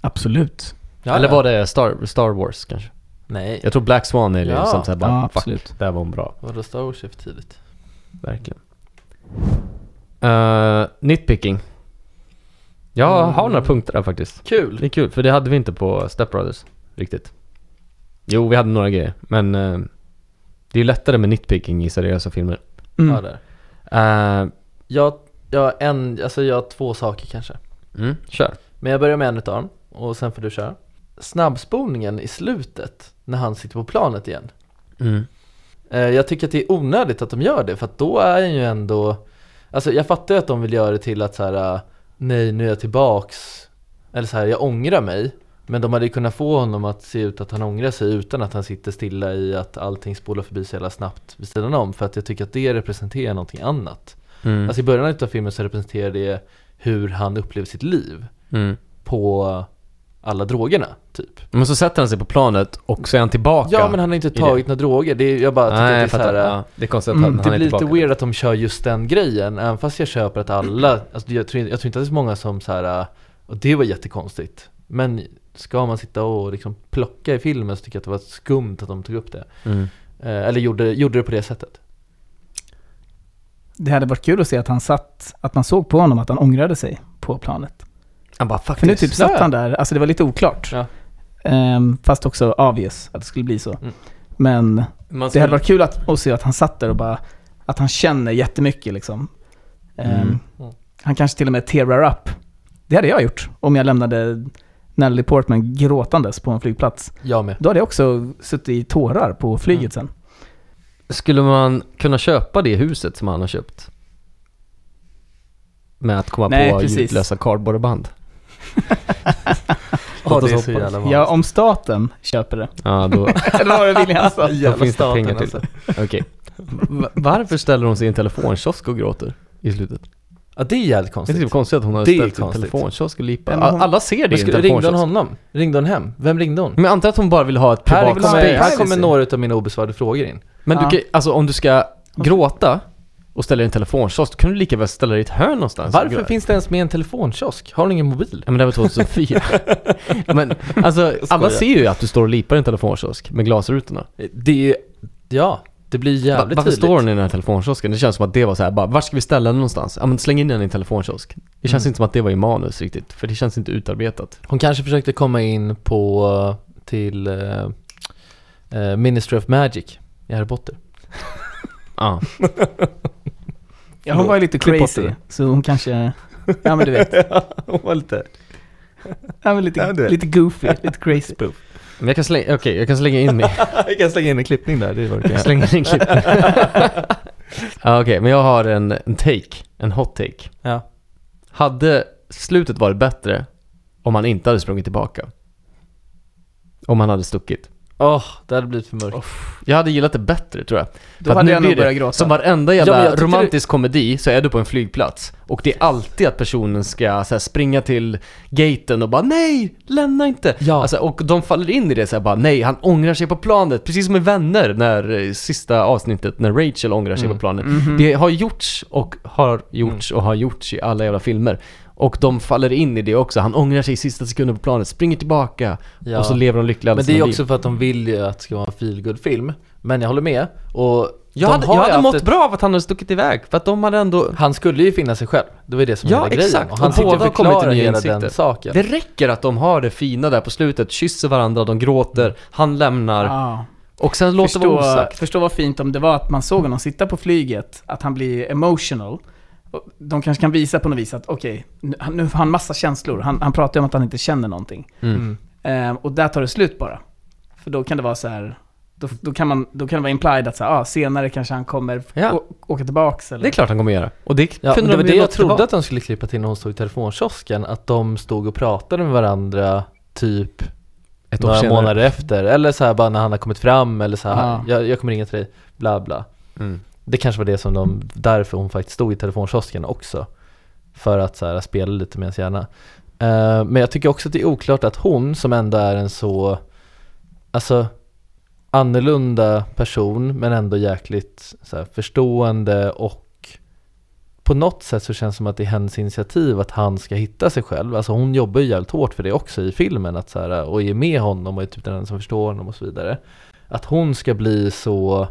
[SPEAKER 4] Absolut.
[SPEAKER 5] Ja,
[SPEAKER 1] Eller
[SPEAKER 5] ja.
[SPEAKER 1] var det Star, Star Wars kanske?
[SPEAKER 5] Nej,
[SPEAKER 1] Jag tror Black Swan är
[SPEAKER 5] Ja.
[SPEAKER 1] liksom såhär bara,
[SPEAKER 4] Ja,
[SPEAKER 1] fuck,
[SPEAKER 4] absolut.
[SPEAKER 1] där var hon bra.
[SPEAKER 5] vadå Star Wars är för tidigt?
[SPEAKER 1] Verkligen. Eh, nitpicking. Jag
[SPEAKER 5] Mm.
[SPEAKER 1] har några punkter där faktiskt. Det
[SPEAKER 5] Kul!
[SPEAKER 1] är kul, för det hade vi inte på Step Brothers riktigt. Jo, vi hade några grejer, men eh, det är ju lättare med nitpicking i seriösa filmer.
[SPEAKER 4] Mm.
[SPEAKER 5] Ja, där.
[SPEAKER 1] Eh,
[SPEAKER 5] Jag, jag, har en, alltså jag har två saker kanske.
[SPEAKER 1] mm, kör.
[SPEAKER 5] Men jag börjar med en utav dem och sen får du köra. Snabbspolningen i slutet när han sitter på planet igen.
[SPEAKER 1] Mm.
[SPEAKER 5] Eh, Jag tycker att det är onödigt att de gör det för att då är han ju ändå Alltså jag fattar ju att de vill göra det till att så här, eh, Nej nu är jag tillbaks Eller så här, jag ångrar mig Men de hade ju kunnat få honom att se ut att han ångrar sig utan att han sitter stilla i att allting spolar förbi så jävla snabbt vid sidan om För att jag tycker att det representerar någonting annat
[SPEAKER 1] Mm.
[SPEAKER 5] Alltså i början utav filmen så representerar det hur han upplever sitt liv
[SPEAKER 1] Mm.
[SPEAKER 5] På alla drogerna typ
[SPEAKER 1] Men så sätter han sig på planet och så är han tillbaka.
[SPEAKER 5] Ja men han har inte
[SPEAKER 1] det.
[SPEAKER 5] tagit några droger, det är, jag bara tycker
[SPEAKER 1] Nej, jag
[SPEAKER 5] att det är
[SPEAKER 1] fattar.
[SPEAKER 5] så här, eh,
[SPEAKER 1] ja, det är konstigt att
[SPEAKER 4] Mm,
[SPEAKER 1] han,
[SPEAKER 5] det
[SPEAKER 1] han är
[SPEAKER 5] blir
[SPEAKER 1] tillbaka.
[SPEAKER 5] lite weird att de kör just den grejen, även fast jag köper att alla, alltså jag, tror, jag tror inte att det är så många som så här, och det var jättekonstigt. Men ska man sitta och liksom plocka i filmen så tycker jag att det var skumt att de tog upp det.
[SPEAKER 1] Mm.
[SPEAKER 5] Eh, eller gjorde, gjorde det på det sättet.
[SPEAKER 4] Det hade varit kul att se att han satt, att man såg på honom att han ångrade sig på planet.
[SPEAKER 1] Han bara fuck
[SPEAKER 4] För nu
[SPEAKER 1] this.
[SPEAKER 4] typ satt han där, alltså det var lite oklart.
[SPEAKER 5] Ja.
[SPEAKER 4] Ehm, fast också obvious att det skulle bli så.
[SPEAKER 5] Mm.
[SPEAKER 4] Men
[SPEAKER 1] Man
[SPEAKER 4] det
[SPEAKER 1] skulle-
[SPEAKER 4] hade varit kul att, att se att han satt där och bara, att han känner jättemycket liksom. Ehm,
[SPEAKER 1] Mm.
[SPEAKER 5] Mm.
[SPEAKER 4] Han kanske till och med tearar up. Det hade jag gjort om jag lämnade Natalie Portman gråtandes på en flygplats.
[SPEAKER 5] Jag med.
[SPEAKER 4] Då hade jag också suttit i tårar på flyget sen.
[SPEAKER 1] Skulle man kunna köpa det huset som han har köpt? Med att komma
[SPEAKER 4] Nej,
[SPEAKER 1] på
[SPEAKER 4] precis.
[SPEAKER 1] ljudlösa cardboardband.
[SPEAKER 5] Ja, det är
[SPEAKER 1] hoppas.
[SPEAKER 5] så jävla vanligt.
[SPEAKER 4] Ja, om staten köper det.
[SPEAKER 1] Ja, då,
[SPEAKER 4] Eller vad det William sa.
[SPEAKER 1] då
[SPEAKER 5] Jävla
[SPEAKER 1] finns det
[SPEAKER 5] staten
[SPEAKER 1] pengar till
[SPEAKER 5] alltså.
[SPEAKER 1] det. Okej. Va- Varför ställer hon sig i en telefonkiosk och gråter i slutet?
[SPEAKER 5] Ja det är jävligt
[SPEAKER 1] Jag tycker det är typ
[SPEAKER 5] konstigt.
[SPEAKER 1] konstigt att hon har
[SPEAKER 5] Det är
[SPEAKER 1] ställt sig i en
[SPEAKER 5] konstigt.
[SPEAKER 1] telefonkiosk och lipat.
[SPEAKER 4] Nej, men hon-
[SPEAKER 1] Alla ser det
[SPEAKER 5] Men
[SPEAKER 1] i en
[SPEAKER 5] skulle, ringde hon
[SPEAKER 1] telefonkiosk.
[SPEAKER 5] honom? Ringde hon hem? Vem ringde hon?
[SPEAKER 1] Men jag antar att hon bara vill ha ett
[SPEAKER 5] Här
[SPEAKER 1] privat
[SPEAKER 4] vill hon ha
[SPEAKER 5] kommer,
[SPEAKER 1] space.
[SPEAKER 5] här
[SPEAKER 4] privacy.
[SPEAKER 5] kommer några av mina obesvarade frågor in.
[SPEAKER 1] Men du
[SPEAKER 4] Ja.
[SPEAKER 1] kan, alltså om du ska gråta och ställa dig i en telefonkiosk, då kan du lika väl ställa dig i ett hörn någonstans. och
[SPEAKER 5] Varför
[SPEAKER 1] gråta.
[SPEAKER 5] finns det ens med en telefonkiosk? Har hon ingen mobil?
[SPEAKER 1] Ja men det var 2004. men alltså alla
[SPEAKER 5] skojar.
[SPEAKER 1] ser ju att du står och lipar i en telefonkiosk med glasrutorna.
[SPEAKER 5] Det är ja, Det blir jävligt
[SPEAKER 1] Varför
[SPEAKER 5] tydligt.
[SPEAKER 1] står den i den här telefonkiosken? Det känns som att det var så här, bara, var ska vi ställa den någonstans? Ja men släng in den i en telefonkiosk. Det känns
[SPEAKER 5] Mm.
[SPEAKER 1] inte som att det var i manus riktigt, för det känns inte utarbetat.
[SPEAKER 5] Hon kanske försökte komma in på till eh, eh, Ministry of Magic i Harry Potter.
[SPEAKER 1] Ja.
[SPEAKER 4] Ja, hon var ju lite
[SPEAKER 5] Klipp bort
[SPEAKER 4] crazy,
[SPEAKER 5] det.
[SPEAKER 4] så hon kanske... Ja men du vet.
[SPEAKER 1] hon var lite...
[SPEAKER 4] Ja Typ. men lite,
[SPEAKER 1] Ja, du vet.
[SPEAKER 4] lite goofy, lite crazy.
[SPEAKER 1] Men jag kan slänga, okej jag kan slänga in mig.
[SPEAKER 5] Jag kan slänga in en klippning där, det är vad du kan
[SPEAKER 1] Jag slänger in en klipp. ja, okej, men jag har en, en take, en hot take.
[SPEAKER 5] Ja.
[SPEAKER 1] Hade slutet varit bättre om han inte hade sprungit tillbaka? Om han hade stuckit?
[SPEAKER 5] Åh, det hade blivit för mörkt.
[SPEAKER 1] Jag hade gillat det bättre tror jag. För att
[SPEAKER 4] hade
[SPEAKER 1] nu
[SPEAKER 4] jag nog
[SPEAKER 1] blir det-
[SPEAKER 4] börjat gråta.
[SPEAKER 1] Som varenda
[SPEAKER 5] Ja, men
[SPEAKER 1] jävla
[SPEAKER 5] jag tyckte
[SPEAKER 1] romantisk komedi så är du på en flygplats. Och det är alltid att personen ska så här, springa till gaten och bara nej, lämna inte.
[SPEAKER 5] Ja.
[SPEAKER 1] Alltså, och de faller in i det så här, bara nej, han ångrar sig på planet. Precis som i Vänner, när eh, sista avsnittet när Rachel ångrar
[SPEAKER 5] Mm.
[SPEAKER 1] sig på planet.
[SPEAKER 5] Mhm.
[SPEAKER 1] Det har gjorts och har gjorts och har gjorts i alla jävla filmer. Och de faller in i det också. Han ångrar sig i sista sekunden på planet, springer tillbaka
[SPEAKER 5] Ja.
[SPEAKER 1] och så lever de lyckliga alla
[SPEAKER 5] Men det
[SPEAKER 1] sina
[SPEAKER 5] är
[SPEAKER 1] liv.
[SPEAKER 5] också för att de vill ju att det ska vara en feelgood film Men jag håller med. Och
[SPEAKER 1] Jag
[SPEAKER 5] de
[SPEAKER 1] hade,
[SPEAKER 5] har
[SPEAKER 1] jag
[SPEAKER 5] ju
[SPEAKER 1] hade
[SPEAKER 5] haft
[SPEAKER 1] mått
[SPEAKER 5] ett-
[SPEAKER 1] bra av att han hade stuckit iväg, för att de hade ändå...
[SPEAKER 5] Han skulle ju finna sig själv. Det var ju det som
[SPEAKER 1] Ja,
[SPEAKER 5] var hela grejen.
[SPEAKER 1] exakt.
[SPEAKER 5] Och han
[SPEAKER 1] Och
[SPEAKER 5] sitter och
[SPEAKER 1] båda har kommit till
[SPEAKER 5] förklarar
[SPEAKER 1] nya
[SPEAKER 5] hela
[SPEAKER 1] insikter.
[SPEAKER 5] den saken.
[SPEAKER 1] Det räcker att de har det fina där på slutet, kysser varandra, de gråter, han lämnar
[SPEAKER 4] Ja.
[SPEAKER 1] och sen låter det vara
[SPEAKER 4] Förstå,
[SPEAKER 1] osagt.
[SPEAKER 4] förstå vad fint om det var att man såg honom sitta på flyget, att han blir emotional. Och De kanske kan visa på något vis att okej, nu- han- nu har han massa känslor. Han, han pratar ju om att han inte känner någonting.
[SPEAKER 1] Mm.
[SPEAKER 4] Ehm, och där tar det slut bara. För då kan det vara så här. Då, då, kan, man, då kan det vara implied att så här, ah, senare kanske han kommer
[SPEAKER 1] Ja.
[SPEAKER 4] å, åka tillbaks eller...
[SPEAKER 1] Det är klart han kommer göra. Och det
[SPEAKER 5] Ja, men
[SPEAKER 1] kunde
[SPEAKER 5] det
[SPEAKER 1] de
[SPEAKER 5] var
[SPEAKER 1] ju
[SPEAKER 5] det jag
[SPEAKER 1] låtit det
[SPEAKER 5] trodde
[SPEAKER 1] vara.
[SPEAKER 5] att de skulle klippa till när hon stod i telefonkiosken, att de stod och pratade med varandra typ
[SPEAKER 1] Ett år
[SPEAKER 5] några
[SPEAKER 1] senare.
[SPEAKER 5] månader efter. Eller så här bara när han har kommit fram eller så här,
[SPEAKER 4] Ja.
[SPEAKER 5] jag, jag kommer ringa till dig, bla bla.
[SPEAKER 1] Mm.
[SPEAKER 5] Det kanske var det som de, därför hon faktiskt stod i telefonkiosken också. För att så här, spela lite med ens hjärna. Eh, men jag tycker också att det är oklart att hon som ändå är en så, alltså annorlunda person men ändå jäkligt så här, förstående och på något sätt så känns det som att det är hennes initiativ att han ska hitta sig själv. Alltså hon jobbar ju jävligt hårt för det också i filmen att så här, och är med honom och är typ den enda som förstår honom och så vidare. Att hon ska bli så...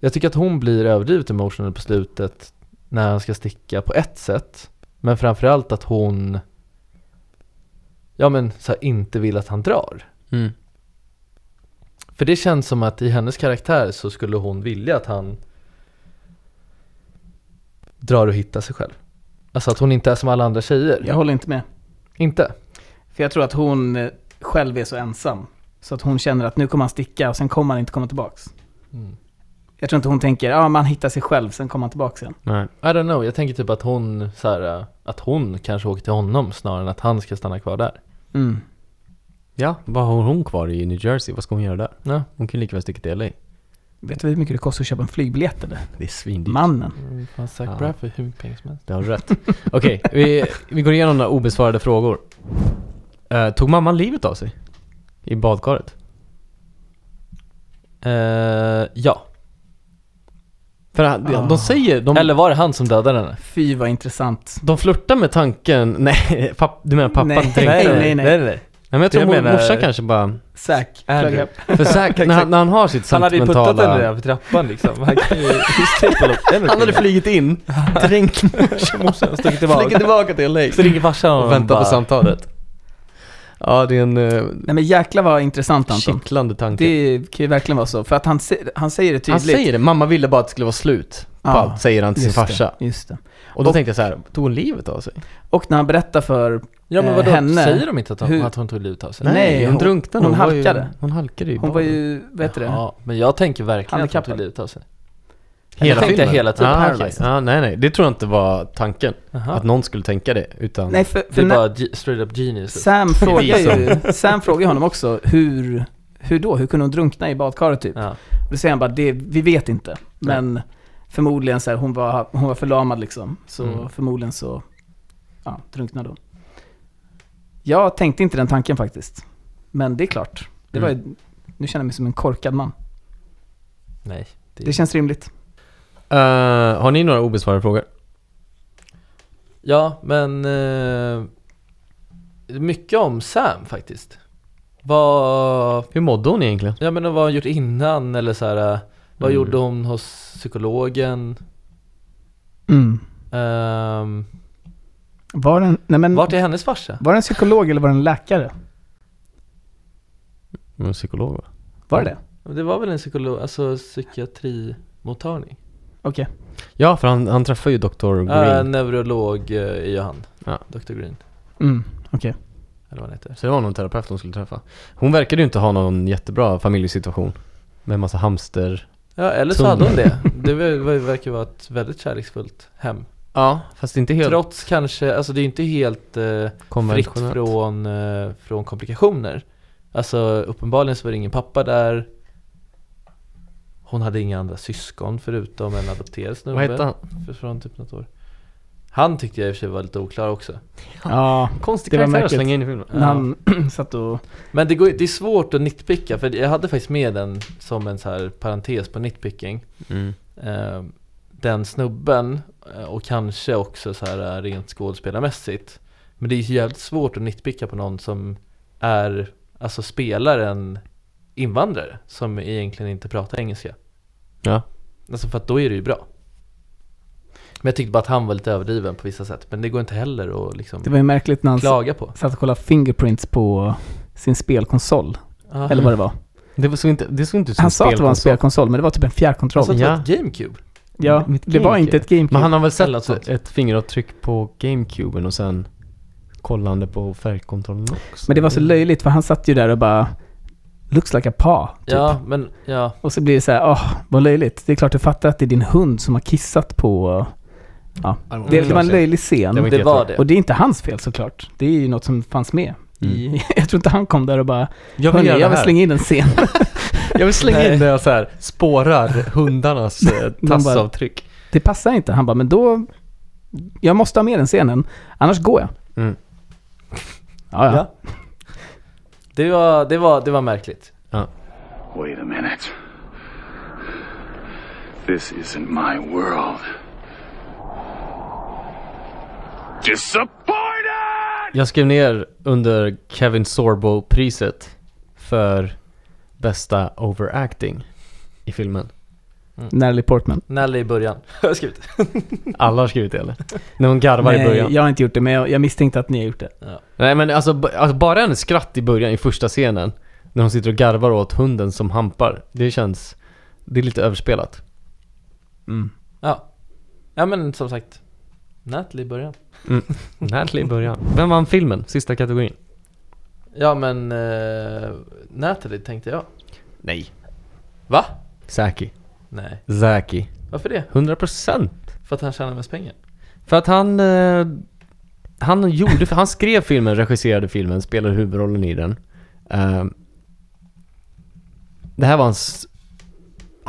[SPEAKER 5] Jag tycker att hon blir överdrivet emotional på slutet när han ska sticka på ett sätt. Men framförallt att hon ja men så här, inte vill att han drar.
[SPEAKER 1] Mm.
[SPEAKER 5] För det känns som att i hennes karaktär så skulle hon vilja att han drar och hittar sig själv. Alltså att hon inte är som alla andra tjejer.
[SPEAKER 4] Jag håller inte med.
[SPEAKER 5] Inte?
[SPEAKER 4] För jag tror att hon eh, själv är så ensam. Så att hon känner att nu kommer han sticka och sen kommer han inte komma tillbaks.
[SPEAKER 5] Mm.
[SPEAKER 4] Jag tror inte hon tänker, ja ah, man hittar sig själv, sen kommer han tillbaks igen.
[SPEAKER 1] Nej.
[SPEAKER 5] I don't know, jag tänker typ att hon, så här, äh, att hon kanske åker till honom snarare än att han ska stanna kvar där.
[SPEAKER 4] Mm.
[SPEAKER 1] Ja, vad har hon kvar i New Jersey? Vad ska hon göra där?
[SPEAKER 5] Ja.
[SPEAKER 1] Hon kan ju lika väl sticka till LA.
[SPEAKER 4] Vet du hur mycket det kostar att köpa en flygbiljett eller?
[SPEAKER 1] Det är svindyrt.
[SPEAKER 4] Mannen.
[SPEAKER 5] Mm, fan, Zac
[SPEAKER 1] Ja.
[SPEAKER 5] Braff är hur mycket pengar som helst.
[SPEAKER 1] Det har du rätt. Okej, vi, vi går igenom några obesvarade frågor. Eh, tog mamman livet av sig? I badkaret?
[SPEAKER 5] Eh, ja. Ah.
[SPEAKER 1] För han, de, de säger... De,
[SPEAKER 5] Eller var det han som dödade henne?
[SPEAKER 4] Fy vad intressant.
[SPEAKER 1] De flörtar med tanken, nej, papp, du menar pappan
[SPEAKER 4] Nej,
[SPEAKER 1] tänkte
[SPEAKER 4] nej,
[SPEAKER 1] det.
[SPEAKER 4] nej, nej.
[SPEAKER 1] men jag tror
[SPEAKER 5] Jag
[SPEAKER 1] mor,
[SPEAKER 5] menar-
[SPEAKER 1] morsan kanske bara...
[SPEAKER 4] Zack,
[SPEAKER 5] Andrew.
[SPEAKER 4] flög upp.
[SPEAKER 1] För Zack, när, han- när han har sitt
[SPEAKER 5] Han hade ju
[SPEAKER 1] sentimentala...
[SPEAKER 5] puttat henne redan för trappan liksom. Han kan ju
[SPEAKER 1] Han hade flugit in, dränkt
[SPEAKER 5] morsan, stuckit
[SPEAKER 1] flugit
[SPEAKER 5] tillbaka.
[SPEAKER 1] tillbaka till LA
[SPEAKER 5] Så ringer farsan
[SPEAKER 1] och väntar på samtalet. Ja, det är en eh,
[SPEAKER 4] Nej men jäklar vad intressant Anton.
[SPEAKER 1] kittlande tanke.
[SPEAKER 4] Det kan ju verkligen vara så, för att han, se, han säger det
[SPEAKER 1] han
[SPEAKER 4] tydligt.
[SPEAKER 1] säger det, mamma ville bara att det skulle vara slut på
[SPEAKER 4] Ja,
[SPEAKER 1] allt, säger han till sin
[SPEAKER 4] Just
[SPEAKER 1] farsa.
[SPEAKER 4] Det, just det.
[SPEAKER 1] Ah, Och då
[SPEAKER 4] Och-
[SPEAKER 1] tänkte jag så här, tog hon livet av sig?
[SPEAKER 4] Och när han berättar för...
[SPEAKER 5] Ja men
[SPEAKER 4] eh,
[SPEAKER 5] vadå,
[SPEAKER 4] henne-
[SPEAKER 5] säger de inte att hon,
[SPEAKER 4] Hur-
[SPEAKER 5] att hon tog livet av sig?
[SPEAKER 4] Nej,
[SPEAKER 1] hon,
[SPEAKER 4] hon-
[SPEAKER 1] drunknade.
[SPEAKER 4] hon
[SPEAKER 1] var ju-
[SPEAKER 4] halkade.
[SPEAKER 1] Hon halkade ju i
[SPEAKER 4] Hon var
[SPEAKER 1] baden.
[SPEAKER 4] ju, vet du det?
[SPEAKER 5] Ja, men jag tänker verkligen att hon
[SPEAKER 4] Handikappad.
[SPEAKER 5] tog livet av sig.
[SPEAKER 1] Hela
[SPEAKER 5] jag tänkte
[SPEAKER 1] filmen?
[SPEAKER 5] jag hela tiden. Ah.
[SPEAKER 1] Ah,
[SPEAKER 5] Okej.
[SPEAKER 1] okej. ah, nej, nej. Det tror jag inte var tanken.
[SPEAKER 5] Jaha.
[SPEAKER 1] Att någon skulle tänka det, utan...
[SPEAKER 4] Nej för,
[SPEAKER 5] Det
[SPEAKER 4] för
[SPEAKER 5] är
[SPEAKER 4] när,
[SPEAKER 5] bara ge- straight up genius.
[SPEAKER 4] Sam frågar
[SPEAKER 5] liksom.
[SPEAKER 4] ju, Sam frågar honom också hur, hur då? Hur kunde hon drunkna i badkaret typ?
[SPEAKER 5] Ja.
[SPEAKER 4] Och då säger han bara, det, vi vet inte. Men förmodligen så här, hon var, hon var förlamad liksom. Så
[SPEAKER 5] Mm.
[SPEAKER 4] förmodligen så, ja, drunknade hon. Jag tänkte inte den tanken faktiskt. Men det är klart. Det var
[SPEAKER 5] Mm.
[SPEAKER 4] ju, nu känner jag mig som en korkad man.
[SPEAKER 5] Nej. Det-
[SPEAKER 4] Det känns rimligt.
[SPEAKER 1] Eh, har ni några obesvarade frågor?
[SPEAKER 5] Ja, men... eh, mycket om Sam faktiskt. Vad...
[SPEAKER 1] Hur mådde hon egentligen?
[SPEAKER 5] Ja men vad har hon gjort innan eller så här, eh, vad
[SPEAKER 1] Mm.
[SPEAKER 5] gjorde hon hos psykologen?
[SPEAKER 4] Mm.
[SPEAKER 5] Ehm,
[SPEAKER 4] Var den, nej
[SPEAKER 1] Mm.
[SPEAKER 4] men,
[SPEAKER 5] vart är hennes farsa?
[SPEAKER 4] Var det en psykolog eller var det en läkare?
[SPEAKER 1] Hon är psykolog va?
[SPEAKER 4] Var det det?
[SPEAKER 5] Det var väl en psykolog, alltså psykiatrimottagning?
[SPEAKER 4] Okej.
[SPEAKER 1] Ja, för han, han träffar ju Dr. Green.
[SPEAKER 5] Uh, neurolog eh, är ju han,
[SPEAKER 1] Ja.
[SPEAKER 5] Dr Green.
[SPEAKER 4] Mm, okej.
[SPEAKER 5] Eller vad han heter.
[SPEAKER 1] Så det var någon terapeut hon skulle träffa. Hon verkade ju inte ha någon jättebra familjesituation. Med massa hamster.
[SPEAKER 5] Ja eller så
[SPEAKER 1] Tunn.
[SPEAKER 5] hade hon det. Det var- var- verkar vara ett väldigt kärleksfullt hem.
[SPEAKER 1] Ja, fast inte helt...
[SPEAKER 5] Trots kanske, alltså det är ju inte helt eh, fritt
[SPEAKER 1] Konventionellt.
[SPEAKER 5] från, eh, från komplikationer. Alltså uppenbarligen så var det ingen pappa där. Hon hade inga andra syskon förutom en adopterad snubbe.
[SPEAKER 1] hette han?
[SPEAKER 5] För- Från typ något år. Han tyckte jag i och för sig var lite oklar också.
[SPEAKER 4] Ja,
[SPEAKER 1] Konstig
[SPEAKER 4] det var
[SPEAKER 1] karaktär att
[SPEAKER 4] märkligt.
[SPEAKER 1] slänga in i filmen. Mm.
[SPEAKER 4] När han satt och...
[SPEAKER 5] Men det, går, det är svårt att nitpicka, för jag hade faktiskt med den som en så här parentes på nitpicking.
[SPEAKER 1] Mm.
[SPEAKER 5] Eh, den snubben, eh, och kanske också så här eh, rent skådespelarmässigt. Men det är ju jävligt svårt att nitpicka på någon som är, alltså spelar en invandrare som egentligen inte pratar engelska.
[SPEAKER 1] Ja.
[SPEAKER 5] Alltså för att då är det ju bra. Men jag tyckte bara att han var lite överdriven på vissa sätt. Men det går inte heller att liksom
[SPEAKER 4] Det var ju märkligt när han
[SPEAKER 5] klaga på.
[SPEAKER 4] satt och kollade fingerprints på sin spelkonsol.
[SPEAKER 5] Ja.
[SPEAKER 4] Eller vad det var.
[SPEAKER 1] Det, var så inte, det såg inte ut som
[SPEAKER 4] Han sa att det var en
[SPEAKER 1] spelkonsol.
[SPEAKER 4] spelkonsol, men det var typ en fjärrkontroll.
[SPEAKER 5] Alltså att det
[SPEAKER 1] Ja.
[SPEAKER 5] var ett GameCube.
[SPEAKER 4] Ja,
[SPEAKER 1] Mitt
[SPEAKER 4] det var
[SPEAKER 1] GameCube.
[SPEAKER 4] inte ett GameCube.
[SPEAKER 1] Men han har väl
[SPEAKER 5] Eller något
[SPEAKER 1] sett
[SPEAKER 5] sånt.
[SPEAKER 1] ett fingeravtryck på GameCuben och sen kollande på färgkontrollen också.
[SPEAKER 4] Men det var så löjligt för han satt ju där och bara Looks like a paw, typ.
[SPEAKER 5] Ja, men ja.
[SPEAKER 4] Och så blir det så här, åh, vad löjligt. Det är klart du fattar att det är din hund som har kissat på... Ja.
[SPEAKER 1] Ja,
[SPEAKER 4] Det, det var en
[SPEAKER 1] klart.
[SPEAKER 4] löjlig scen.
[SPEAKER 1] Det var inte
[SPEAKER 5] Det var
[SPEAKER 1] jättebra.
[SPEAKER 5] det.
[SPEAKER 4] Och det är inte hans fel såklart. Det är ju något som fanns med. I, jag tror inte han kom där och bara,
[SPEAKER 1] Mm. Jag vill
[SPEAKER 4] hörni,
[SPEAKER 1] göra
[SPEAKER 4] jag
[SPEAKER 1] det
[SPEAKER 4] vill
[SPEAKER 1] här."
[SPEAKER 4] slänga in en scen.
[SPEAKER 1] Jag vill slänga
[SPEAKER 5] Nej.
[SPEAKER 1] in när jag så här spårar hundarnas eh,
[SPEAKER 4] Man bara-
[SPEAKER 1] tassavtryck.
[SPEAKER 4] Det passar inte. Han bara, men då... Jag måste ha med den scenen, annars går jag.
[SPEAKER 1] Mm.
[SPEAKER 4] Ja, ja.
[SPEAKER 5] Ja. Det var, det var, det var märkligt.
[SPEAKER 12] Wait a minute. This isn't my world. Disappointed!
[SPEAKER 1] Jag skrev ner under Kevin Sorbo-priset för bästa overacting i filmen.
[SPEAKER 4] Natalie Portman.
[SPEAKER 5] Nelly i början. Har jag skrivit.
[SPEAKER 1] Alla har skrivit det eller? När hon garvar i början.
[SPEAKER 4] jag har inte gjort det, men jag, jag misstänkte att ni har gjort det.
[SPEAKER 1] Nej men alltså, b- alltså bara en skratt i början i första scenen. När hon sitter och garvar åt hunden som hampar. Det känns... Det är lite överspelat.
[SPEAKER 5] Ja. Ja men som sagt. Natalie i början.
[SPEAKER 1] Natalie i början. Vem vann filmen? Sista kategorin.
[SPEAKER 5] Ja men uh, Natalie tänkte jag.
[SPEAKER 1] Nej.
[SPEAKER 5] Va?
[SPEAKER 1] Saki.
[SPEAKER 5] Nej.
[SPEAKER 1] Zaki.
[SPEAKER 5] Varför det?
[SPEAKER 1] 100%.
[SPEAKER 5] För att han tjänar mest pengar?
[SPEAKER 1] För att han... Eh, han, gjorde, han skrev filmen, regisserade filmen, spelade huvudrollen i den. Eh, det här var hans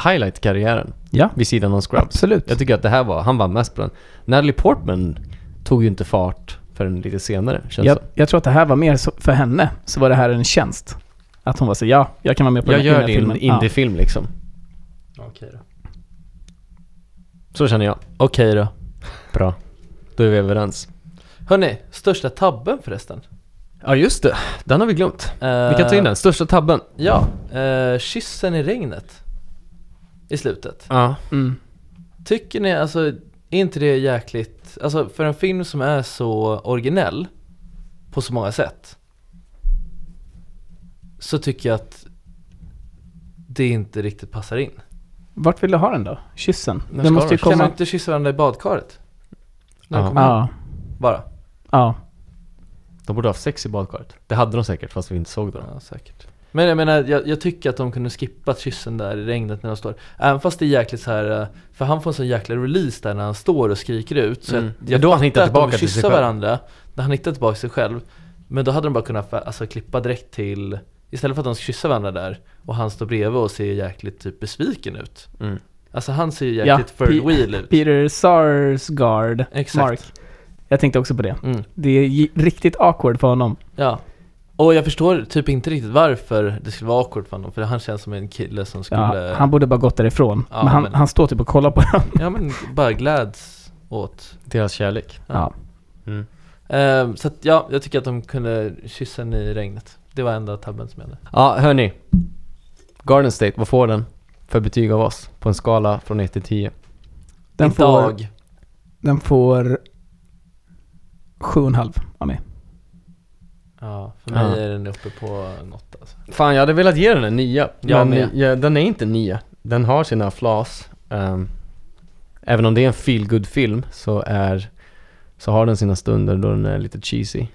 [SPEAKER 1] highlight i karriären.
[SPEAKER 4] Ja.
[SPEAKER 1] Vid sidan av Scrubs.
[SPEAKER 4] Absolut.
[SPEAKER 1] Jag tycker att det här var, han vann mest på den. Natalie Portman tog ju inte fart förrän lite senare, känns
[SPEAKER 4] Jag,
[SPEAKER 1] det
[SPEAKER 4] jag tror att det här var mer så, för henne, så var det här en tjänst. Att hon var så, ja, jag kan vara med på
[SPEAKER 1] Jag
[SPEAKER 4] den, här- i
[SPEAKER 1] gör
[SPEAKER 4] den här
[SPEAKER 1] din
[SPEAKER 4] filmen.
[SPEAKER 1] indiefilm liksom.
[SPEAKER 5] Okej då.
[SPEAKER 1] Så känner jag.
[SPEAKER 5] Okej då.
[SPEAKER 1] Bra. Då är vi överens.
[SPEAKER 5] Hörni, största tabben förresten.
[SPEAKER 1] Ja just det, den har vi glömt.
[SPEAKER 5] Eh,
[SPEAKER 1] Vi kan ta in den, största tabben.
[SPEAKER 5] Ja. eh, kyssen i regnet. I slutet.
[SPEAKER 1] Ja.
[SPEAKER 4] ja. mm.
[SPEAKER 5] Tycker ni, alltså, är inte det jäkligt, alltså för en film som är så originell på så många sätt. Så tycker jag att det inte riktigt passar in.
[SPEAKER 4] Vart vill du ha den då? Kyssen?
[SPEAKER 1] När
[SPEAKER 4] Den
[SPEAKER 1] ska
[SPEAKER 4] måste
[SPEAKER 1] den?
[SPEAKER 4] ju
[SPEAKER 5] Kan man
[SPEAKER 4] komma...
[SPEAKER 5] inte kyssa varandra i badkaret? När de
[SPEAKER 1] Ja.
[SPEAKER 5] kommer hem?
[SPEAKER 4] Ja.
[SPEAKER 5] Bara.
[SPEAKER 4] Ja.
[SPEAKER 1] De borde ha haft sex i badkaret. Det hade de säkert fast vi inte såg det.
[SPEAKER 5] Ja, säkert. Men jag menar, jag, jag tycker att de kunde skippa kyssen där i regnet när de står. Även fast det är jäkligt så här, eh, för han får en sån jäkla release där när han står och skriker ut. Så
[SPEAKER 1] Mm.
[SPEAKER 5] jag,
[SPEAKER 1] Ja,
[SPEAKER 5] jag
[SPEAKER 1] då han
[SPEAKER 5] fattar
[SPEAKER 1] hittar
[SPEAKER 5] att de
[SPEAKER 1] tillbaka
[SPEAKER 5] vill
[SPEAKER 1] till sig
[SPEAKER 5] kyssa
[SPEAKER 1] själv.
[SPEAKER 5] varandra, när han hittar tillbaka sig själv. Men då hade de bara kunnat fa- alltså, klippa direkt till, istället för att de ska kyssa varandra där och han står bredvid och ser jäkligt typ besviken ut.
[SPEAKER 1] Mm.
[SPEAKER 5] Alltså han ser ju
[SPEAKER 4] Ja,
[SPEAKER 5] jäkligt third
[SPEAKER 4] Pe-
[SPEAKER 5] wheel ut.
[SPEAKER 4] Peter Sarsgaard.
[SPEAKER 5] Exakt.
[SPEAKER 4] Mark. Jag tänkte också på det.
[SPEAKER 5] Mm.
[SPEAKER 4] Det är j- riktigt awkward för honom.
[SPEAKER 5] Ja. Och jag förstår typ inte riktigt varför det skulle vara awkward för honom, för han känns som en kille som skulle...
[SPEAKER 4] Ja, han borde bara gått därifrån.
[SPEAKER 5] Ja,
[SPEAKER 4] men han,
[SPEAKER 5] men-
[SPEAKER 4] han står typ och kollar på dem.
[SPEAKER 5] Ja men bara gläds åt
[SPEAKER 1] Deras kärlek.
[SPEAKER 5] Ja.
[SPEAKER 4] Ja.
[SPEAKER 5] Ehm, så att, ja, jag tycker att de kunde kyssa henne i regnet. Det var enda tabben som jag hade.
[SPEAKER 1] Ja, hörni. Garden State, vad får den för betyg av oss på en skala från 1 till 10?
[SPEAKER 4] Den
[SPEAKER 5] Idag.
[SPEAKER 4] får... Den får... Sju och en halv av mig.
[SPEAKER 5] Ja, för mig
[SPEAKER 1] Ja.
[SPEAKER 5] är den uppe på något alltså.
[SPEAKER 1] Fan, jag hade velat ge den en nia.
[SPEAKER 5] Jag
[SPEAKER 1] men
[SPEAKER 5] med.
[SPEAKER 1] ja, den är inte nia. Den har sina flaws. Ehm, även om det är en feel good film så är så har den sina stunder då den är lite cheesy.
[SPEAKER 5] Vi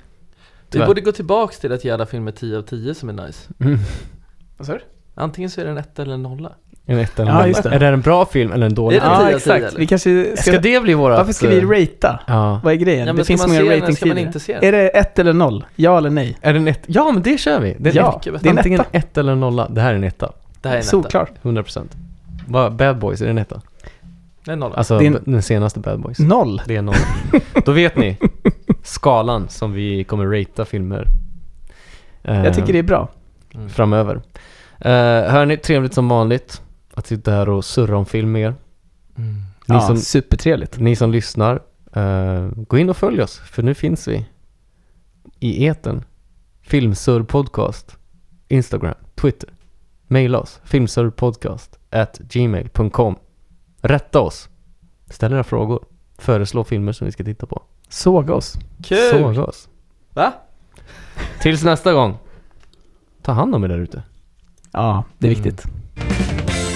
[SPEAKER 1] Tyvärr.
[SPEAKER 5] borde gå tillbaks till att ge alla filmer 10 av 10 som är nice.
[SPEAKER 1] Mm.
[SPEAKER 4] Vad sa du?
[SPEAKER 5] Antingen så är det en etta eller en nolla.
[SPEAKER 1] En etta eller
[SPEAKER 4] Ja,
[SPEAKER 1] en
[SPEAKER 4] just det.
[SPEAKER 1] nolla. Är det en bra film eller en dålig
[SPEAKER 5] Är det
[SPEAKER 1] film?
[SPEAKER 5] en
[SPEAKER 4] Ja,
[SPEAKER 5] tio av tio,
[SPEAKER 4] exakt.
[SPEAKER 5] eller?
[SPEAKER 4] Vi kanske
[SPEAKER 1] Ska det bli vårat...
[SPEAKER 4] Varför ska vi
[SPEAKER 1] eh,
[SPEAKER 4] ratea?
[SPEAKER 1] Ja.
[SPEAKER 4] Vad är grejen?
[SPEAKER 5] Ja, men
[SPEAKER 4] det
[SPEAKER 5] ska
[SPEAKER 4] finns
[SPEAKER 5] man
[SPEAKER 4] många
[SPEAKER 5] se den eller
[SPEAKER 4] ratings
[SPEAKER 5] ska man inte se den?
[SPEAKER 4] Är det ett eller noll? Ja eller nej?
[SPEAKER 1] Är den ett? Ja men det kör vi! Det är
[SPEAKER 4] Ja,
[SPEAKER 1] en
[SPEAKER 4] det är en
[SPEAKER 1] Antingen
[SPEAKER 4] etta.
[SPEAKER 1] ett eller en nolla. Det här är en etta.
[SPEAKER 5] Det här är en etta.
[SPEAKER 4] Solklart.
[SPEAKER 1] 100%. Vad- Bad Boys, är det en etta?
[SPEAKER 5] Nej, nolla.
[SPEAKER 1] Alltså
[SPEAKER 4] Det är en-
[SPEAKER 1] den senaste Bad Boys.
[SPEAKER 4] Noll.
[SPEAKER 1] Det är noll. Då vet ni skalan som vi kommer ratea filmer. eh,
[SPEAKER 4] Jag tycker det är bra.
[SPEAKER 1] Framöver. Eh, hörni, trevligt som vanligt att sitta här och surra om film med er. Ni,
[SPEAKER 4] Mm. Ja,
[SPEAKER 1] som,
[SPEAKER 4] supertrevligt.
[SPEAKER 1] ni som lyssnar, eh, gå in och följ oss för nu finns vi i etern. Filmsurr podcast, Instagram, Twitter. Maila oss, filmsurrpodcast at gmail.com. Rätta oss. Ställ era frågor. Föreslå filmer som vi ska titta på.
[SPEAKER 4] Såga oss.
[SPEAKER 5] Kul!
[SPEAKER 1] Såga oss.
[SPEAKER 5] Va?
[SPEAKER 1] Tills nästa gång. Ta hand om er där ute.
[SPEAKER 4] Ja, det är viktigt.